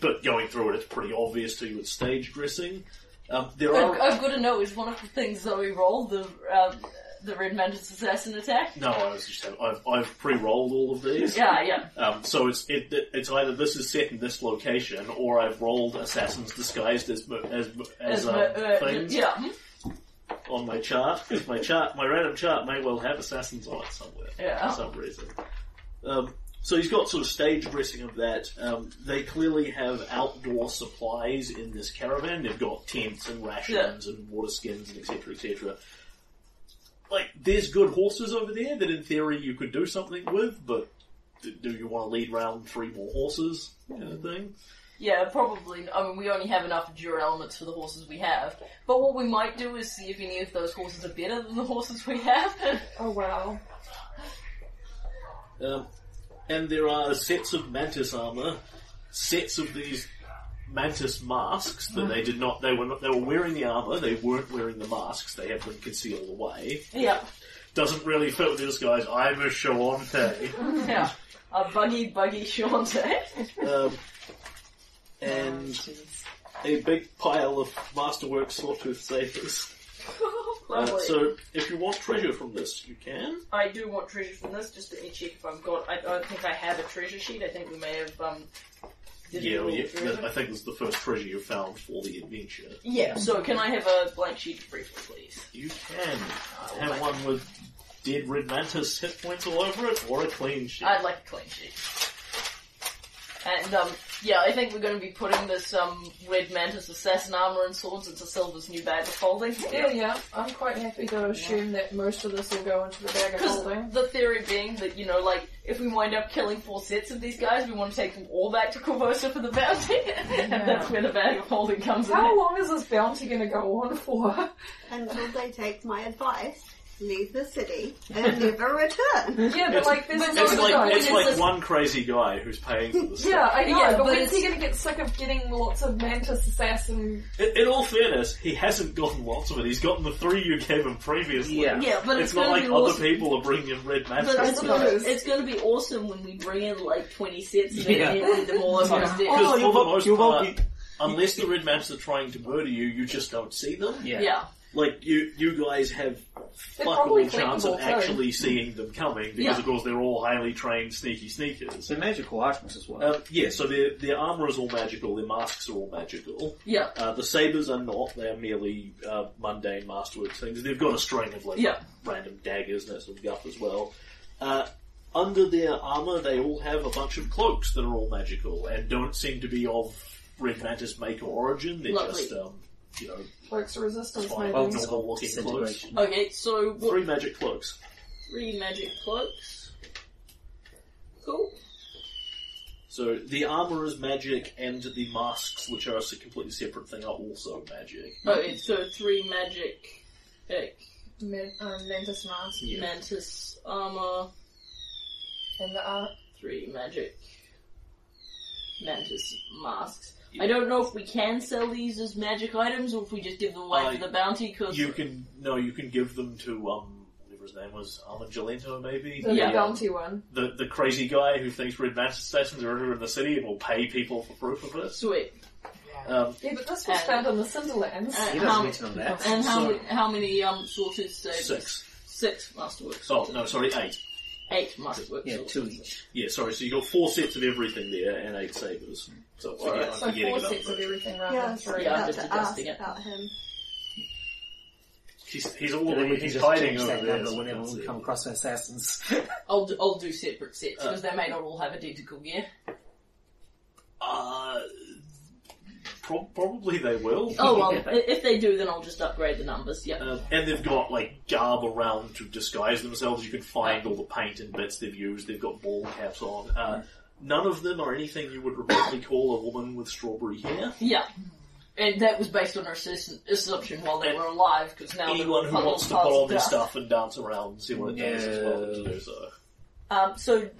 Speaker 2: but going through it, it's pretty obvious to you. It's stage dressing. Um, there
Speaker 4: I've,
Speaker 2: are
Speaker 4: I've got to know is one of the things Zoe rolled the um, the Red Mantis assassin attack.
Speaker 2: no. I was just I've, I've pre-rolled all of these.
Speaker 4: Yeah, yeah.
Speaker 2: Um, so it's it, it's either this is set in this location, or I've rolled assassins disguised as mer- as
Speaker 4: As
Speaker 2: as, um,
Speaker 4: my- uh,
Speaker 2: things
Speaker 4: yeah. mhm.
Speaker 2: on my chart. 'Cause my chart, my random chart, may well have assassins on it somewhere
Speaker 4: Yeah.
Speaker 2: for some reason. Um, so he's got sort of stage dressing of that. Um, they clearly have outdoor supplies in this caravan. They've got tents and rations and water skins and etc. etc. Like there's good horses over there that in theory you could do something with, but d- do you want to lead round three more horses kind of thing?
Speaker 4: Yeah, probably. I mean, we only have enough endure elements for the horses we have. But what we might do is see if any of those horses are better than the horses we have.
Speaker 8: Oh wow.
Speaker 2: Um, and there are sets of mantis armor, sets of these mantis masks that they did not. They were not, they were wearing the armor. They weren't wearing the masks. They have them concealed away.
Speaker 4: yeah,
Speaker 2: Doesn't really fit with this guy's. I'm a Shawante.
Speaker 4: yeah. A buggy, buggy Shante.
Speaker 2: um, and a big pile of masterwork sawtooth sabers. Uh,
Speaker 4: Lovely.
Speaker 2: so if you want treasure from this, you can.
Speaker 4: I do want treasure from this, just let me check if I've got. I don't think I have a treasure sheet. I think we may have um,
Speaker 9: Did
Speaker 2: Yeah,
Speaker 9: you
Speaker 2: well,
Speaker 9: roll
Speaker 2: yeah,
Speaker 9: through
Speaker 2: I think it's the first treasure you found for the adventure.
Speaker 9: Yeah, so
Speaker 4: Mm-hmm.
Speaker 9: can I have a blank sheet briefly, please?
Speaker 2: You can have one with dead red mantis hit points all over it, or a clean sheet.
Speaker 9: I'd like a clean sheet. And, um, yeah, I think we're going to be putting this, um, Red Mantis assassin armor and swords into Silver's new bag of holding.
Speaker 8: Yeah, yeah. I'm quite happy to assume that most of this will go into the bag of
Speaker 9: Because
Speaker 8: holding.
Speaker 9: the theory being that, you know, like, if we wind up killing four sets of these guys, we want to take them all back to Corvosa for the bounty. and
Speaker 8: Yeah.
Speaker 9: that's where the bag of holding comes
Speaker 8: How
Speaker 9: in.
Speaker 8: long is this bounty going to go on for?
Speaker 7: Until they take my advice, leave the city, and never return.
Speaker 8: yeah, but
Speaker 2: It's-
Speaker 8: like there's
Speaker 4: but
Speaker 8: no
Speaker 2: it's
Speaker 4: it's
Speaker 2: like
Speaker 4: like-
Speaker 2: it's
Speaker 4: it's
Speaker 2: like
Speaker 4: just-
Speaker 2: one crazy guy who's paying for this.
Speaker 8: Yeah, I know,
Speaker 4: Yeah,
Speaker 8: but,
Speaker 4: but
Speaker 8: when's he
Speaker 4: it's-
Speaker 8: going to get sick of getting lots of mantis assassin?
Speaker 2: In, in all fairness, he hasn't gotten lots of it. He's gotten the three you gave him previously.
Speaker 5: Yeah.
Speaker 4: Yeah, but
Speaker 2: It's,
Speaker 4: it's,
Speaker 2: not
Speaker 4: gonna
Speaker 2: like
Speaker 4: be
Speaker 2: other
Speaker 4: awesome.
Speaker 2: people are bringing in red mantis.
Speaker 4: But
Speaker 8: I
Speaker 4: it's gonna,
Speaker 8: suppose.
Speaker 4: it's gonna be awesome when we bring in like 20 sets and
Speaker 5: Yeah.
Speaker 4: then edit them all over
Speaker 8: Yeah.
Speaker 4: the
Speaker 2: Because
Speaker 5: Oh,
Speaker 2: for
Speaker 5: you
Speaker 2: the
Speaker 5: won't-
Speaker 2: most
Speaker 5: you
Speaker 2: part,
Speaker 5: won't
Speaker 2: unless the red mantis are trying to murder you, you just don't see them.
Speaker 5: Yeah.
Speaker 4: Yeah.
Speaker 2: Like you, you guys have
Speaker 8: They're
Speaker 2: fuck all
Speaker 8: probably
Speaker 2: chance of
Speaker 8: clickable, too.
Speaker 2: actually seeing them coming because,
Speaker 4: Yeah.
Speaker 2: of course, they're all highly trained sneaky sneakers.
Speaker 5: So magical items as well.
Speaker 2: Um, yeah, so their their armor is all magical. Their masks are all magical.
Speaker 4: Yeah.
Speaker 2: Uh, the sabers are not. They are merely uh, mundane masterworks things. They've got a string of like
Speaker 4: Yeah.
Speaker 2: random daggers and that sort of guff as well. Uh, under their armor, they all have a bunch of cloaks that are all magical and don't seem to be of red mantis maker origin. They're
Speaker 4: Lovely.
Speaker 2: just um, you know
Speaker 8: Cloaks of resistance,
Speaker 2: fine,
Speaker 8: maybe.
Speaker 5: Well,
Speaker 2: normal looking cloaks.
Speaker 5: Disintegration.
Speaker 4: Okay, so what?
Speaker 2: Three magic cloaks.
Speaker 4: Three magic cloaks. Cool.
Speaker 2: So the armor is magic, and the masks, which are a completely separate thing, are also magic.
Speaker 4: Okay, so three magic like,
Speaker 3: Man- um, Mantis Mask.
Speaker 2: Yeah.
Speaker 4: mantis armor,
Speaker 3: And the
Speaker 8: uh,
Speaker 3: art.
Speaker 4: three magic mantis masks. I don't know if we can sell these as magic items or if we just give them away
Speaker 2: Uh,
Speaker 4: for the bounty because
Speaker 2: You can no, you can give them to um whatever his name was, Armangellento maybe.
Speaker 8: The
Speaker 4: Yeah.
Speaker 8: bounty one.
Speaker 2: The um, the crazy guy who thinks red mantis stations are everywhere in the city and will pay people for proof of this.
Speaker 4: sweet.
Speaker 2: Um,
Speaker 8: Yeah, but this was
Speaker 4: And-
Speaker 8: found on the Cinderlands.
Speaker 4: And
Speaker 5: He
Speaker 4: uh, how,
Speaker 5: doesn't need to know that.
Speaker 4: and how,
Speaker 2: So-
Speaker 4: many, how many um sorted stages?
Speaker 2: six.
Speaker 4: Six masterworks.
Speaker 2: Oh no, sorry, eight.
Speaker 4: Eight masterworks.
Speaker 5: Yeah,
Speaker 4: sorted.
Speaker 5: two each.
Speaker 2: Yeah, sorry. So you got four sets of everything there and eight sabers. So
Speaker 4: All right.
Speaker 2: I'm
Speaker 3: So
Speaker 2: forgetting
Speaker 3: four
Speaker 2: about
Speaker 3: sets of
Speaker 2: that.
Speaker 3: everything rather
Speaker 7: Yeah, I
Speaker 3: than
Speaker 7: was
Speaker 3: three.
Speaker 4: Yeah, I'm
Speaker 7: about
Speaker 4: just
Speaker 7: to ask
Speaker 4: adjusting it.
Speaker 7: about him.
Speaker 2: He's, he's all
Speaker 5: And we
Speaker 2: over.
Speaker 5: can
Speaker 2: He's
Speaker 5: just
Speaker 2: hiding
Speaker 5: change
Speaker 2: over
Speaker 5: that
Speaker 2: there.
Speaker 5: number
Speaker 2: so
Speaker 5: whenever
Speaker 2: that's
Speaker 5: we
Speaker 2: it.
Speaker 5: come across assassins.
Speaker 4: I'll do, I'll do separate sets because they may not all have identical gear.
Speaker 2: Uh, prob probably they will.
Speaker 4: Oh well, i- if they do, then I'll just upgrade the numbers. Yeah.
Speaker 2: Uh, and they've got like garb around to disguise themselves. You can find all the paint and bits they've used. They've got ball caps on. Uh,
Speaker 3: Mm.
Speaker 2: none of them are anything you would reportedly call a woman with strawberry hair.
Speaker 4: Yeah. And that was based on her assumption, assumption while they were alive, because now they're
Speaker 2: Anyone who
Speaker 4: full
Speaker 2: wants to
Speaker 4: of
Speaker 2: put on
Speaker 4: piles of
Speaker 2: their
Speaker 4: dust.
Speaker 2: stuff and dance around and see what it does is welcome to do so.
Speaker 4: Um, so,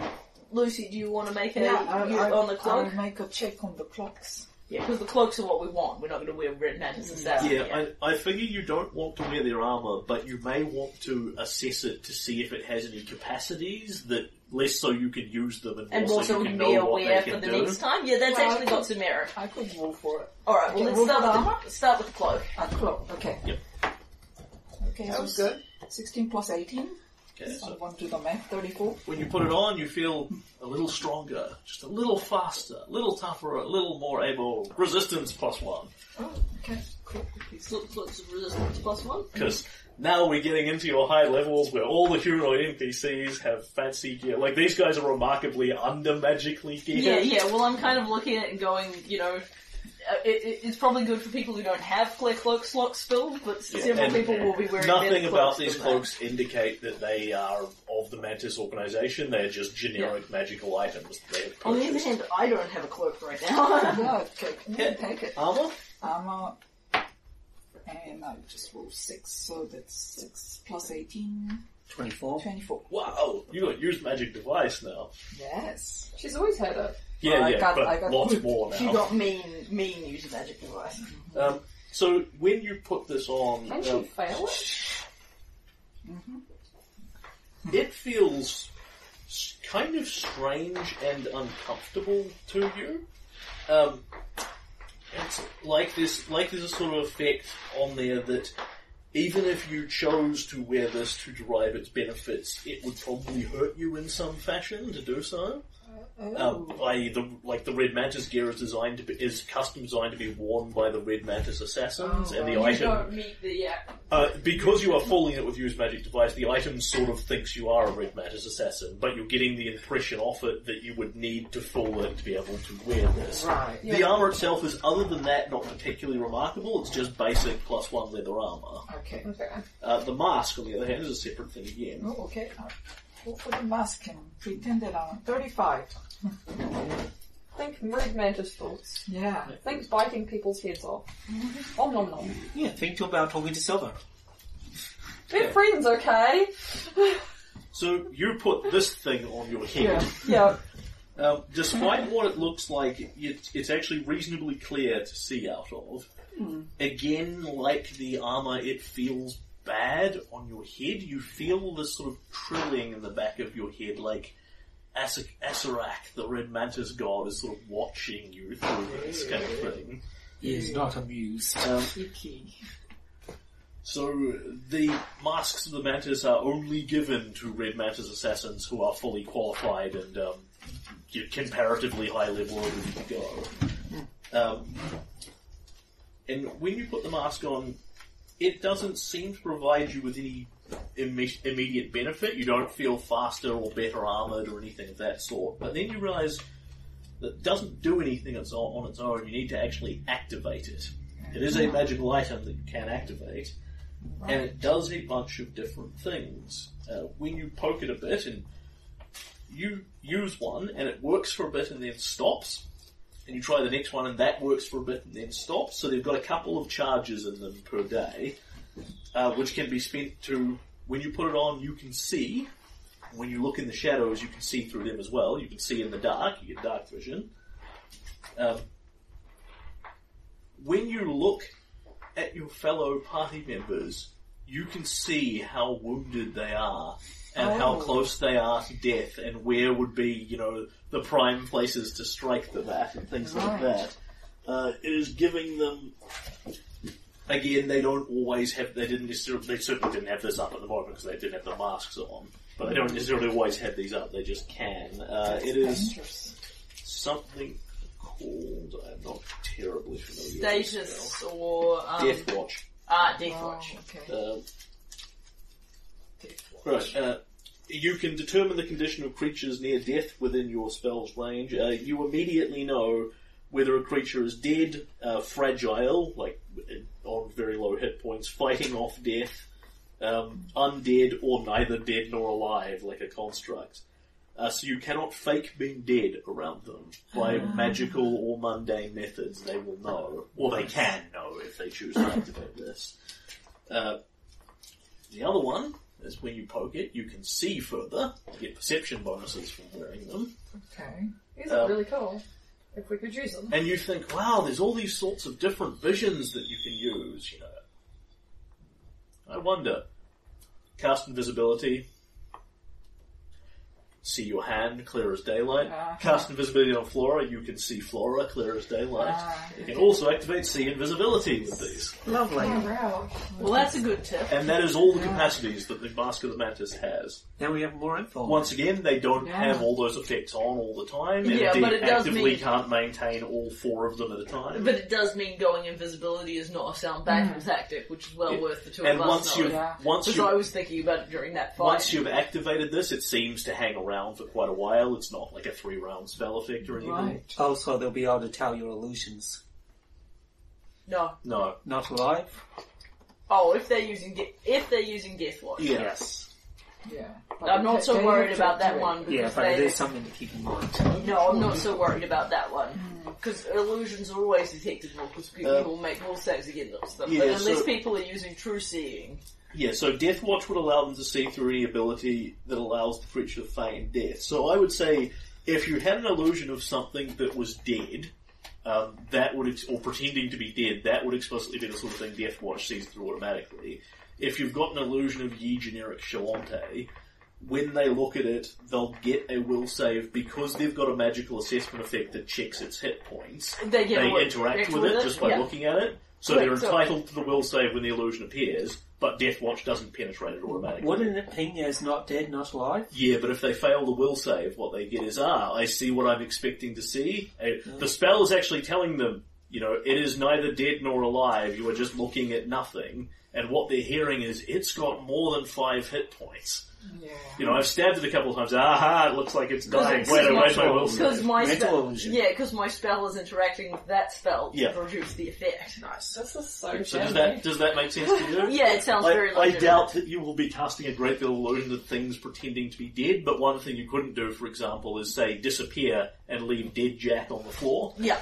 Speaker 4: Lucy, do you want to make a you on the cloak?
Speaker 8: make a check on the clocks.
Speaker 4: yeah, because the cloaks are what we want. We're not going to wear red mantis
Speaker 8: Mm.
Speaker 4: and stuff.
Speaker 2: Yeah, I, I figure you don't want to wear their armor, but you may want to assess it to see if it has any capacities that less so you can use them and,
Speaker 4: and
Speaker 2: more
Speaker 4: also
Speaker 2: so you
Speaker 4: would
Speaker 2: can
Speaker 4: be
Speaker 2: know what they
Speaker 4: aware for
Speaker 2: can
Speaker 4: the
Speaker 2: do.
Speaker 4: next time. Yeah, that's
Speaker 8: Well,
Speaker 4: actually
Speaker 8: I
Speaker 4: got
Speaker 8: could-
Speaker 4: some merit.
Speaker 8: I could roll for it.
Speaker 4: All right, well
Speaker 8: Okay,
Speaker 4: let's
Speaker 8: roll for
Speaker 4: start
Speaker 8: the
Speaker 4: with
Speaker 8: armor?
Speaker 4: the, start with the cloak.
Speaker 8: A clock, okay.
Speaker 2: Yep.
Speaker 8: Okay, that was good. 16 plus 18.
Speaker 2: Okay,
Speaker 8: So
Speaker 2: so
Speaker 8: I want to do the math. 34.
Speaker 2: when you put it on, you feel a little stronger, just a little faster, a little tougher, a little more able. Resistance plus one.
Speaker 8: Oh, Okay, cool.
Speaker 4: Clo- Cloaks of resistance plus one.
Speaker 2: Because now we're getting into your high levels where all the humanoid NPCs have fancy gear. Like, these guys are remarkably under magically
Speaker 4: Yeah,
Speaker 2: geared.
Speaker 4: yeah. Well, I'm kind of looking at it and going, you know, uh, it, it, it's probably good for people who don't have clear cloak slots filled, but s-
Speaker 2: Yeah,
Speaker 4: several
Speaker 2: and
Speaker 4: people will be wearing
Speaker 2: Nothing
Speaker 4: better
Speaker 2: about
Speaker 4: cloaks
Speaker 2: these
Speaker 4: than
Speaker 2: cloaks indicate that they are of the Mantis organization. They are just generic magical items that they have
Speaker 4: That. On the other
Speaker 2: purchased.
Speaker 4: hand, I don't have a cloak right now.
Speaker 8: Yeah, okay, you can take it.
Speaker 2: Armor?
Speaker 8: Armor. And I just roll 6, so that's 6 plus 18.
Speaker 5: 24.
Speaker 8: 24.
Speaker 2: Wow, you got used magic device now.
Speaker 8: Yes.
Speaker 3: She's always had it.
Speaker 2: Yeah,
Speaker 8: I
Speaker 2: yeah,
Speaker 8: got-
Speaker 2: but
Speaker 8: I got-
Speaker 2: lots more now.
Speaker 4: she got mean, mean use of magic device.
Speaker 2: Um, so when you put this on,
Speaker 3: Can she
Speaker 2: um,
Speaker 3: fail it?
Speaker 2: it feels s- kind of strange and uncomfortable to you. Um, it's like this, like there's a sort of effect on there that even if you chose to wear this to derive its benefits, it would probably hurt you in some fashion to do so. Um, i.e., the like the red mantis gear is designed to be, is custom designed to be worn by the red mantis assassins, and the
Speaker 4: Oh, You
Speaker 2: item
Speaker 4: don't meet the yeah.
Speaker 2: uh, because you are fooling it with used magic device. The item sort of thinks you are a red mantis assassin, but you're getting the impression off it that you would need to fool it to be able to wear this.
Speaker 5: Right.
Speaker 2: The armor itself is, other than that, not particularly remarkable. It's just basic plus one leather armor.
Speaker 13: Okay.
Speaker 8: Okay.
Speaker 2: Uh, the mask, on the other hand, is a separate thing again.
Speaker 13: Oh, okay.
Speaker 8: Uh,
Speaker 13: I'll Go for the mask and pretend that I'm 35.
Speaker 8: Think rude mantis thoughts.
Speaker 13: Yeah.
Speaker 8: Think biting people's heads off. Om nom nom.
Speaker 5: Yeah, think about talking to Silver.
Speaker 8: We're friends, okay?
Speaker 2: So you put this thing on your head.
Speaker 8: Yeah.
Speaker 2: Um, despite what it looks like, it, it's actually reasonably clear to see out of. Again, like the armor, it feels bad on your head. You feel this sort of trilling in the back of your head, like As- Asarak, the red mantis god, is sort of watching you through this kind of thing.
Speaker 5: He is not amused.
Speaker 2: So the masks of the mantis are only given to red mantis assassins who are fully qualified and um, you- comparatively high level and ready to go. Um, and when you put the mask on, it doesn't seem to provide you with any imme- immediate benefit. You don't feel faster or better armored or anything of that sort. But then you realise that it doesn't do anything it's on on its own. You need to actually activate it. It is a magical item that you can activate and it does a bunch of different things. Uh, when you poke it a bit, and you use one, and it works for a bit, and then stops. And you try the next one, and that works for a bit, and then stops. So they've got a couple of charges in them per day, uh, which can be spent to. When you put it on, you can see. When you look in the shadows, you can see through them as well. You can see in the dark. You get dark vision. Um, when you look at your fellow party members, you can see how wounded they are and how close they are to death and where would be, you know, the prime places to strike them at and things like that. Uh, it is giving them, again, they don't always have, they didn't necessarily, they certainly didn't have this up at the moment because they didn't have the masks on. But they don't necessarily always have these up, they just can. Uh, it is something called, I'm not terribly familiar with the spell.
Speaker 4: Status or um,
Speaker 2: Death Watch.
Speaker 4: Ah, Death
Speaker 8: Oh,
Speaker 4: Watch.
Speaker 13: okay.
Speaker 2: Uh, right. Uh, you can determine the condition of creatures near death within your spell's range. Uh, you immediately know whether a creature is dead, uh, fragile, like uh, on very low hit points, fighting off death, um, undead, or neither dead nor alive, like a construct. Uh, so you cannot fake being dead around them by magical or mundane methods. They will know, or they can know if they choose to activate this. Uh, the other one is when you poke it, you can see further, get perception bonuses from wearing them,
Speaker 13: Okay.
Speaker 8: These are
Speaker 2: Um,
Speaker 8: really cool. If we could use them.
Speaker 2: and you think, wow, there's all these sorts of different visions that you can use. You know, I wonder. Cast invisibility. See your hand, clear as daylight.
Speaker 13: Uh-huh.
Speaker 2: Cast invisibility on Flora, you can see Flora, clear as daylight.
Speaker 13: Ah,
Speaker 2: You can also activate see invisibility with these.
Speaker 5: Lovely.
Speaker 8: Wow.
Speaker 4: Well, that's a good tip.
Speaker 2: And that is all the capacities that the Mask of the Mantis has.
Speaker 5: Now we have more info.
Speaker 2: Once again, they don't
Speaker 13: Yeah.
Speaker 2: have all those effects on all the time, and
Speaker 4: Yeah,
Speaker 2: they
Speaker 4: but it does
Speaker 2: actively
Speaker 4: mean-
Speaker 2: can't maintain all four of them at a time.
Speaker 4: But it does mean going invisibility is not a sound battle tactic, which is well
Speaker 2: Yeah.
Speaker 4: worth the two
Speaker 2: and
Speaker 4: of
Speaker 2: once
Speaker 4: us
Speaker 2: you've
Speaker 4: knowing.
Speaker 13: yeah.
Speaker 2: once
Speaker 4: Because I
Speaker 2: you
Speaker 4: was thinking about it during that fight.
Speaker 2: once you've activated this, it seems to hang around for quite a while. It's not like a three round spell effect or anything.
Speaker 13: Right.
Speaker 5: Also, they'll Oh, be able to tell your illusions.
Speaker 4: No.
Speaker 2: No.
Speaker 5: Not alive?
Speaker 4: Oh, if they're using de- if they're using Death Watch.
Speaker 2: Yeah.
Speaker 5: Yes.
Speaker 13: Yeah.
Speaker 4: I'm not so
Speaker 13: They
Speaker 4: worried
Speaker 13: have
Speaker 4: about
Speaker 13: to
Speaker 4: that
Speaker 13: do it.
Speaker 4: one because
Speaker 5: Yeah, but
Speaker 4: they
Speaker 5: it is something to keep in mind.
Speaker 4: No, I'm not so worried about that one. Because illusions are always detectable, because people
Speaker 2: Uh,
Speaker 4: will make will saves against them.
Speaker 2: yeah,
Speaker 4: but unless
Speaker 2: so-
Speaker 4: people are using true seeing,
Speaker 2: Yeah, so Death Watch would allow them to see through any ability that allows the creature to feign death. So I would say if you had an illusion of something that was dead, um, that would, ex- or pretending to be dead, that would explicitly be the sort of thing Death Watch sees through automatically. If you've got an illusion of ye generic Shalante, when they look at it, they'll get a will save because they've got a magical assessment effect that checks its hit points
Speaker 4: they get
Speaker 2: they
Speaker 4: away-
Speaker 2: interact with it just by
Speaker 4: yeah.
Speaker 2: looking at it. So they're
Speaker 16: Wait, so-
Speaker 2: entitled to the will save when the illusion appears, but Death Watch doesn't penetrate it automatically.
Speaker 5: Wouldn't it ping as not dead, not alive?
Speaker 2: Yeah, but if they fail the will save, what they get is, ah, I see what I'm expecting to see. Uh, The spell is actually telling them, you know, it is neither dead nor alive, you are just looking at nothing. And what they're hearing is, it's got more than five hit points. You know, I've stabbed it a couple of times, aha, it looks like it's dying,
Speaker 4: it's
Speaker 2: wait, I
Speaker 4: not
Speaker 2: made my will
Speaker 4: Because
Speaker 2: save.
Speaker 4: my
Speaker 5: Mental
Speaker 4: spell,
Speaker 5: illusion.
Speaker 4: yeah, because my spell is interacting with that spell
Speaker 2: Yeah.
Speaker 4: to produce the effect.
Speaker 16: Nice. This is so
Speaker 2: So does that, does that make sense to you?
Speaker 4: Yeah, it sounds
Speaker 2: I,
Speaker 4: very.
Speaker 2: I
Speaker 4: legitimate.
Speaker 2: doubt that you will be casting a great deal of illusion of things pretending to be dead, but one thing you couldn't do, for example, is say disappear and leave dead Jack on the floor.
Speaker 4: Yeah,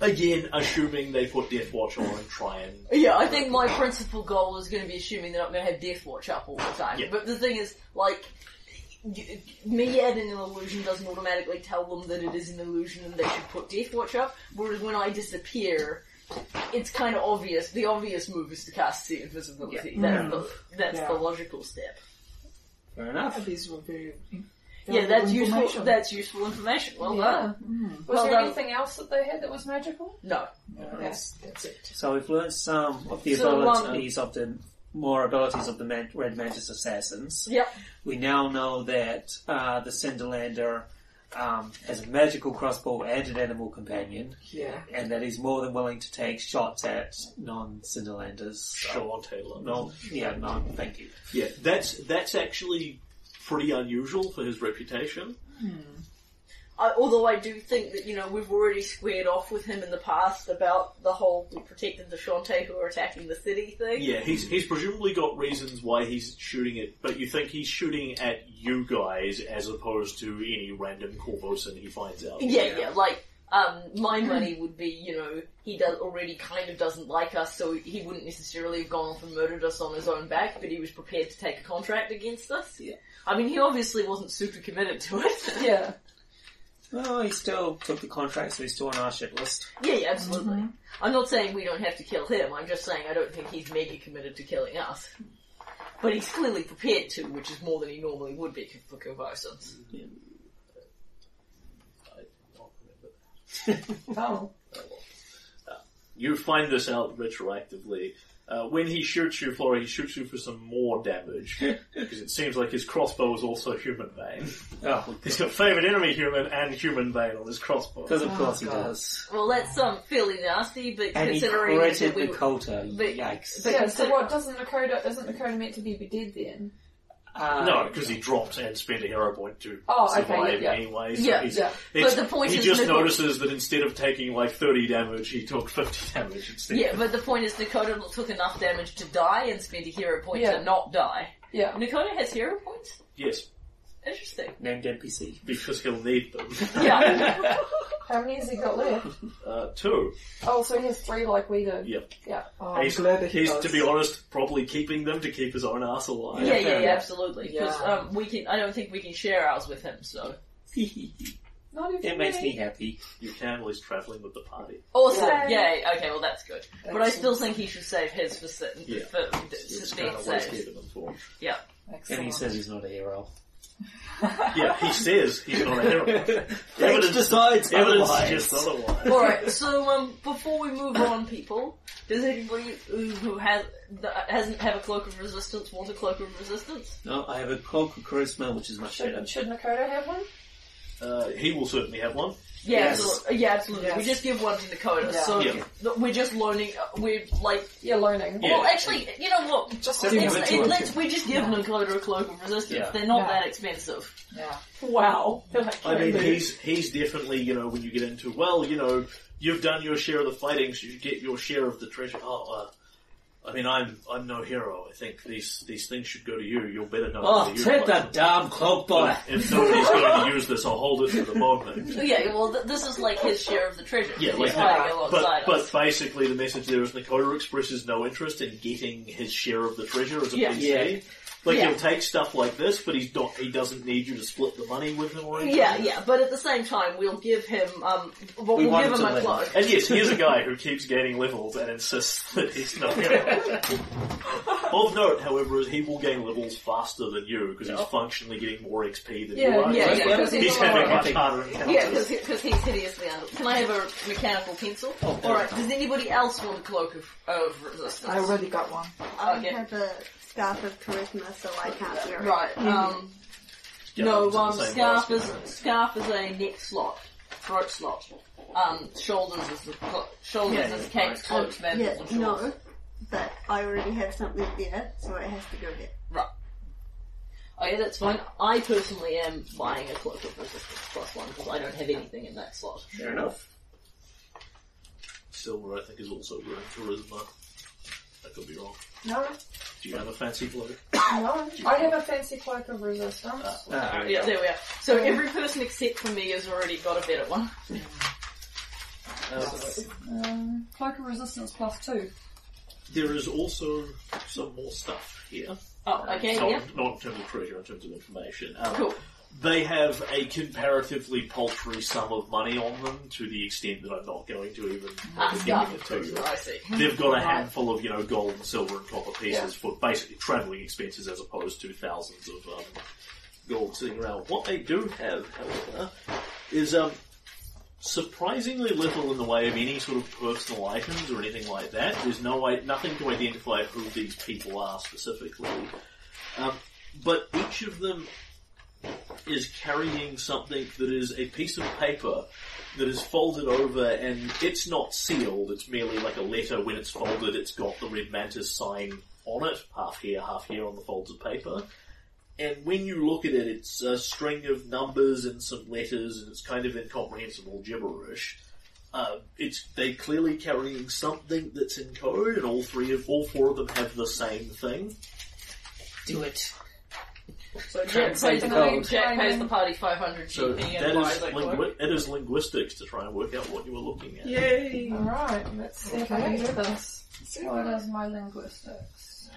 Speaker 2: Again, assuming they put Death Watch on and try and...
Speaker 4: yeah. I think my principal goal is going to be assuming that I'm going to have Death Watch up all the time.
Speaker 2: Yeah.
Speaker 4: But the thing is, like, y- me adding an illusion doesn't automatically tell them that it is an illusion and they should put Death Watch up. Whereas when I disappear, it's kind of obvious. The obvious move is to cast the invisibility. That's the that's
Speaker 8: Yeah.
Speaker 4: the logical step.
Speaker 5: Fair enough.
Speaker 8: These were very.
Speaker 4: Yeah, that's useful.
Speaker 8: information.
Speaker 4: That's useful information. Well done.
Speaker 3: Was
Speaker 4: Mm. Well
Speaker 3: there
Speaker 4: done.
Speaker 3: anything else that they had that was magical?
Speaker 4: No.
Speaker 8: That's, that's it.
Speaker 5: So we've learned some of the
Speaker 4: So, um,
Speaker 5: abilities of the more abilities of the man, Red Mantis assassins.
Speaker 4: Yep.
Speaker 5: We now know that uh, the Cinderlander um, has a magical crossbow and an animal companion,
Speaker 8: Yeah.
Speaker 5: and that he's more than willing to take shots at non-Cinderlanders.
Speaker 2: Sure, Taylor.
Speaker 5: No, yeah, no, thank you.
Speaker 2: Yeah, that's, that's actually pretty unusual for his reputation.
Speaker 4: I, although I do think that, you know, we've already squared off with him in the past about the whole we protected the Shantae who are attacking the city thing.
Speaker 2: Yeah, he's, he's presumably got reasons why he's shooting it, but you think he's shooting at you guys as opposed to any random Corvosan he finds out.
Speaker 4: Yeah, yeah, like, um, my money would be, you know, he does already kind of doesn't like us, so he wouldn't necessarily have gone off and murdered us on his own back, but he was prepared to take a contract against us.
Speaker 5: Yeah.
Speaker 4: I mean, he obviously wasn't super committed to it.
Speaker 16: Yeah.
Speaker 5: Well, he still took the contract, so he's still on our shit list.
Speaker 4: yeah, yeah, absolutely. I'm not saying we don't have to kill him, I'm just saying I don't think he's mega committed to killing us. But he's clearly prepared to, which is more than he normally would be for convulsions.
Speaker 16: Oh.
Speaker 2: You find this out retroactively. Uh, when he shoots you, Flora, he shoots you for some more damage. Because it seems like his crossbow is also human vein.
Speaker 5: Oh,
Speaker 2: He's got favourite enemy human and human vein on his crossbow.
Speaker 5: because of
Speaker 4: Oh,
Speaker 5: course he
Speaker 16: God.
Speaker 5: does.
Speaker 4: Well, that's um, fairly nasty, but
Speaker 5: And he
Speaker 4: considering that
Speaker 5: created
Speaker 4: we were,
Speaker 5: Nakota.
Speaker 4: but-
Speaker 5: Yikes.
Speaker 4: but
Speaker 3: yeah, so
Speaker 4: consider-
Speaker 3: what, doesn't Nakoda, isn't Nakoda meant to be dead then?
Speaker 5: Uh,
Speaker 2: No, because he dropped and spent a hero point to
Speaker 3: Oh, okay,
Speaker 2: survive
Speaker 3: yeah.
Speaker 2: anyway. So
Speaker 4: Yeah,
Speaker 2: he's,
Speaker 3: yeah.
Speaker 2: it's-
Speaker 4: But the point
Speaker 2: he
Speaker 4: is
Speaker 2: just
Speaker 4: that-
Speaker 2: notices that instead of taking like 30 damage, he took 50 damage instead.
Speaker 4: yeah, but the point is Dakota took enough damage to die and spent a hero point
Speaker 3: Yeah.
Speaker 4: to not die.
Speaker 3: Yeah.
Speaker 4: Dakota has hero points?
Speaker 2: Yes,
Speaker 4: Interesting.
Speaker 5: Named NPC.
Speaker 2: because he'll need them.
Speaker 4: Yeah.
Speaker 3: How many has he got left?
Speaker 2: Uh, two.
Speaker 3: Oh, so he has three like we do.
Speaker 2: Yeah.
Speaker 3: Yeah. Oh,
Speaker 2: he's,
Speaker 8: glad that he
Speaker 2: he's,
Speaker 8: does.
Speaker 2: to be honest, probably keeping them to keep his own ass alive.
Speaker 4: yeah, yeah,
Speaker 5: fair
Speaker 4: yeah,
Speaker 5: enough.
Speaker 4: absolutely. Because
Speaker 8: Yeah.
Speaker 4: um, we can, I don't think we can share ours with him, so.
Speaker 5: it
Speaker 3: not even
Speaker 5: makes me happy.
Speaker 2: You can while he's travelling with the party.
Speaker 4: Awesome,
Speaker 3: Yeah.
Speaker 4: yay, okay, well that's good. But I still think he should save his for, sit,
Speaker 2: Yeah.
Speaker 4: for
Speaker 2: It's
Speaker 4: sit-
Speaker 2: kind
Speaker 4: being
Speaker 2: of ways
Speaker 4: saved.
Speaker 2: keeping them for.
Speaker 5: And he
Speaker 8: Excellent.
Speaker 5: says he's not a hero.
Speaker 2: Yeah, he says he's not a hero.
Speaker 5: Evidence
Speaker 2: Evidence-
Speaker 5: decides
Speaker 2: Evidence
Speaker 5: otherwise.
Speaker 2: suggests otherwise.
Speaker 4: Alright, so um, before we move on, people, does anybody who who has, that hasn't have a cloak of resistance want a cloak of resistance?
Speaker 5: No, I have a cloak of charisma, which is much better.
Speaker 3: Should, should Nakoda have one?
Speaker 2: Uh, he will certainly have one.
Speaker 4: Yeah,
Speaker 5: Yes.
Speaker 4: absolutely. Yeah, absolutely. We
Speaker 8: Yes.
Speaker 4: just give one to Dakota,
Speaker 8: Yeah.
Speaker 4: so
Speaker 2: Yeah.
Speaker 4: th- we're just loaning. uh, We're like,
Speaker 3: Yeah, learning.
Speaker 2: Yeah.
Speaker 4: well, actually, you know what?
Speaker 8: Just
Speaker 5: Send him
Speaker 4: It's,
Speaker 5: over
Speaker 8: a
Speaker 5: to
Speaker 4: it,
Speaker 5: him.
Speaker 4: let's, we just give Dakota a cloak of resistance.
Speaker 5: Yeah.
Speaker 4: They're not
Speaker 8: Yeah.
Speaker 4: that expensive.
Speaker 8: Yeah.
Speaker 16: Wow.
Speaker 2: I mean, he's he's definitely you know when you get into well you know you've done your share of the fighting, so you get your share of the treasure. Oh, uh, I mean, I'm I'm no hero. I think these these things should go to you. You're better know. how
Speaker 5: Oh,
Speaker 2: to
Speaker 5: take
Speaker 2: utilize
Speaker 5: that
Speaker 2: them.
Speaker 5: damn cloak, boy!
Speaker 2: If nobody's going to use this, I'll hold it for the moment.
Speaker 4: Yeah, well, th- this is like his share of the treasure.
Speaker 2: Yeah,
Speaker 4: He's
Speaker 2: like
Speaker 4: fighting
Speaker 8: that.
Speaker 4: alongside
Speaker 2: But, but
Speaker 4: us.
Speaker 2: basically, the message there is Nakoda expresses no interest in getting his share of the treasure as a
Speaker 4: Yeah.
Speaker 2: PC.
Speaker 5: Yeah.
Speaker 2: Like
Speaker 9: Yeah.
Speaker 2: he'll take stuff like this, but he's not, he doesn't need you to split the money with him or anything.
Speaker 9: Yeah, yeah, but at the same time, we'll give him, um, well,
Speaker 5: We
Speaker 9: we'll
Speaker 5: want
Speaker 9: give
Speaker 5: him
Speaker 9: him
Speaker 5: to
Speaker 9: a
Speaker 5: live.
Speaker 9: cloak.
Speaker 2: And yes, here's a guy who keeps gaining levels and insists that he's not going Of note, however, is he will gain levels faster than you because he's functionally getting more XP than you
Speaker 8: Yeah,
Speaker 2: are.
Speaker 9: yeah,
Speaker 2: right?
Speaker 9: yeah,
Speaker 2: Like,
Speaker 9: because
Speaker 2: he's,
Speaker 9: he's a
Speaker 2: having
Speaker 9: lot
Speaker 2: much
Speaker 5: of-
Speaker 2: harder encounters.
Speaker 9: Yeah, because he's hideously under. Can I have a mechanical pencil?
Speaker 5: Oh, there
Speaker 9: Alright,
Speaker 5: it
Speaker 9: does anybody else want a cloak of, of resistance?
Speaker 13: I already got one.
Speaker 7: I
Speaker 9: Okay.
Speaker 7: have a scarf of charisma, so I can't wear it.
Speaker 9: Right, um,
Speaker 2: Yeah,
Speaker 9: no,
Speaker 2: it's the
Speaker 9: um,
Speaker 2: same
Speaker 9: scarf
Speaker 2: basket,
Speaker 9: is,
Speaker 2: right?
Speaker 9: scarf is a neck slot, throat slot. Um, shoulders is the clo- shoulders
Speaker 2: Yeah,
Speaker 9: is
Speaker 2: yeah,
Speaker 9: cape's
Speaker 2: right.
Speaker 9: cloak, vandals
Speaker 7: Yeah,
Speaker 9: and shoulders.
Speaker 7: no, but I already have something there, so it has to go there.
Speaker 9: Right. Oh yeah, that's fine. I personally am buying a cloak of resistance plus one because I don't have anything in that slot.
Speaker 5: Fair enough.
Speaker 2: Silver, I think, is also wearing charisma. I could be wrong.
Speaker 3: No,
Speaker 2: Do you have a fancy cloak?
Speaker 3: no. I have a fancy cloak of resistance.
Speaker 5: Ah,
Speaker 2: Uh,
Speaker 9: Yeah, there we are. So every person except for me has already got a better one.
Speaker 8: Um, cloak of resistance plus two.
Speaker 2: There is also some more stuff here.
Speaker 9: Oh, okay,
Speaker 2: not,
Speaker 9: yeah,
Speaker 2: not in terms of treasure, in terms of information. Um,
Speaker 9: cool.
Speaker 2: They have a comparatively paltry sum of money on them to the extent that I'm not going to even
Speaker 9: Ah,
Speaker 2: give
Speaker 9: yeah,
Speaker 2: it to you.
Speaker 9: I see.
Speaker 2: They've got a handful of, you know, gold and silver and copper pieces for basically travelling expenses as opposed to thousands of um, gold sitting around. What they do have, however, is um, surprisingly little in the way of any sort of personal items or anything like that. There's no way, nothing to identify who these people are specifically. Um, but each of them is carrying something that is a piece of paper that is folded over and it's not sealed, it's merely like a letter. When it's folded, it's got the red mantis sign on it, half here, half here on the folded paper. And when you look at it, it's a string of numbers and some letters and it's kind of incomprehensible gibberish. Uh, it's they clearly carrying something that's in code, and all three of all four of them have the same thing.
Speaker 5: Do it.
Speaker 9: So Jack
Speaker 5: Translate
Speaker 9: pays,
Speaker 5: the
Speaker 9: the,
Speaker 3: code.
Speaker 9: Jack pays the party 500
Speaker 2: So
Speaker 9: GP
Speaker 2: that
Speaker 9: and buys
Speaker 2: is
Speaker 9: a cloak.
Speaker 2: lingui- it is linguistics to try and work out what you were looking at.
Speaker 5: Yay!
Speaker 3: Alright, let's see if I can do this. What is my linguistics?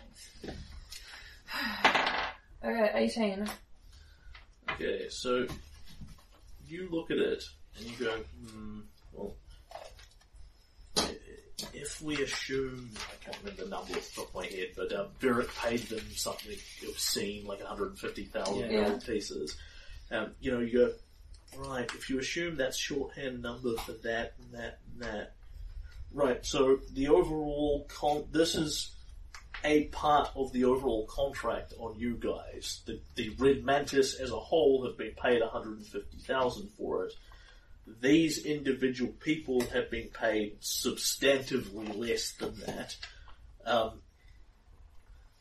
Speaker 3: Okay, 18.
Speaker 2: Okay, so you look at it and you go, hmm, well, if we assume, I can't remember the number off the top of my head, but um, Beric paid them something obscene, like 150,000
Speaker 3: Yeah.
Speaker 2: gold pieces. Um, you know, you go, right, if you assume that shorthand number for that and that and that, right, so the overall con, this is a part of the overall contract on you guys. The, the Red Mantis as a whole have been paid 150,000 for it. These individual people have been paid substantively less than that. Um,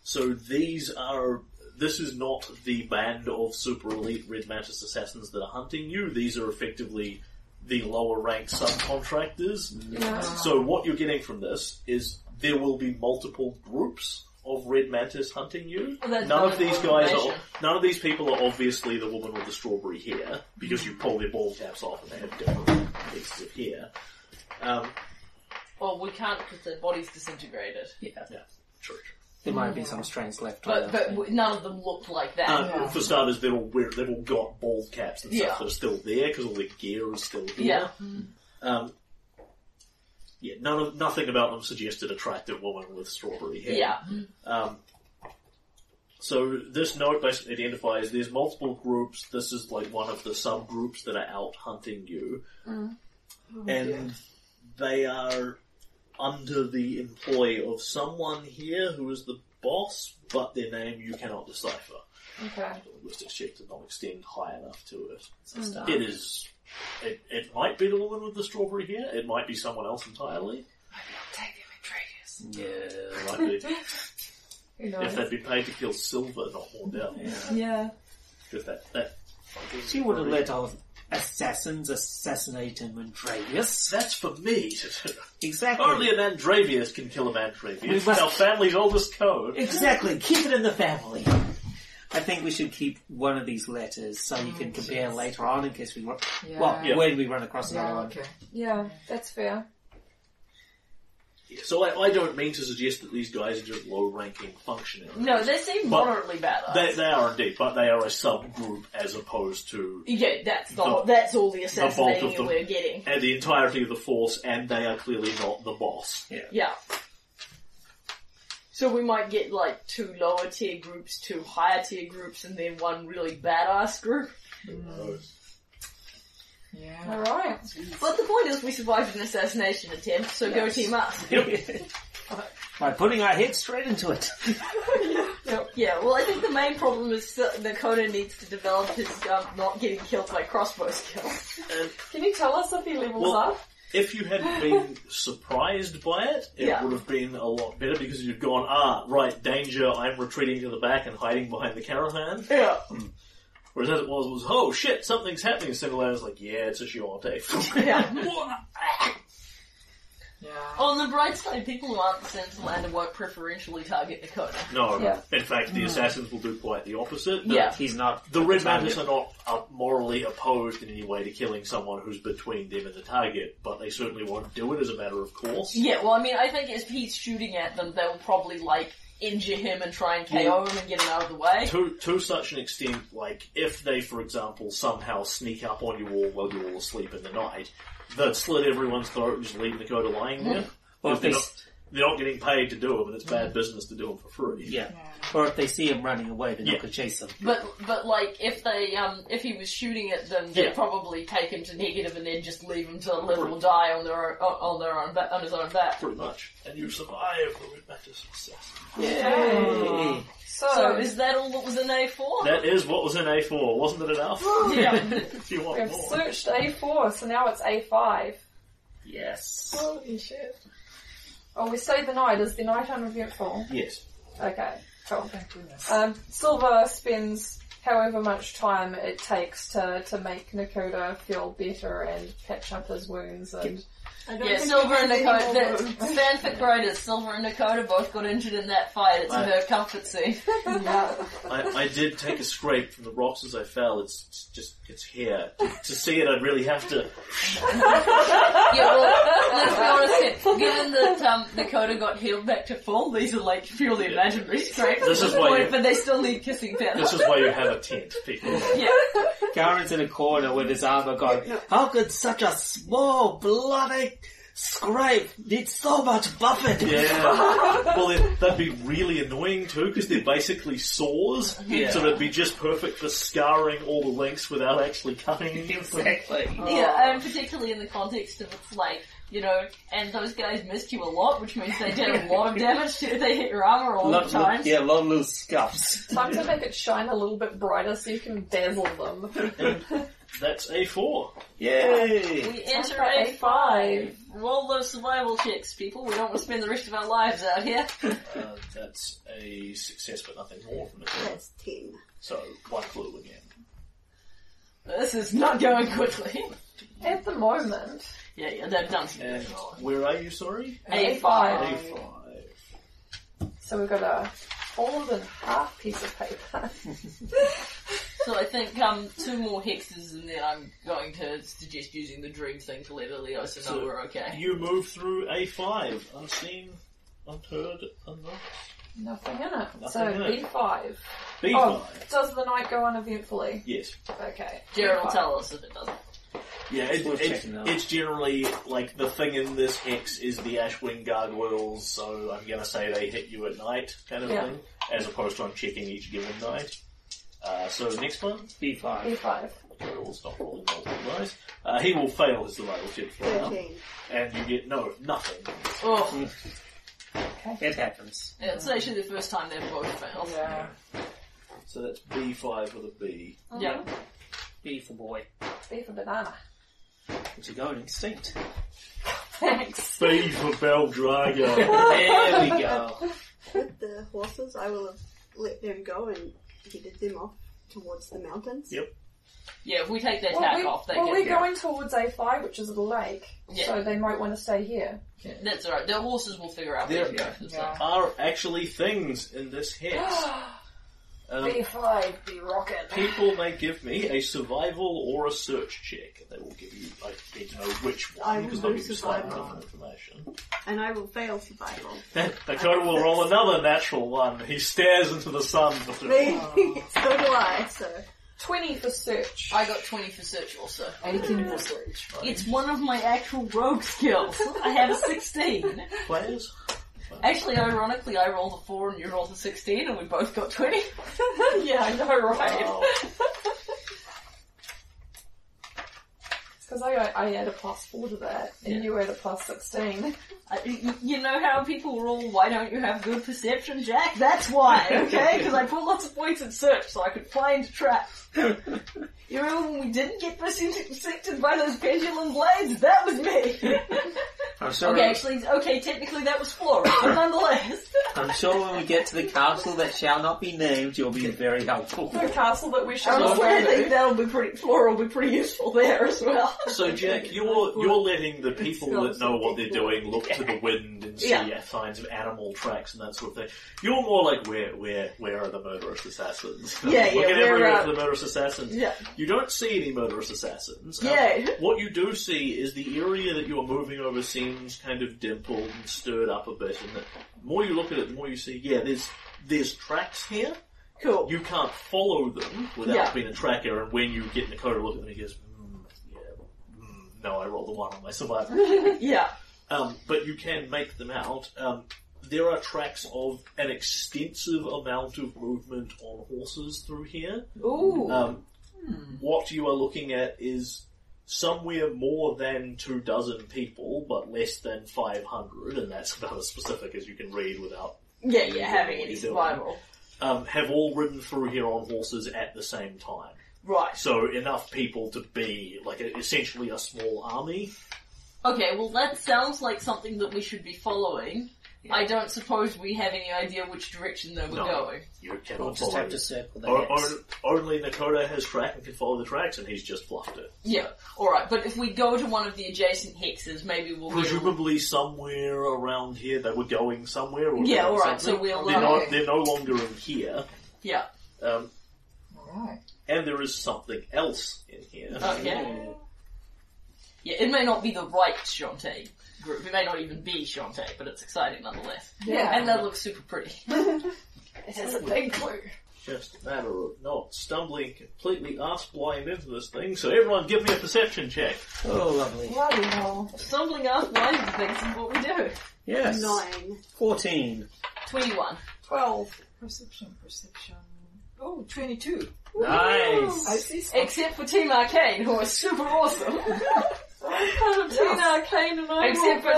Speaker 2: so these are, this is not the band of super elite Red Mantis assassins that are hunting you. These are effectively the lower rank subcontractors. So what you're getting from this is there will be multiple groups of red mantis hunting you.
Speaker 9: Well, that's
Speaker 2: none
Speaker 9: not
Speaker 2: of these
Speaker 9: an
Speaker 2: guys are,
Speaker 9: organization.
Speaker 2: none of these people are obviously the woman with the strawberry hair because you pull their ball caps off and they have different pieces of hair. Um,
Speaker 9: Well, we can't because their body's disintegrated.
Speaker 2: true.
Speaker 5: There might be some strings left.
Speaker 9: But but w- none of them look like that.
Speaker 2: Uh, For starters, they're all wear, they've all got bald caps and
Speaker 9: Yeah.
Speaker 2: stuff that are still there because all their gear is still here.
Speaker 9: Yeah.
Speaker 2: Um, yeah, none of, nothing about them suggested attractive woman with strawberry hair.
Speaker 9: Yeah.
Speaker 2: Um, so this note basically identifies there's multiple groups. This is like one of the subgroups that are out hunting you, and they are under the employ of someone here who is the boss, but their name you cannot decipher.
Speaker 3: Okay.
Speaker 2: The linguistics check did not extend high enough to it. It is. It, it might be the woman with the strawberry hair. It might be someone else entirely. Yeah, might be.
Speaker 3: Who
Speaker 2: if
Speaker 3: knows?
Speaker 2: they'd been paid to kill silver, not more down.
Speaker 8: Yeah.
Speaker 2: Because that, that
Speaker 5: She would have let off assassins assassinate a Mandravius.
Speaker 2: that's for me to do.
Speaker 5: Exactly.
Speaker 2: Only a Mandravius can kill a Mandravius.
Speaker 5: We must-
Speaker 2: Our family's oldest code.
Speaker 5: Exactly. Keep it in the family. I think we should keep one of these letters so you can compare later on in case we run.
Speaker 13: Yeah.
Speaker 5: Well,
Speaker 2: Yeah.
Speaker 5: when we run across another
Speaker 13: yeah,
Speaker 5: one.
Speaker 13: okay.
Speaker 3: Yeah, that's fair.
Speaker 2: So I, I don't mean to suggest that these guys are just low-ranking functionaries.
Speaker 4: No, they seem
Speaker 2: But
Speaker 4: moderately badass.
Speaker 2: They, they are indeed, but they are a subgroup as opposed to
Speaker 4: yeah, that's the,
Speaker 2: The-
Speaker 4: whole- that's all the
Speaker 2: bulk of
Speaker 4: assassinating
Speaker 2: them.
Speaker 4: we're getting.
Speaker 2: and the entirety of the force, and they are clearly not the boss.
Speaker 4: Yeah. So we might get like two lower tier groups, two higher tier groups, and then one really badass group.
Speaker 13: Yeah.
Speaker 8: Alright.
Speaker 4: But the point is, we survived an assassination attempt, so go team us.
Speaker 5: By putting our head straight into it.
Speaker 4: Yeah, well, I think the main problem is that Nakona needs to develop his um, not getting killed by crossbow skills.
Speaker 8: Can you tell us if he levels
Speaker 2: Well-
Speaker 8: up?
Speaker 2: If you had been surprised by it, it
Speaker 4: Yeah.
Speaker 2: would have been a lot better because you'd gone, ah, right, danger, I'm retreating to the back and hiding behind the caravan.
Speaker 4: Yeah.
Speaker 2: Whereas as it was, it was, oh shit, something's happening. Single was like, yeah, it's a Shiante.
Speaker 4: yeah.
Speaker 13: Yeah.
Speaker 4: On the bright side, people who aren't the Sentinel won't preferentially target Nakona.
Speaker 2: no,
Speaker 8: Yeah.
Speaker 2: in fact, the assassins will do quite the opposite. The-
Speaker 4: Yeah.
Speaker 5: He's not.
Speaker 2: The Red Mantis
Speaker 5: target.
Speaker 2: are not uh, morally opposed in any way to killing someone who's between them and the target, but they certainly won't do it as a matter of course.
Speaker 4: Yeah, well, I mean, I think if he's shooting at them, they'll probably, like, injure him and try and KO him and get him out of the way.
Speaker 2: To to such an extent, like if they, for example, somehow sneak up on you all while you're all asleep in the night, they'd slit everyone's throat and just leave Dakota lying there.
Speaker 5: Or
Speaker 2: If
Speaker 5: if, they,
Speaker 2: they're, not, they're not getting paid to do them, and it's bad business to do them for free.
Speaker 5: yeah. or if they see him running away, they're
Speaker 2: Yeah.
Speaker 5: not going to chase him.
Speaker 4: But, but like, if they, um, if he was shooting at them, they'd
Speaker 2: Yeah.
Speaker 4: probably take him to negative and then just leave him to live or die on their own, on their own, ba- on his own back.
Speaker 2: Pretty much. And you survive the Red Mantis success.
Speaker 5: Yay!
Speaker 8: So,
Speaker 3: Oh.
Speaker 4: So, is that all that was in A4?
Speaker 2: That is what was in A4, wasn't it enough?
Speaker 4: Oh, yeah.
Speaker 2: if you
Speaker 8: we've
Speaker 2: want more.
Speaker 8: searched A4, so now it's A5.
Speaker 5: Yes.
Speaker 8: Holy shit. Oh, we stayed the night. Is the night uneventful?
Speaker 2: Yes.
Speaker 8: Okay, cool.
Speaker 13: Thank goodness.
Speaker 8: Um, Silver spends however much time it takes to, to make Nakoda feel better and patch up his wounds and
Speaker 7: I don't
Speaker 4: Yeah,
Speaker 7: think
Speaker 4: Silver
Speaker 7: he
Speaker 4: and
Speaker 7: has
Speaker 4: Dakota,
Speaker 7: any more
Speaker 4: the
Speaker 7: room.
Speaker 4: fanfic writers, Silver and Dakota both got injured in that fight. It's
Speaker 2: Right.
Speaker 4: her comfort scene.
Speaker 2: I, I did take a scrape from the rocks as I fell. It's, it's just, it's here. To, to see it, I'd really have to.
Speaker 4: Yeah, well, let's be honest here. Given that um, Dakota got healed back to full, these are like purely imaginary scrapes.
Speaker 2: This is why you-
Speaker 4: But they still need kissing
Speaker 2: This
Speaker 4: Thanos.
Speaker 2: is why you have a tent, people.
Speaker 4: Yeah.
Speaker 5: Garen's in a corner with his armor going, how could such a small, bloody scribe need so much buffing?
Speaker 2: Yeah. well, it, that'd be really annoying too, because they're basically saws,
Speaker 5: Yeah.
Speaker 2: so it'd be just perfect for scarring all the links without actually cutting. anything.
Speaker 5: Exactly.
Speaker 4: Yeah, and particularly in the context of it's like, you know, and those guys missed you a lot, which means they did a lot of damage to they hit your armor all
Speaker 5: Lot,
Speaker 4: the time.
Speaker 5: yeah, lot of loose scuffs.
Speaker 8: time to make it shine a little bit brighter so you can dazzle them.
Speaker 2: That's A4.
Speaker 5: Yay!
Speaker 4: We
Speaker 8: That's
Speaker 4: enter
Speaker 8: for
Speaker 4: A5. Roll those survival checks, people. We don't want to spend the rest of our lives out here.
Speaker 2: Uh, that's a success, but nothing more from it.
Speaker 7: That's ten.
Speaker 2: So, one clue again.
Speaker 4: This is not going quickly.
Speaker 8: At the moment,
Speaker 4: Yeah, yeah, they've done some
Speaker 2: And where are you, sorry?
Speaker 4: A5.
Speaker 2: A5.
Speaker 8: so we've got a more than half piece of paper.
Speaker 4: So I think um, two more hexes, and then I'm going to suggest using the dream thing to let Eliosa know
Speaker 2: So-
Speaker 4: we're okay.
Speaker 2: You move through A5, unseen, unheard, unknown.
Speaker 8: Nothing in it. so
Speaker 2: Nothing in it.
Speaker 8: B5.
Speaker 2: B5.
Speaker 8: Oh, does the night go uneventfully?
Speaker 2: Yes.
Speaker 8: Okay. E
Speaker 4: Gerald,
Speaker 8: B5.
Speaker 4: tell us if it doesn't.
Speaker 2: Yeah, it,
Speaker 5: worth
Speaker 2: it's,
Speaker 5: checking out.
Speaker 2: it's generally like the thing in this hex is the Ashwing gargoyles, so I'm gonna say they hit you at night, kind of
Speaker 8: Yeah.
Speaker 2: thing, as opposed to I'm checking each given night. Uh, so next one,
Speaker 5: B5.
Speaker 8: B5.
Speaker 2: okay, we'll stop rolling multiple dice. Uh, he will fail his survival check for now,
Speaker 7: Thirteen.
Speaker 2: and you get no, nothing.
Speaker 4: Oh,
Speaker 5: It happens.
Speaker 4: yeah, it's actually the first time they've both failed.
Speaker 13: Yeah.
Speaker 2: So that's B5 with a B.
Speaker 4: Yeah.
Speaker 5: B for boy.
Speaker 8: B Mm-hmm. E for banana.
Speaker 5: Which are going extinct.
Speaker 8: Thanks.
Speaker 2: B for Beldrago.
Speaker 5: There we go.
Speaker 7: With the horses, I will have let them go and headed them off towards the mountains.
Speaker 2: Yep.
Speaker 4: Yeah, if we take their
Speaker 8: well,
Speaker 4: tack
Speaker 8: we,
Speaker 4: off, they
Speaker 8: well, we're
Speaker 4: get.
Speaker 8: going towards A5, which is the lake,
Speaker 4: Yeah.
Speaker 8: so they might want to stay here.
Speaker 4: That's alright. Their horses will figure out
Speaker 2: There
Speaker 4: where to
Speaker 2: we
Speaker 4: go.
Speaker 2: go.
Speaker 4: It's
Speaker 13: Yeah.
Speaker 2: are actually things in this hex. Um,
Speaker 3: B5, B rocket.
Speaker 2: people may give me a survival or a search check. and They will give you, I need to know which
Speaker 7: I
Speaker 2: one, because
Speaker 7: will
Speaker 2: they'll
Speaker 7: do
Speaker 2: give you slightly
Speaker 7: survival.
Speaker 2: different information.
Speaker 7: And I will fail survival.
Speaker 2: Dakota will roll another natural one. He stares into the sun.
Speaker 7: Me? so do I, so.
Speaker 8: 20 for search.
Speaker 4: I got 20 for search also.
Speaker 8: 18 for search.
Speaker 4: It's one of my actual rogue skills. I have a 16.
Speaker 2: Players?
Speaker 4: Actually, ironically, I rolled a 4 and you rolled a 16 and we both got 20.
Speaker 8: yeah, I know, right?
Speaker 2: Wow.
Speaker 8: Because I, I add a plus 4 to that, and
Speaker 4: Yeah.
Speaker 8: you add a plus 16.
Speaker 4: I- y- you know how people roll, why don't you have good perception, Jack? That's why, okay? Because I put lots of points in search so I could find traps. You remember when we didn't get intersected by those pendulum blades? That was me!
Speaker 5: I'm sure.
Speaker 4: okay, actually, okay, technically that was Flora, but nonetheless.
Speaker 5: I'm sure when we get to the castle that shall not be named, you'll be very helpful.
Speaker 8: The castle that we shall
Speaker 4: Honestly, I
Speaker 8: not
Speaker 4: think that'll be pretty, Flora will be pretty useful there as well.
Speaker 2: So Jack, you're you're letting the people that know what they're doing look to the wind and see
Speaker 4: Yeah.
Speaker 2: signs of animal tracks and that sort of thing. You're more like where where where are the murderous assassins?
Speaker 4: Yeah, uh, yeah,
Speaker 2: Looking
Speaker 4: where
Speaker 2: everywhere
Speaker 4: are-
Speaker 2: for the murderous assassins.
Speaker 4: Yeah.
Speaker 2: You don't see any murderous assassins. Um,
Speaker 4: Yay.
Speaker 2: What you do see is the area that you are moving over seems kind of dimpled and stirred up a bit, and the more you look at it, the more you see. Yeah, there's there's tracks here.
Speaker 4: Cool.
Speaker 2: You can't follow them without
Speaker 4: Yeah.
Speaker 2: being a tracker, and when you get Nakoda to look at them, he goes, mm, yeah, mm, no, I rolled a one on my survival.
Speaker 4: Yeah.
Speaker 2: um, but you can make them out. Um, there are tracks of an extensive amount of movement on horses through here.
Speaker 8: Ooh.
Speaker 2: Um,
Speaker 5: Hmm.
Speaker 2: What you are looking at is somewhere more than two dozen people, but less than 500, and that's about as specific as you can read without,
Speaker 4: Yeah, yeah, having
Speaker 2: What are
Speaker 4: any
Speaker 2: you doing?
Speaker 4: survival.
Speaker 2: um, have all ridden through here on horses at the same time.
Speaker 4: Right.
Speaker 2: So enough people to be like a, essentially a small army.
Speaker 4: Okay, well that sounds like something that we should be following. I don't suppose we have any idea which direction they were
Speaker 2: No.
Speaker 4: going.
Speaker 2: You cannot
Speaker 5: We'll just
Speaker 2: follow.
Speaker 5: have to circle the
Speaker 2: O-
Speaker 5: heads.
Speaker 2: on- only Nakoda has track and can follow the tracks, and he's just fluffed it.
Speaker 4: Yeah, alright, but if we go to one of the adjacent hexes, maybe we'll get a-
Speaker 2: Presumably somewhere around here they were going somewhere. Or
Speaker 4: Yeah,
Speaker 2: doing
Speaker 4: alright, so
Speaker 2: something.
Speaker 4: we'll,
Speaker 2: They're, not,
Speaker 4: uh,
Speaker 2: they're no longer in here,
Speaker 4: Yeah,
Speaker 2: um,
Speaker 13: Alright.
Speaker 2: and there is something else in here.
Speaker 4: okay. Yeah, it may not be the right Shantae group, it may not even be Shantae, but it's exciting nonetheless.
Speaker 13: Yeah.
Speaker 4: And that looks super pretty.
Speaker 3: It is a big clue.
Speaker 2: Just a matter of not stumbling completely ass blind into this thing. So everyone, give me a perception check.
Speaker 5: Oh, lovely.
Speaker 8: Bloody hell.
Speaker 4: Stumbling up blind things is what we do.
Speaker 5: Yes.
Speaker 7: Nine.
Speaker 5: 14.
Speaker 4: 21.
Speaker 8: 12.
Speaker 13: Perception, perception. Oh, 22.
Speaker 5: Nice.
Speaker 8: I see something.
Speaker 4: Except for Team Arcane, who was super awesome.
Speaker 8: Tina Arcane and I
Speaker 4: Except for...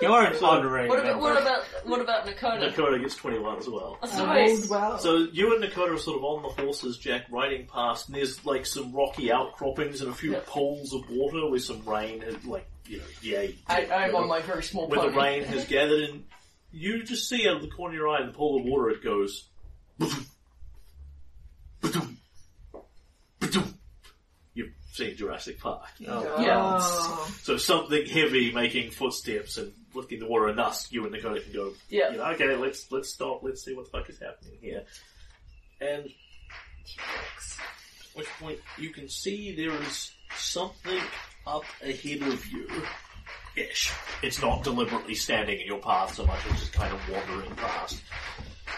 Speaker 5: You're an honorary
Speaker 4: What about,
Speaker 5: member.
Speaker 4: what about, what about Nakoda?
Speaker 2: Nakoda gets 21 as well.
Speaker 4: That's
Speaker 13: Rolled
Speaker 4: nice.
Speaker 13: well.
Speaker 2: So you and Dakota are sort of on the horses, Jack, riding past, and there's like some rocky outcroppings and a few
Speaker 4: Yep.
Speaker 2: pools of water where some rain has, like, you know, yay,
Speaker 4: I, I'm on my very small
Speaker 2: where
Speaker 4: pony.
Speaker 2: the rain has gathered, and you just see out of the corner of your eye in the pool of water, it goes, ba-doom, ba-doom, ba-doom. You've seen Jurassic Park.
Speaker 5: Oh,
Speaker 4: Yeah.
Speaker 13: Oh.
Speaker 2: So something heavy making footsteps and looking the water and us, you and Dakota can go,
Speaker 4: Yeah.
Speaker 2: you know, okay, let's let's stop. Let's see what the fuck is happening here. And at which point you can see there is something up ahead of you. Ish. It's not deliberately standing in your path so much; it's just kind of wandering past.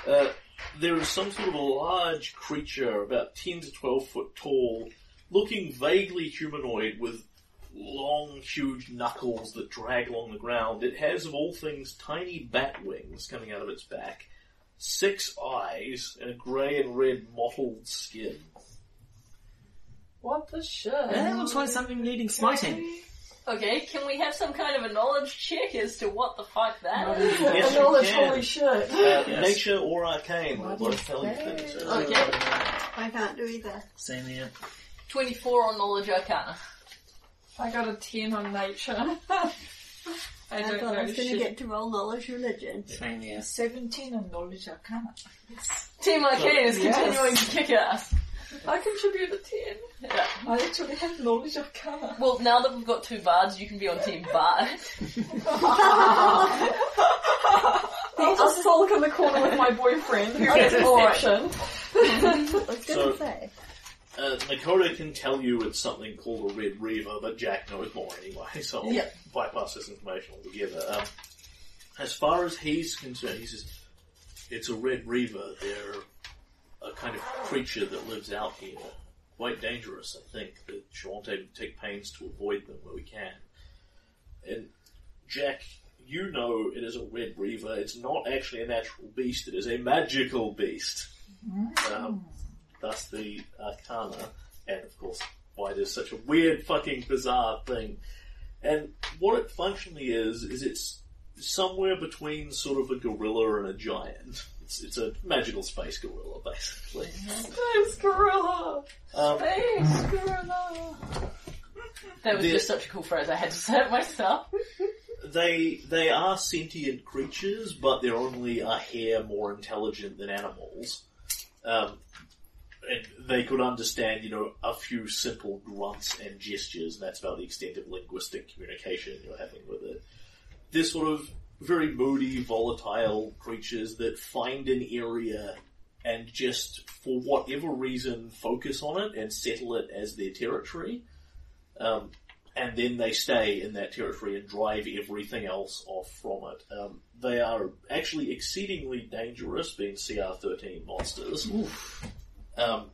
Speaker 2: Uh, there is some sort of a large creature, about ten to twelve foot tall, looking vaguely humanoid with long, huge knuckles that drag along the ground. It has, of all things, tiny bat wings coming out of its back, six eyes, and a grey and red mottled skin.
Speaker 8: What the shit?
Speaker 5: That looks like something needing smiting.
Speaker 4: Okay, can we have some kind of a knowledge check as to what the fuck that is?
Speaker 2: Yes, you
Speaker 8: Knowledge,
Speaker 2: can.
Speaker 8: holy shit.
Speaker 2: Uh,
Speaker 5: Yes.
Speaker 2: Nature or arcane, will both tell you things.
Speaker 4: Okay,
Speaker 7: I can't do either.
Speaker 5: Same here.
Speaker 4: 24 on Knowledge Arcana.
Speaker 8: I got a 10 on nature. I
Speaker 7: I,
Speaker 8: don't
Speaker 7: thought I
Speaker 8: know
Speaker 7: was
Speaker 8: shit.
Speaker 7: going to get to roll knowledge religion.
Speaker 5: Same here.
Speaker 13: 17 on knowledge arcana.
Speaker 4: Team Arcane is
Speaker 8: Yes.
Speaker 4: continuing to kick ass.
Speaker 8: I contribute a 10.
Speaker 4: Yeah.
Speaker 8: I actually have knowledge of colour.
Speaker 4: Well, now that we've got two bards, you can be on Team Bard.
Speaker 8: I'll just sulk in the corner with my boyfriend who gets perception.
Speaker 7: I was
Speaker 2: So-
Speaker 7: gonna say.
Speaker 2: Uh, Nakoda can tell you it's something called a Red Reaver, but Jack knows more anyway, so I'll
Speaker 4: Yeah.
Speaker 2: bypass this information altogether. Um, as far as he's concerned, he says, it's a Red Reaver. They're a kind of creature that lives out here. Quite dangerous, I think. But Shawante take pains to avoid them where we can. And Jack, you know it is a Red Reaver. It's not actually a natural beast. It is a magical beast. Um, that's the arcana, and of course, why there's such a weird, fucking, bizarre thing. And what it functionally is, is it's somewhere between sort of a gorilla and a giant. It's, it's a magical space gorilla, basically.
Speaker 8: Thanks, gorilla.
Speaker 2: Um,
Speaker 8: Thanks, gorilla.
Speaker 4: That was
Speaker 2: The-
Speaker 4: just such a cool phrase. I had to say it myself.
Speaker 2: they they are sentient creatures, but they're only a hair more intelligent than animals. Um, and they could understand, you know, a few simple grunts and gestures, and that's about the extent of linguistic communication you're having with it. They're sort of very moody, volatile creatures that find an area and just, for whatever reason, focus on it and settle it as their territory. Um, and then they stay in that territory and drive everything else off from it. Um, they are actually exceedingly dangerous, being CR13 monsters. Um,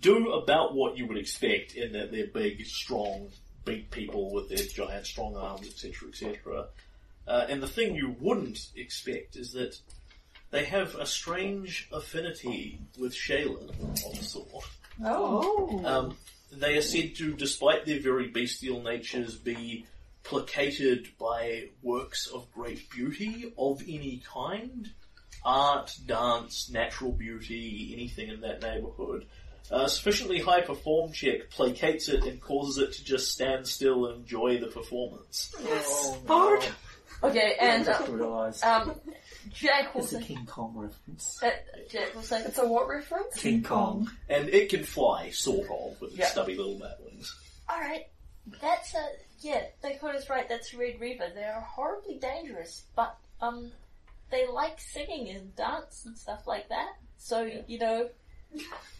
Speaker 2: do about what you would expect in that they're big, strong, big people with their giant, strong arms, etc., etc. Uh, and the thing you wouldn't expect is that they have a strange affinity with Shaylin of a sort.
Speaker 8: Oh.
Speaker 2: Um, they are said to, despite their very bestial natures, be placated by works of great beauty of any kind. Art, dance, natural beauty, anything in that neighbourhood. A sufficiently high perform check placates it and causes it to just stand still and enjoy the performance.
Speaker 5: Oh,
Speaker 8: Bard.
Speaker 4: Okay,
Speaker 5: I
Speaker 4: and uh,
Speaker 5: just realised.
Speaker 4: um, Jack will
Speaker 5: It's a
Speaker 4: say.
Speaker 5: King Kong reference.
Speaker 4: Uh, Jack will say.
Speaker 8: It's a what reference?
Speaker 5: King Kong.
Speaker 2: And it can fly, sort of, with its
Speaker 4: Yeah.
Speaker 2: stubby little bat wings.
Speaker 9: Alright. That's a, yeah, Dakota's right, that's Red Reaver. They're horribly dangerous, but, um, they like singing and dance and stuff like that. So, you know,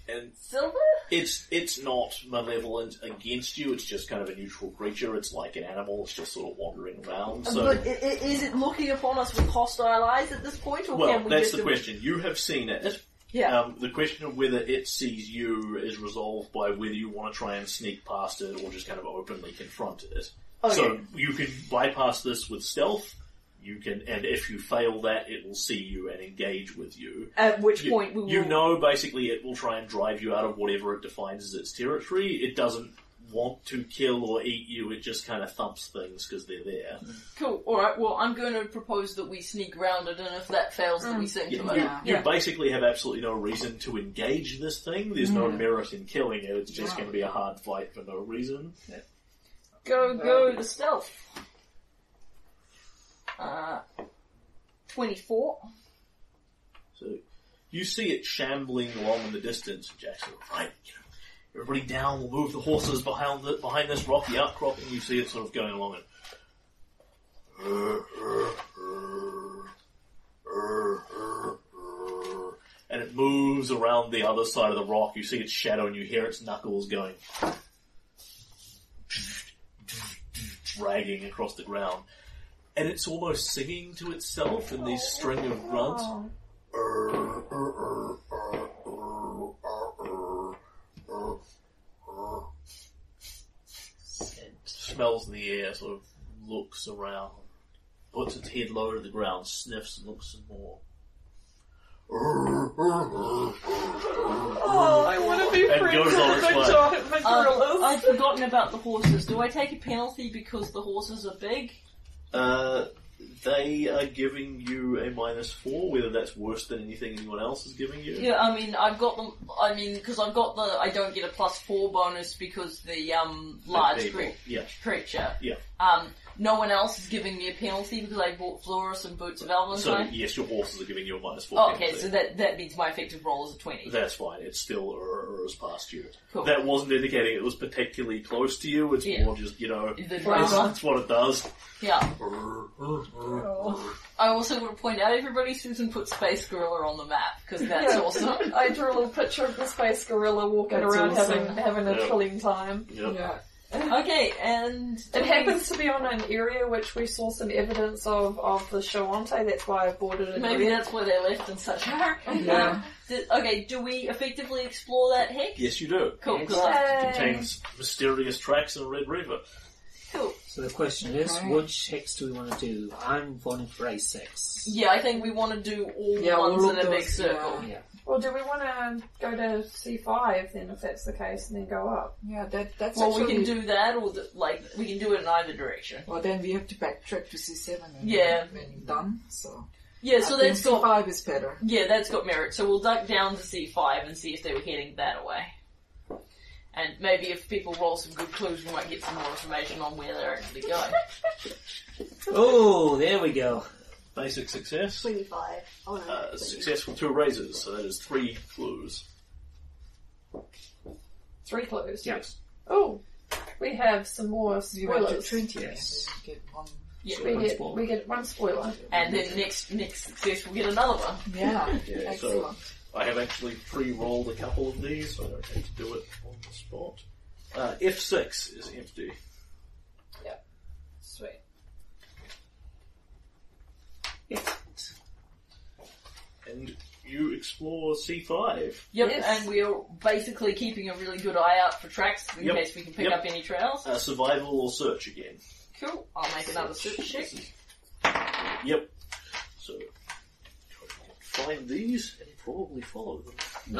Speaker 2: And
Speaker 9: Silver?
Speaker 2: It's it's not malevolent against you. It's just kind of a neutral creature. It's like an animal. It's just sort of wandering around. So,
Speaker 9: but i- i- is it looking upon us with hostile eyes at this point, or
Speaker 2: well,
Speaker 9: can we
Speaker 2: that's
Speaker 9: just
Speaker 2: the question. You have seen it.
Speaker 9: Yeah.
Speaker 2: Um, the question of whether it sees you is resolved by whether you want to try and sneak past it or just kind of openly confront it.
Speaker 9: Oh,
Speaker 2: So you can bypass this with stealth. You can, and if you fail that, it will see you and engage with you.
Speaker 9: At which
Speaker 2: you,
Speaker 9: point we will.
Speaker 2: you know basically it will try and drive you out of whatever it defines as its territory. It doesn't want to kill or eat you. It just kind of thumps things because they're there.
Speaker 4: Cool. All right. Well, I'm going to propose that we sneak round it, and if that fails, then we sing
Speaker 2: You,
Speaker 4: to it.
Speaker 2: you-
Speaker 4: Yeah.
Speaker 2: you basically have absolutely no reason to engage this thing. There's no merit in killing it. It's just going to be a hard fight for no reason.
Speaker 4: Go, go to stealth. Uh, twenty-four.
Speaker 2: So you see it shambling along in the distance. Jackson, right? You know, everybody down. We'll move the horses behind the, behind this rocky outcrop, and you see it sort of going along and. And it moves around the other side of the rock. You see its shadow, and you hear its knuckles going, dragging across the ground. And it's almost singing to itself in these string of grunts. smells in the air, sort of looks around, puts its head low to the ground, sniffs and looks some more.
Speaker 8: Oh, I want to be
Speaker 2: And
Speaker 8: friends
Speaker 2: goes
Speaker 8: with
Speaker 2: on
Speaker 8: the,
Speaker 2: its way.
Speaker 8: giant- the
Speaker 4: Um,
Speaker 8: gorillas.
Speaker 4: I've forgotten about the horses. Do I take a penalty because the horses are big?
Speaker 2: Uh, they are giving you a minus four, whether that's worse than anything anyone else is giving you.
Speaker 4: Yeah, I mean, I've got them. I mean, because I've got the. I don't get a plus four bonus because the um large
Speaker 2: People.
Speaker 4: cre-
Speaker 2: Yeah.
Speaker 4: creature.
Speaker 2: Yeah.
Speaker 4: Um, no one else is giving me a penalty because I bought Flora some boots of
Speaker 2: So
Speaker 4: Valentine.
Speaker 2: yes, your horses are giving you a minus four.
Speaker 4: Oh, okay,
Speaker 2: penalty.
Speaker 4: so that that means my effective roll is a twenty.
Speaker 2: That's fine. It's still uh, is past you.
Speaker 4: Cool.
Speaker 2: That wasn't indicating it was particularly close to you. It's
Speaker 4: Yeah.
Speaker 2: more just you know
Speaker 4: the
Speaker 2: it's,
Speaker 4: drama.
Speaker 2: it's what it does.
Speaker 4: Yeah. I also want to point out everybody, Susan put Space Gorilla on the map, because that's
Speaker 3: Yeah.
Speaker 4: awesome.
Speaker 3: I drew a little picture of the space gorilla walking
Speaker 4: That's
Speaker 3: around
Speaker 4: awesome.
Speaker 3: having having a
Speaker 2: Yeah.
Speaker 3: thrilling time.
Speaker 2: Yep.
Speaker 4: Okay, and...
Speaker 3: It happens to be on an area which we saw some evidence of of the Shawante. That's why I boarded it.
Speaker 4: Maybe that's why they left in such a hurry.
Speaker 3: Yeah.
Speaker 4: Um, th- okay, do we effectively explore that hex?
Speaker 2: Yes, you do.
Speaker 4: Cool,
Speaker 5: Yes.
Speaker 4: good.
Speaker 2: It contains mysterious tracks in Red River.
Speaker 4: cool.
Speaker 5: So the question is,
Speaker 8: Okay.
Speaker 5: which hex do we want to do? I'm voting for a six.
Speaker 4: Yeah, I think we want to do all
Speaker 8: Yeah,
Speaker 4: ones
Speaker 8: all
Speaker 4: in
Speaker 8: of
Speaker 4: a big
Speaker 8: those,
Speaker 4: circle.
Speaker 5: Yeah.
Speaker 3: Well, do we want to go to C5 then, if that's the case, and then go up?
Speaker 8: Yeah, that, that's
Speaker 4: Well,
Speaker 8: actually...
Speaker 4: we can do that, or the, like we can do it in either direction.
Speaker 8: Well, then we have to backtrack to C7 and
Speaker 4: Yeah.
Speaker 8: and done, so...
Speaker 4: Yeah, so
Speaker 8: I think
Speaker 4: that's got
Speaker 8: C5 is better.
Speaker 4: yeah, that's got merit. So we'll duck down to C five and see if they were heading that way. And maybe if people roll some good clues, we might get some more information on where they're actually going.
Speaker 5: Oh, there we go.
Speaker 2: Basic success.
Speaker 7: 25. Oh no.
Speaker 2: Uh,
Speaker 7: 20.
Speaker 2: success with two raises, so that is three clues.
Speaker 3: Three clues.
Speaker 5: Yes.
Speaker 3: Oh, we have some more
Speaker 8: You went to
Speaker 3: spoilers.
Speaker 8: 20
Speaker 5: Yes.
Speaker 8: and then get one...
Speaker 3: We
Speaker 5: One
Speaker 3: get,
Speaker 5: spoiler.
Speaker 3: we get one spoiler.
Speaker 4: and then next next success, we'll get another one.
Speaker 8: Yeah,
Speaker 2: Yeah, so
Speaker 8: excellent.
Speaker 2: I have actually pre-rolled a couple of these, so I don't have to do it on the spot. Uh, F6 is empty.
Speaker 3: Sweet.
Speaker 2: And you explore C5.
Speaker 4: Yep,
Speaker 3: Yes.
Speaker 4: and we're basically keeping a really good eye out for tracks in
Speaker 2: Yep.
Speaker 4: case we can pick
Speaker 2: Yep.
Speaker 4: up any trails.
Speaker 2: Uh, survival or search again.
Speaker 4: Cool. I'll make another search check.
Speaker 2: Yep. So, find these and probably follow them.
Speaker 4: Yay.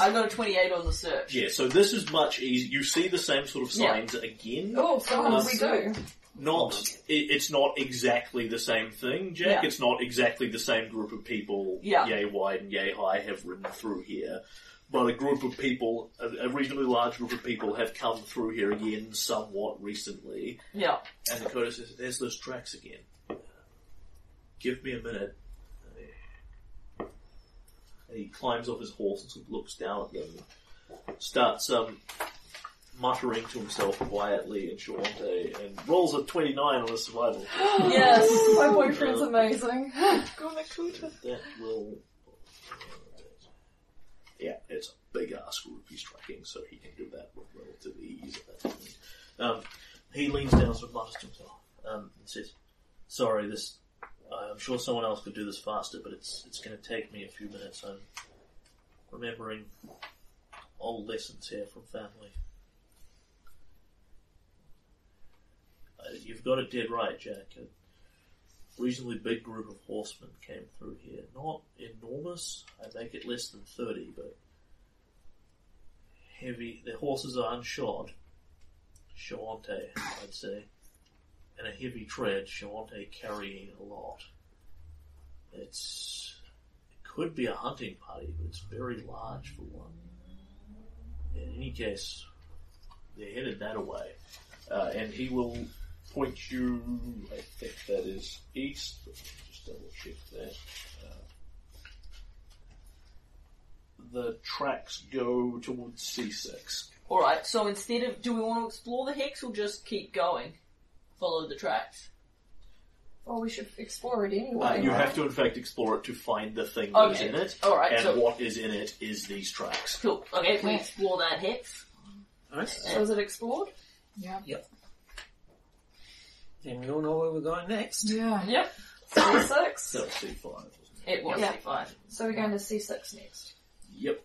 Speaker 4: I got a 28 on the search.
Speaker 2: Yeah, so this is much easier. You see the same sort of signs again.
Speaker 3: Oh, so
Speaker 2: Uh,
Speaker 3: we do.
Speaker 2: Not, it, it's not exactly the same thing, Jack.
Speaker 4: Yeah.
Speaker 2: It's not exactly the same group of people,
Speaker 4: Yeah.
Speaker 2: yay wide and yay high, have ridden through here. But a group of people, a, a reasonably large group of people have come through here again somewhat recently.
Speaker 4: Yeah.
Speaker 2: And Dakota says, there's those tracks again. Give me a minute. And he climbs off his horse and sort of looks down at them. Starts um, muttering to himself quietly in Shawante and rolls a 29 on his survival.
Speaker 4: Yes.
Speaker 3: My boyfriend's amazing.
Speaker 2: That will... Yeah, it's a big ass group he's tracking, so he can do that with relative ease at that point. Um, he leans down and sort of mutters to himself um, and says, "Sorry, this. I'm sure someone else could do this faster, but it's it's going to take me a few minutes. I'm remembering old lessons here from family. Uh, you've got it dead right, Jack. A reasonably big group of horsemen came through here. Not enormous. I make it less than thirty, but." Heavy, their horses are unshod, Shawante, I'd say, and a heavy tread, Shawante carrying a lot. It's, it could be a hunting party, but it's very large for one. In any case, they're headed that away. Uh, and he will point you, I think that is east, let me just double check that. Uh, The tracks go towards C6.
Speaker 4: Alright, so instead of, do we want to explore the hex or just keep going? Follow the tracks.
Speaker 3: Well, we should explore it
Speaker 2: Uh,
Speaker 3: anyway.
Speaker 2: you have to, in fact, explore it to find the thing that is
Speaker 4: Okay.
Speaker 2: in it.
Speaker 4: Alright,
Speaker 2: and
Speaker 4: so-
Speaker 2: what is in it is these tracks.
Speaker 4: Cool. Okay, we explore that hex.
Speaker 5: Nice.
Speaker 3: So is it explored?
Speaker 8: Yeah.
Speaker 5: Then we all know where we're going next.
Speaker 8: Yeah.
Speaker 4: Yep.
Speaker 3: C6.
Speaker 2: So C5, wasn't it?
Speaker 4: It was
Speaker 3: Yeah.
Speaker 4: C5.
Speaker 3: So we're going to C6 next.
Speaker 2: Yep.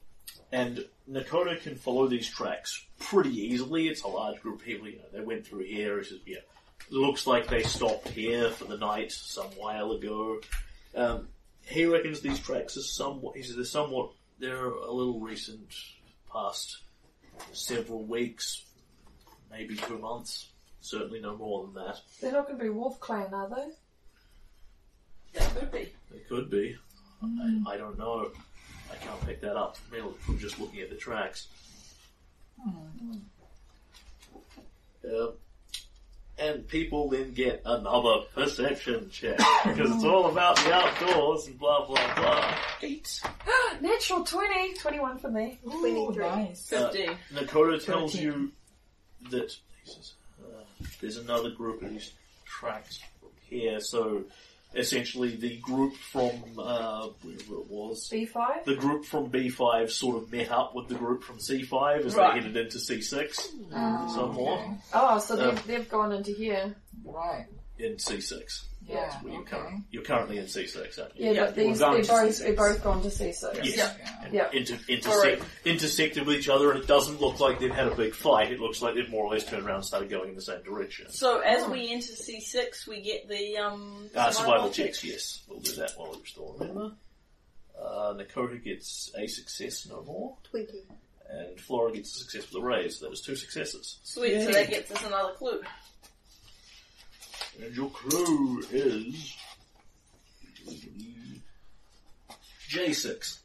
Speaker 2: And Nakoda can follow these tracks pretty easily. It's a large group of people, you know, they went through here. It's just, yeah, looks like they stopped here for the night some while ago. Um, he reckons these tracks are somewhat, he says they're somewhat, they're a little recent, past several weeks, maybe two months. Certainly no more than that.
Speaker 3: They're not going to be Wolf Clan, are they?
Speaker 4: That could be.
Speaker 2: It could be. I, I don't know. I can't pick that up from merely- from just looking at the tracks. Um, and people then get another perception check because it's all about the outdoors and blah blah blah.
Speaker 5: Eight.
Speaker 3: Natural 20. 21 for me.
Speaker 8: Ooh,
Speaker 7: 23.
Speaker 8: nice.
Speaker 2: Uh,
Speaker 4: 15.
Speaker 2: Nakoda tells
Speaker 8: Thirteen.
Speaker 2: you that he says, uh, there's another group of these tracks from here, so essentially the group from uh, wherever it was.
Speaker 3: B5?
Speaker 2: The group from B5 sort of met up with the group from C5 as
Speaker 17: Right.
Speaker 2: they headed into C6 somewhat.
Speaker 3: Oh, so they've,
Speaker 2: Uh,
Speaker 3: they've gone into here.
Speaker 8: Right.
Speaker 2: In C6.
Speaker 8: Yeah.
Speaker 2: Well, you're,
Speaker 8: okay.
Speaker 2: current, you're currently in C6, aren't you?
Speaker 3: Yeah,
Speaker 17: Yeah,
Speaker 3: but these,
Speaker 5: gone
Speaker 3: they're
Speaker 5: to
Speaker 3: both,
Speaker 5: C6.
Speaker 3: they're both gone to C6.
Speaker 2: Yes.
Speaker 8: Yeah.
Speaker 2: And
Speaker 3: Yeah.
Speaker 2: Inter- intersect, intersect with each other, and it doesn't look like they've had a big fight. It looks like they've more or less turned around and started going in the same direction.
Speaker 4: So as we enter C6, we get the um,
Speaker 2: Uh, Hmm. survival checks, yes. We'll do that while we still remember. Uh, Nakota gets a success, no more.
Speaker 7: 20.
Speaker 2: And Flora gets a success with a raise. That was two successes.
Speaker 4: Sweet, so that gets us another clue.
Speaker 2: And your clue is... J6.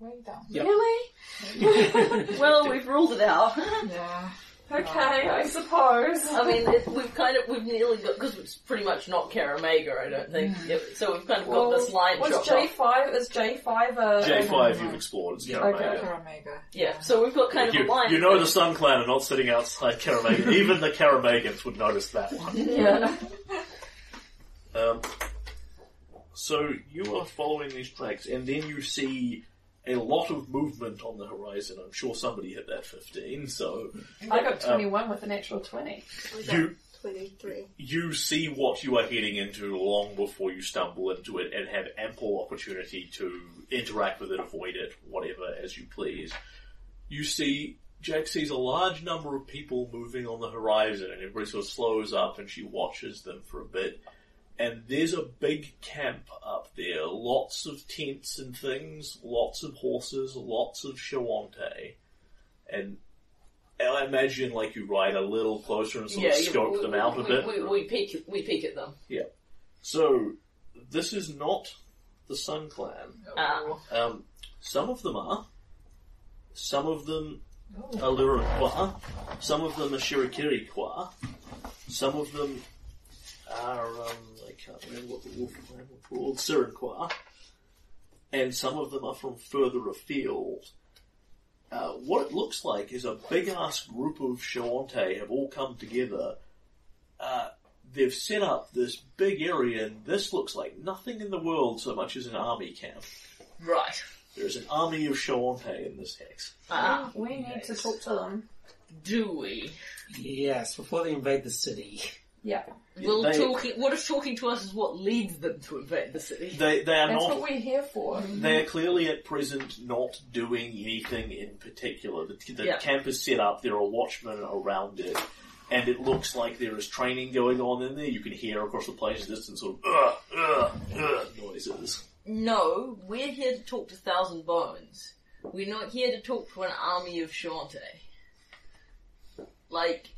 Speaker 8: Way down.
Speaker 3: Really?
Speaker 4: Well, we've ruled it out.
Speaker 8: Yeah.
Speaker 3: Okay, I suppose.
Speaker 4: I mean, it, we've kind of, we've nearly got, because it's pretty much not Karamega, I don't think.
Speaker 2: Hmm.
Speaker 4: It- so we've kind of got this line
Speaker 3: was
Speaker 4: chopped off.
Speaker 3: J5, is J5 a...
Speaker 2: J5 you've explored. It's Karamega.
Speaker 3: Okay.
Speaker 8: Or Omega.
Speaker 4: Yeah, so we've got kind of
Speaker 2: You,
Speaker 4: a line.
Speaker 2: you know the Sun Clan are not sitting outside Karamega. Even the Karamegans would notice that one.
Speaker 3: Yeah.
Speaker 2: Um, so you are following these tracks, and then you see a lot of movement on the horizon. I'm sure somebody hit that 15, so
Speaker 3: I got 21 with an actual 20.
Speaker 7: We got
Speaker 2: you
Speaker 7: 23.
Speaker 2: you see what you are heading into long before you stumble into it and have ample opportunity to interact with it, avoid it, whatever, as you please. You see, Jack sees a large number of people moving on the horizon and everybody sort of slows up and she watches them for a bit. And there's a big camp up there, lots of tents and things, lots of horses, lots of Shawante. And I imagine like you ride a little closer and sort
Speaker 4: yeah,
Speaker 2: of
Speaker 4: you-
Speaker 2: scope
Speaker 4: we-
Speaker 2: them out a
Speaker 4: we,
Speaker 2: bit.
Speaker 4: We, we, peek, we peek at them.
Speaker 2: So, this is not the Sun Clan.
Speaker 4: Ah.
Speaker 2: Um, some of them are. Some of them are Lirikwa. Some of them are Shirikirikwa. Some of them are, um, I can't remember what the wolf clan were called, Sirinkwa. And some of them are from further afield. Uh, what it looks like is a big ass group of Shawante have all come together Uh, they've set up this big area and this looks like nothing in the world so much as an army camp.
Speaker 4: Right.
Speaker 2: There's an army of Shawante in this hex.
Speaker 4: Ah,
Speaker 3: We need to talk to them.
Speaker 4: do we?
Speaker 5: Yes, before they invade the city.
Speaker 3: Yeah.
Speaker 4: Will
Speaker 2: They-
Speaker 4: talking, what if talking to us is what leads them to invade the city?
Speaker 2: They, they are
Speaker 3: That's
Speaker 2: not,
Speaker 3: what we're here for.
Speaker 2: they are clearly at present not doing anything in particular. The, the
Speaker 4: Yeah.
Speaker 2: camp is set up, there are watchmen around it, and it looks like there is training going on in there. You can hear across the place distant sort of ugh, ugh, ugh noises.
Speaker 4: No, we're here to talk to Thousand Bones. We're not here to talk to an army of Shantae. Like,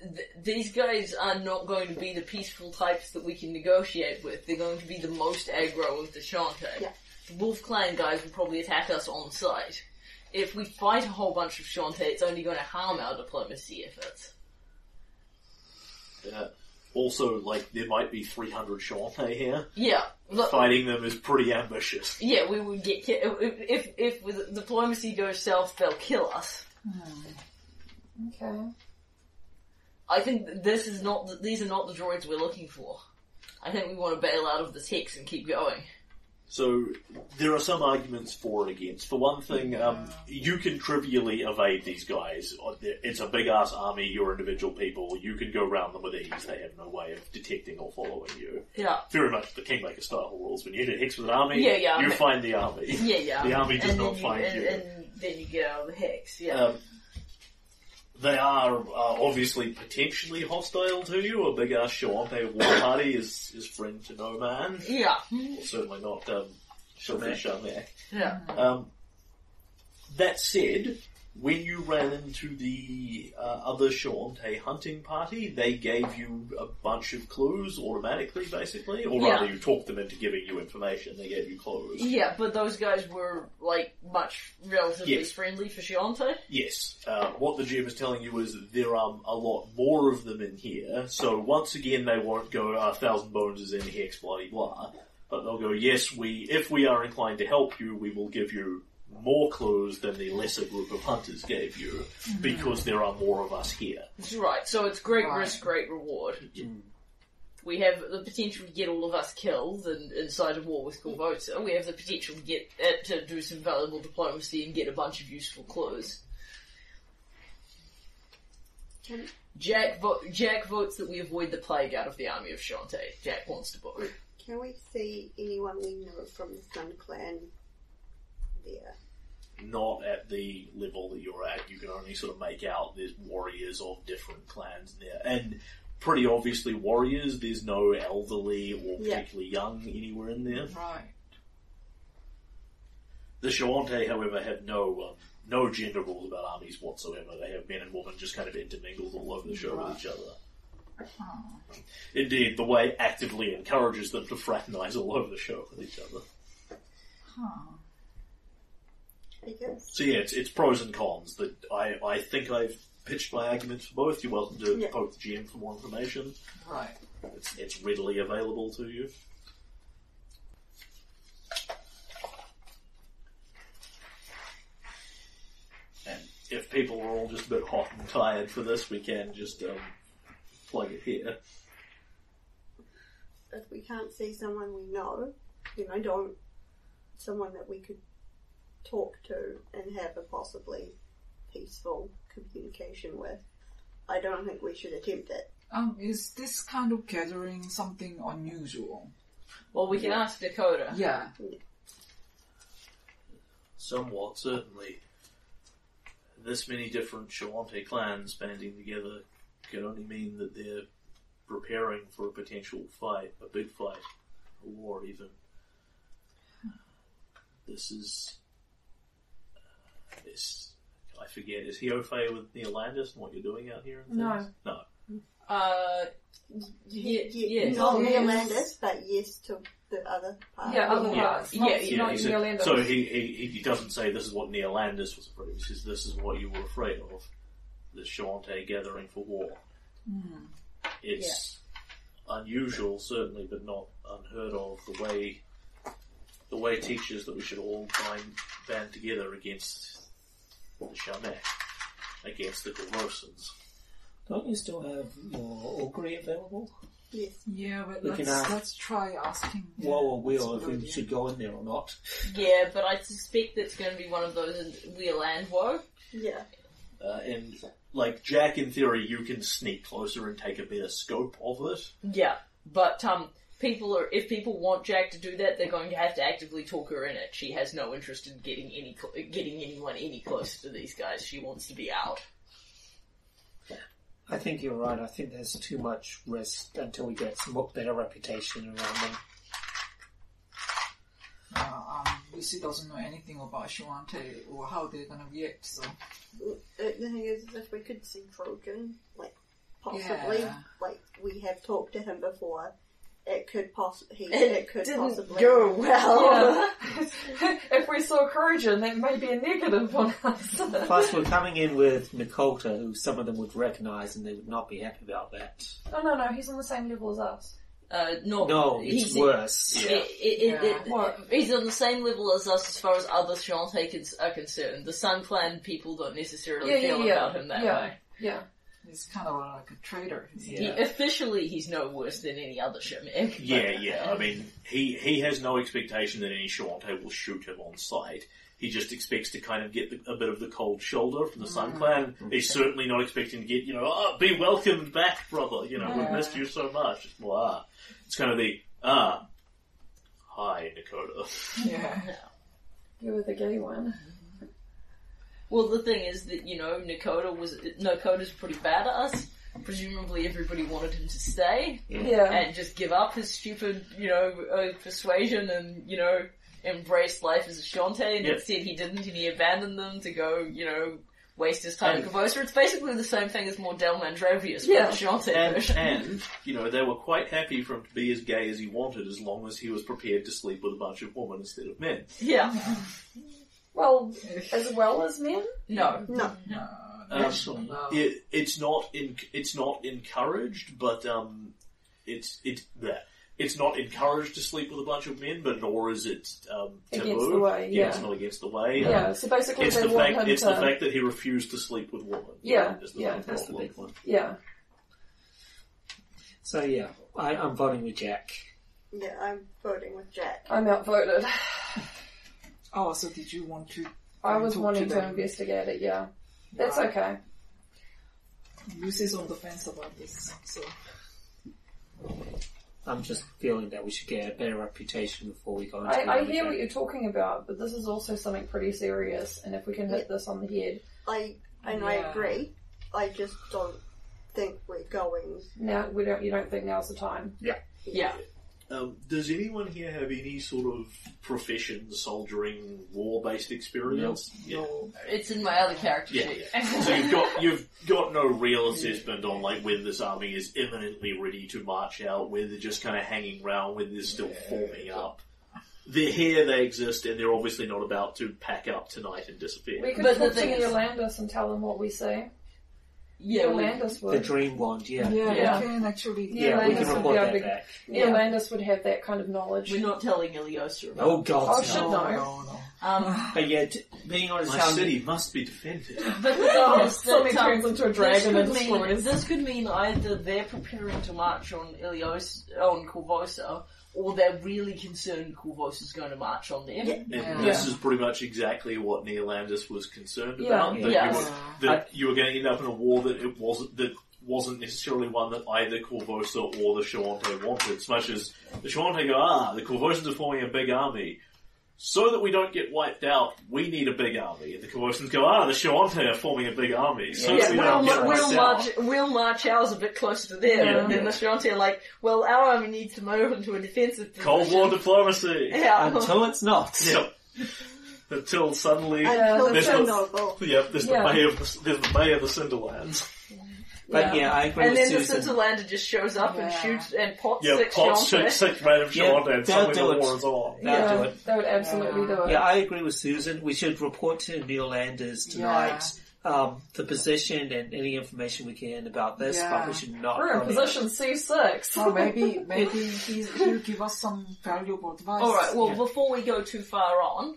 Speaker 4: th- these guys are not going to be the peaceful types that we can negotiate with. They're going to be the most aggro of the Shantae.
Speaker 7: Yeah.
Speaker 4: The Wolf Clan guys will probably attack us on sight. If we fight a whole bunch of Shantae, it's only going to harm our diplomacy efforts.
Speaker 2: Uh, also, like, there might be 300 Shawante here.
Speaker 4: Yeah, look,
Speaker 2: Fighting them is pretty ambitious.
Speaker 4: yeah, we would get ki- if if, if with diplomacy goes south, they'll kill us.
Speaker 3: Okay.
Speaker 4: I think th- this is not the, these are not the droids we're looking for. I think we want to bail out of this hex and keep going.
Speaker 2: So there are some arguments for and against. For one thing, um, you can trivially evade these guys. Uh, It's a big ass army. You're individual people. You can go round them with ease. They have no way of detecting or following you.
Speaker 4: Yeah,
Speaker 2: Very much the Kingmaker style rules. When you hit a hex with an army,
Speaker 4: Yeah, yeah.
Speaker 2: you find the army.
Speaker 4: yeah, yeah.
Speaker 2: The army does
Speaker 4: and
Speaker 2: not
Speaker 4: then
Speaker 2: find
Speaker 4: and,
Speaker 2: you.
Speaker 4: and then you get out of the hex. Yeah,
Speaker 2: Um, they are uh, obviously potentially hostile to you. A big ass Shawante war party is is friend to no man.
Speaker 4: yeah,
Speaker 2: Well, certainly not um, Shawante Shamek.
Speaker 4: yeah.
Speaker 2: Um, that said, when you ran into the uh, other Shawante hunting party, they gave you a bunch of clues automatically, basically, or
Speaker 4: Yeah.
Speaker 2: rather, you talked them into giving you information. They gave you clues.
Speaker 4: Yeah, but those guys were like much relatively
Speaker 2: Yes.
Speaker 4: friendly for Shiante.
Speaker 2: Yes. Uh, what the GM is telling you is that there are a lot more of them in here. So once again, they won't go, "A thousand bones is in hex, blah de blah." But they'll go, "Yes, we. If we are inclined to help you, we will give you more clues than the lesser group of hunters gave you, because there are more of us here."
Speaker 4: Right, so it's great
Speaker 8: Right.
Speaker 4: risk, great reward. We have the potential to get all of us killed and inside a war with Corvota. We have the potential to get uh, to do some valuable diplomacy and get a bunch of useful clues.
Speaker 7: Can-
Speaker 4: Jack vo- Jack votes that we avoid the plague out of the army of Shantae. Jack wants to book.
Speaker 7: Can we see anyone we know from the Sun Clan there?
Speaker 2: Not at the level that you're at. You can only sort of make out there's warriors of different clans there. And pretty obviously warriors, there's no elderly or
Speaker 7: Yeah.
Speaker 2: particularly young anywhere in there.
Speaker 4: Right.
Speaker 2: The Shawante, however, have no um, no gender rules about armies whatsoever. They have men and women just kind of intermingled all over the show with each other. Indeed, the way actively encourages them to fraternize all over the show with each other.
Speaker 7: Because
Speaker 2: So yeah, it's, it's pros and cons. That I, I think I've pitched my arguments for both. You're welcome to
Speaker 7: Yeah.
Speaker 2: poke the GM for more information.
Speaker 4: Right.
Speaker 2: It's, it's readily available to you. And if people are all just a bit hot and tired for this, we can just um, plug it here.
Speaker 7: if we can't see someone we know, you know, don't someone that we could talk to and have a possibly peaceful communication with. I don't think we should attempt it.
Speaker 13: Um, is this kind of gathering something unusual?
Speaker 4: Well, we can ask Dakota.
Speaker 13: Yeah.
Speaker 2: Somewhat, certainly. This many different Shawante clans banding together can only mean that they're preparing for a potential fight, a big fight, a war even. This is. This. I forget, is he au fait with Neolandis and what you're doing out here? And
Speaker 3: No.
Speaker 2: things? No.
Speaker 4: Uh, ye- yes.
Speaker 7: Not
Speaker 13: Yes.
Speaker 7: Neolandis, but yes to the other part.
Speaker 3: Yeah, other
Speaker 2: Yeah.
Speaker 3: parts. Not,
Speaker 4: Yeah,
Speaker 3: not
Speaker 2: he said-
Speaker 3: Neolanders.
Speaker 2: so he, he he doesn't say this is what Neolandis was afraid of. He says this is what you were afraid of, the Shawante gathering for war. It's unusual, certainly, but not unheard of. The way the way teaches that we should all bind band together against the Shamek, against the Gorosans.
Speaker 5: Don't you still have your augury available?
Speaker 7: Yes.
Speaker 13: Yeah, but
Speaker 5: We
Speaker 13: let's,
Speaker 5: can ask-
Speaker 13: let's try asking. Yeah,
Speaker 5: Well, or
Speaker 13: that's a
Speaker 5: will, if
Speaker 13: good
Speaker 5: we
Speaker 13: idea.
Speaker 5: should go in there or not.
Speaker 4: Yeah, but I suspect it's going to be one of those in Wheel and Woe.
Speaker 7: Yeah.
Speaker 2: Uh, and like Jack, in theory, you can sneak closer and take a better scope of it.
Speaker 4: Yeah, but um, people are if people want Jack to do that, they're going to have to actively talk her in it. She has no interest in getting any cl- getting anyone any closer to these guys. She wants to be out.
Speaker 5: I think you're right. I think there's too much risk until we get some better reputation around them.
Speaker 13: Uh, um, Lucy doesn't know anything about Shawante or how they're gonna react, so
Speaker 7: Uh, The thing is, if we could see Krogan, like, possibly,
Speaker 13: Yeah.
Speaker 7: like, we have talked to him before, it could possibly,
Speaker 4: It
Speaker 7: it could
Speaker 4: didn't
Speaker 7: possibly.
Speaker 4: go well.
Speaker 3: Yeah. if we're so encouraging, that may be a negative on us.
Speaker 5: Plus, we're coming in with Nikota, who some of them would recognise, and they would not be happy about that.
Speaker 3: oh no, no, he's on the same level as us.
Speaker 4: Uh, no,
Speaker 5: No, it's
Speaker 4: he's-
Speaker 5: worse.
Speaker 4: It, it, it,
Speaker 13: Yeah.
Speaker 4: it, he's on the same level as us as far as other Shantae cons- are concerned. The Sun Clan people don't necessarily
Speaker 3: Yeah, yeah,
Speaker 4: feel
Speaker 3: yeah.
Speaker 4: about him that
Speaker 3: Yeah.
Speaker 4: way.
Speaker 3: Yeah.
Speaker 13: he's kind of like a traitor.
Speaker 4: He, officially, he's no worse than any other Shemek.
Speaker 2: Yeah, yeah. I mean, he he has no expectation that any Shawante will shoot him on sight. He just expects to kind of get the, a bit of the cold shoulder from the Sun Clan. He's certainly not expecting to get, you know, oh, be welcomed back, brother. You know, we've
Speaker 13: Yeah.
Speaker 2: missed you so much. It's more, ah. It's kind of the, ah, hi, Dakota.
Speaker 13: Yeah.
Speaker 3: You were the gay one.
Speaker 4: Well, the thing is that you know Nakoda was Nakoda's pretty bad at us. Presumably, everybody wanted him to stay
Speaker 3: Yeah.
Speaker 4: and just give up his stupid, you know, uh, persuasion and you know embrace life as a Shantae. And
Speaker 2: Yeah.
Speaker 4: instead, he didn't, and he abandoned them to go, you know, waste his time in Kavosa. It's basically the same thing as Mordell Mandrovius,
Speaker 3: Yeah.
Speaker 4: yeah. the Shantae
Speaker 2: And,
Speaker 4: version.
Speaker 2: and, you know, they were quite happy for him to be as gay as he wanted as long as he was prepared to sleep with a bunch of women instead of men.
Speaker 4: Yeah,
Speaker 3: Well, as well as men?
Speaker 4: no,
Speaker 7: No.
Speaker 2: Um,
Speaker 5: Actually,
Speaker 2: it, it's not in, it's not encouraged, but um, it's it's bleh. it's not encouraged to sleep with a bunch of men, but nor is it um, taboo.
Speaker 3: Against the way,
Speaker 2: Yeah,
Speaker 3: yeah.
Speaker 2: it's not against the way.
Speaker 3: Yeah.
Speaker 2: Um,
Speaker 3: So basically,
Speaker 2: it's
Speaker 3: they
Speaker 2: the
Speaker 3: want
Speaker 2: fact
Speaker 3: him
Speaker 2: it's
Speaker 3: to.
Speaker 2: the fact that he refused to sleep with women.
Speaker 3: Yeah,
Speaker 2: is
Speaker 3: yeah,
Speaker 2: big
Speaker 3: that's the
Speaker 2: problem.
Speaker 3: yeah.
Speaker 5: So yeah, I, I'm voting with Jack.
Speaker 7: Yeah, I'm voting with Jack.
Speaker 3: I'm outvoted.
Speaker 13: Oh, so did you want to?
Speaker 3: I was
Speaker 13: talk
Speaker 3: wanting to
Speaker 13: them?
Speaker 3: investigate it, yeah. That's
Speaker 13: Right.
Speaker 3: okay.
Speaker 13: Lucy's on the fence about this, so
Speaker 5: I'm just feeling that we should get a better reputation before we go into
Speaker 3: I, I
Speaker 5: another
Speaker 3: hear
Speaker 5: game.
Speaker 3: what you're talking about, but this is also something pretty serious, and if we can hit this on the head.
Speaker 7: I and I
Speaker 13: Yeah.
Speaker 7: agree. I just don't think we're going.
Speaker 3: Now we don't you don't think now's the time.
Speaker 4: Yeah.
Speaker 2: Um, does anyone here have any sort of profession, soldiering, war-based experience?
Speaker 4: No, It's in my other character
Speaker 2: Yeah.
Speaker 4: sheet.
Speaker 2: Yeah. So you've got you've got no real assessment on like when this army is imminently ready to march out, when they're just kind of hanging around, when they're still forming up. They're here, they exist, and they're obviously not about to pack up tonight and disappear.
Speaker 3: We could
Speaker 4: But the
Speaker 3: talk to
Speaker 4: thing is-
Speaker 3: Yolandis and tell them what we see.
Speaker 4: Yeah, we-
Speaker 3: Yolandis
Speaker 5: the
Speaker 3: would.
Speaker 5: dream wand. Yeah,
Speaker 13: yeah,
Speaker 3: Yeah.
Speaker 13: we can actually.
Speaker 3: Yeah,
Speaker 5: Yeah, we
Speaker 3: Landis
Speaker 5: can
Speaker 3: would
Speaker 5: report
Speaker 3: be
Speaker 5: that
Speaker 3: able to-
Speaker 5: back.
Speaker 4: Yeah.
Speaker 3: Yolandis would have that kind of knowledge.
Speaker 4: we're not telling Iliosa about
Speaker 5: Oh God,
Speaker 3: Oh,
Speaker 5: no.
Speaker 3: shit,
Speaker 13: no,
Speaker 3: no.
Speaker 13: no, no.
Speaker 4: Um,
Speaker 5: But yeah, t- being honest,
Speaker 2: My
Speaker 5: how-
Speaker 2: city must be defended.
Speaker 4: but the thing is
Speaker 8: Somebody
Speaker 4: that, um,
Speaker 8: turns into a
Speaker 4: this
Speaker 8: dragon and
Speaker 4: could, mean,
Speaker 8: destroys.
Speaker 4: this could mean either they're preparing to march on Ilios on Corvosa, or they're really concerned Corvosa is going to march on them.
Speaker 7: Yeah.
Speaker 2: And
Speaker 13: Yeah.
Speaker 2: this is pretty much exactly what Neolandis was concerned
Speaker 3: Yeah.
Speaker 2: about. That,
Speaker 4: Yes.
Speaker 2: you, were, that you were going to end up in a war that it wasn't that wasn't necessarily one that either Corvosa or the Shawante wanted. As much as the Shawante go, ah, the Corvosans are forming a big army. So that we don't get wiped out, we need a big army. And the Corvosans go, ah, the Shawante are forming a big army. So
Speaker 4: Yeah,
Speaker 2: that we
Speaker 4: we'll,
Speaker 2: don't get
Speaker 4: ma- we'll,
Speaker 2: wiped
Speaker 4: march,
Speaker 2: out.
Speaker 4: we'll march ours a bit closer to them,
Speaker 2: Yeah.
Speaker 4: and then the Shonti are like, well, our army needs to move into a defensive position.
Speaker 2: Cold War diplomacy!
Speaker 4: Yeah.
Speaker 5: until it's not.
Speaker 2: Yep. Until suddenly...
Speaker 7: Until
Speaker 2: there's no-
Speaker 7: Chernobyl.
Speaker 2: Yep, there's
Speaker 3: Yeah.
Speaker 2: the Bay of the, there's the Bay of the Cinderlands.
Speaker 5: But yeah, I agree
Speaker 4: and
Speaker 5: with
Speaker 4: then the
Speaker 5: Susan.
Speaker 4: Cinderlander just shows up and
Speaker 13: Yeah.
Speaker 4: shoots and pots
Speaker 2: Yeah,
Speaker 4: six
Speaker 2: plot
Speaker 4: Shonti.
Speaker 2: six, six random
Speaker 5: Yeah,
Speaker 2: Shawante and
Speaker 5: they'll
Speaker 2: suddenly
Speaker 5: do
Speaker 2: the
Speaker 5: it.
Speaker 2: war is on.
Speaker 5: That'll
Speaker 3: yeah,
Speaker 5: do it.
Speaker 3: They would absolutely do it.
Speaker 5: Yeah, I agree with Susan. We should report to Neil Landers tonight um, the position and any information we can about this, but
Speaker 13: Yeah.
Speaker 5: we should not.
Speaker 3: We're in
Speaker 5: comment.
Speaker 3: position C6.
Speaker 13: Or maybe maybe he's, he'll give us some valuable advice.
Speaker 4: Alright, well,
Speaker 5: Yeah.
Speaker 4: before we go too far on,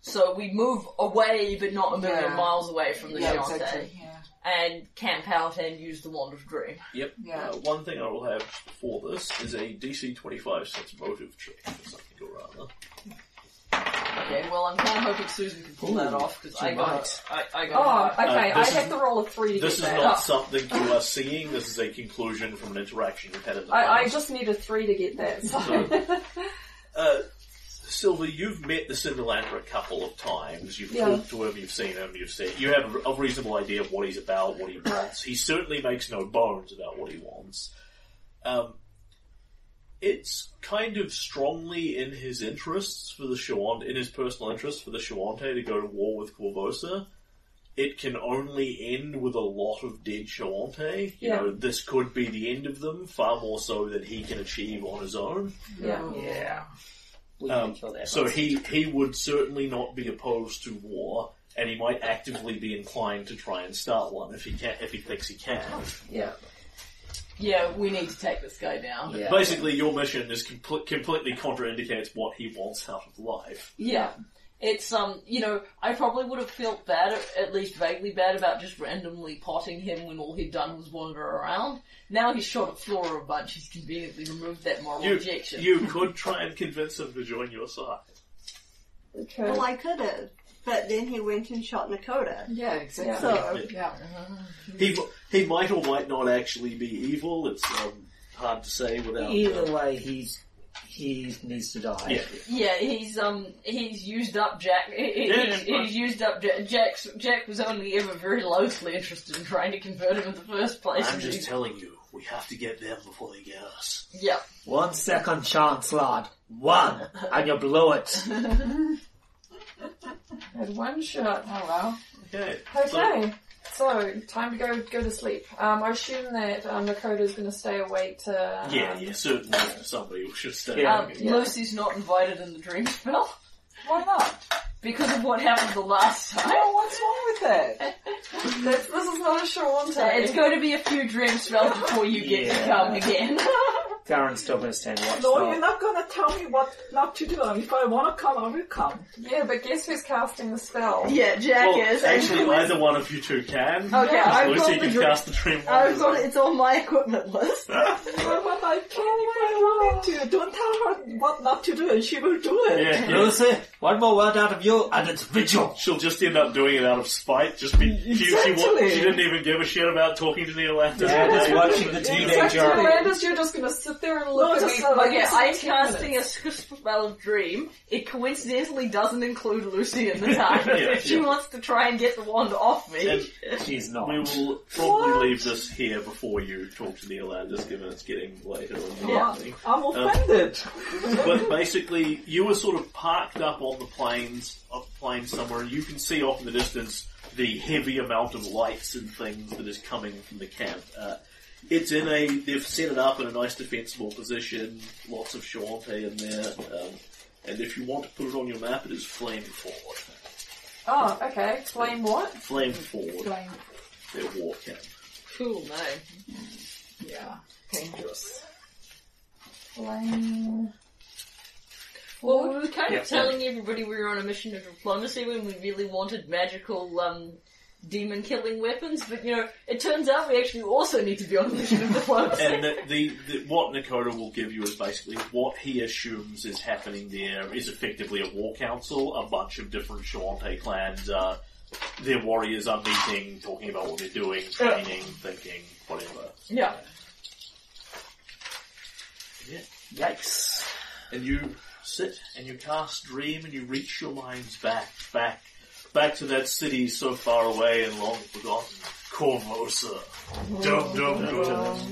Speaker 4: so we move away, but not a million
Speaker 13: Yeah.
Speaker 4: miles away from the
Speaker 13: yeah,
Speaker 4: Shonti,
Speaker 13: exactly. Yeah,
Speaker 4: and camp out and use the Wand of Dream.
Speaker 13: yeah.
Speaker 2: Uh, one thing I will have for this is a DC 25 sense motive check for something or other.
Speaker 4: Okay, well, I'm kind of hoping Susan can pull that off, because I got, I, I
Speaker 3: Oh,
Speaker 4: got
Speaker 3: okay.
Speaker 2: Uh,
Speaker 3: I
Speaker 2: this
Speaker 3: have
Speaker 2: is-
Speaker 3: to roll a three to
Speaker 2: This is
Speaker 3: get that. Oh.
Speaker 2: not something you are seeing, this is a conclusion from an interaction you've had in the
Speaker 3: Oh, I, I
Speaker 2: past.
Speaker 3: just need a three to get that. So.
Speaker 2: Uh, Silver, you've met the Cinderlander a couple of times. You've
Speaker 3: Yeah.
Speaker 2: talked to him, you've seen him, you've said you have a reasonable idea of what he's about, what he wants. He certainly makes no bones about what he wants. Um, it's kind of strongly in his interests for the Shawante, in his personal interests for the Shawante to go to war with Corvosa. It can only end with a lot of dead Shawante. You
Speaker 3: Yeah.
Speaker 2: know, this could be the end of them, far more so than he can achieve on his own.
Speaker 3: yeah.
Speaker 5: Yeah. We
Speaker 2: Um,
Speaker 5: can kill that.
Speaker 2: So he he would certainly not be opposed to war, and he might actively be inclined to try and start one if he can, if he thinks he can.
Speaker 3: Yeah.
Speaker 4: Yeah, we need to take this guy down.
Speaker 5: yeah.
Speaker 2: Basically, your mission is compl- completely contraindicates what he wants out of life.
Speaker 4: Yeah. It's, um, you know, I probably would have felt bad, at least vaguely bad, about just randomly potting him when all he'd done was wander around. Now he's shot at Flora a bunch, he's conveniently removed that moral
Speaker 2: You
Speaker 4: objection.
Speaker 2: you could try and convince him to join your side.
Speaker 3: Okay.
Speaker 7: Well, I could have, but then he went and shot Nakoda.
Speaker 13: yeah, exactly.
Speaker 7: So
Speaker 13: Yeah.
Speaker 2: He he might or might not actually be evil. It's um, hard to say without. um,
Speaker 5: Either way, he's he needs to die.
Speaker 2: yeah.
Speaker 4: yeah, he's, um, he's used up Jack, he- he-
Speaker 2: Yeah,
Speaker 4: he's,
Speaker 2: yeah,
Speaker 4: he's used up Jack, Jack's, Jack was only ever very loosely interested in trying to convert him in the first place.
Speaker 2: I'm
Speaker 4: and
Speaker 2: just
Speaker 4: he's-
Speaker 2: telling you, we have to get them before they get us.
Speaker 4: yeah.
Speaker 5: One second chance, lad. One, and you blow it.
Speaker 3: Had one shot.
Speaker 13: Oh well.
Speaker 2: Okay. So,
Speaker 3: Okay. So time to go go to sleep. Um, I assume that um, Nakoda's going to stay awake to. Um,
Speaker 2: yeah, yeah, certainly somebody should stay.
Speaker 5: Yeah.
Speaker 2: on
Speaker 4: Um,
Speaker 2: it.
Speaker 3: Yeah.
Speaker 4: Lucy's not invited in the dream spell
Speaker 13: Why not?
Speaker 4: because of what happened the last time.
Speaker 13: Oh, what's wrong with that?
Speaker 3: This, this is not a Shawante.
Speaker 4: It's going to be a few dream spells before you get to
Speaker 5: Yeah.
Speaker 4: come again.
Speaker 5: Garen's still going to stand watch.
Speaker 8: No,
Speaker 5: so-
Speaker 8: you're not gonna tell me what not to do. And if I wanna come, I will come.
Speaker 3: Yeah, but guess who's casting the spell?
Speaker 18: Yeah, Jack is.
Speaker 2: well,
Speaker 18: and
Speaker 2: actually, either one of you two can.
Speaker 18: Okay,
Speaker 2: Because
Speaker 18: I've
Speaker 2: Lucy
Speaker 18: got
Speaker 2: can
Speaker 18: the dr-
Speaker 2: cast the dream
Speaker 18: I've got
Speaker 2: wand.
Speaker 18: it's on my equipment list.
Speaker 8: But what I can if I wanted to. Don't tell her what not to do, and she will do it.
Speaker 2: Yeah, yeah.
Speaker 5: Lucy, one more word out of you, and it's vigil.
Speaker 2: She'll just end up doing it out of spite. Just be she, she, wa-
Speaker 8: Exactly.
Speaker 2: she didn't even give a shit about talking to Neil Landis.
Speaker 5: Yeah, just watching the
Speaker 8: Exactly.
Speaker 5: teenager.
Speaker 3: Landis, you're just gonna sit there and look
Speaker 8: No,
Speaker 3: at
Speaker 8: just,
Speaker 3: me.
Speaker 8: uh,
Speaker 3: for
Speaker 4: Okay, I'm
Speaker 3: 10
Speaker 4: casting a
Speaker 3: minutes.
Speaker 4: spell of dream. It coincidentally doesn't include Lucy in the target.
Speaker 2: Yeah,
Speaker 4: she
Speaker 2: yeah.
Speaker 4: wants to try and get the wand off me.
Speaker 2: And
Speaker 5: She's not.
Speaker 2: we will probably leave this here before you talk to Neil Landis, given it's getting later in the
Speaker 4: Yeah.
Speaker 2: evening.
Speaker 8: I'm offended.
Speaker 2: But basically, you were sort of parked up on the plains, up the plains somewhere, and you can see off in the distance the heavy amount of lights and things that is coming from the camp. Uh, it's in a, they've set it up in a nice defensible position, lots of Shawante in there, um, and if you want to put it on your map, it is flame forward.
Speaker 3: Oh,
Speaker 8: Ah,
Speaker 3: okay. Explain what?
Speaker 2: Flame forward,
Speaker 3: Explain.
Speaker 2: their war camp.
Speaker 4: Cool, no.
Speaker 8: yeah.
Speaker 4: Dangerous.
Speaker 3: Explain.
Speaker 4: Well, we were kind
Speaker 5: Yeah.
Speaker 4: of telling everybody we were on a mission of diplomacy when we really wanted magical, um, demon killing weapons, but you know, it turns out we actually also need to be on a mission of diplomacy.
Speaker 2: And the, the, the what Nakoda will give you is basically what he assumes is happening there is effectively a war council. A bunch of different Shawante clans, uh, their warriors are meeting, talking about what they're doing, training, thinking, whatever.
Speaker 4: yeah.
Speaker 5: Yikes.
Speaker 2: And you sit and you cast dream and you reach your minds back, back, back to that city so far away and long forgotten, Corvosa. Dum dum dum.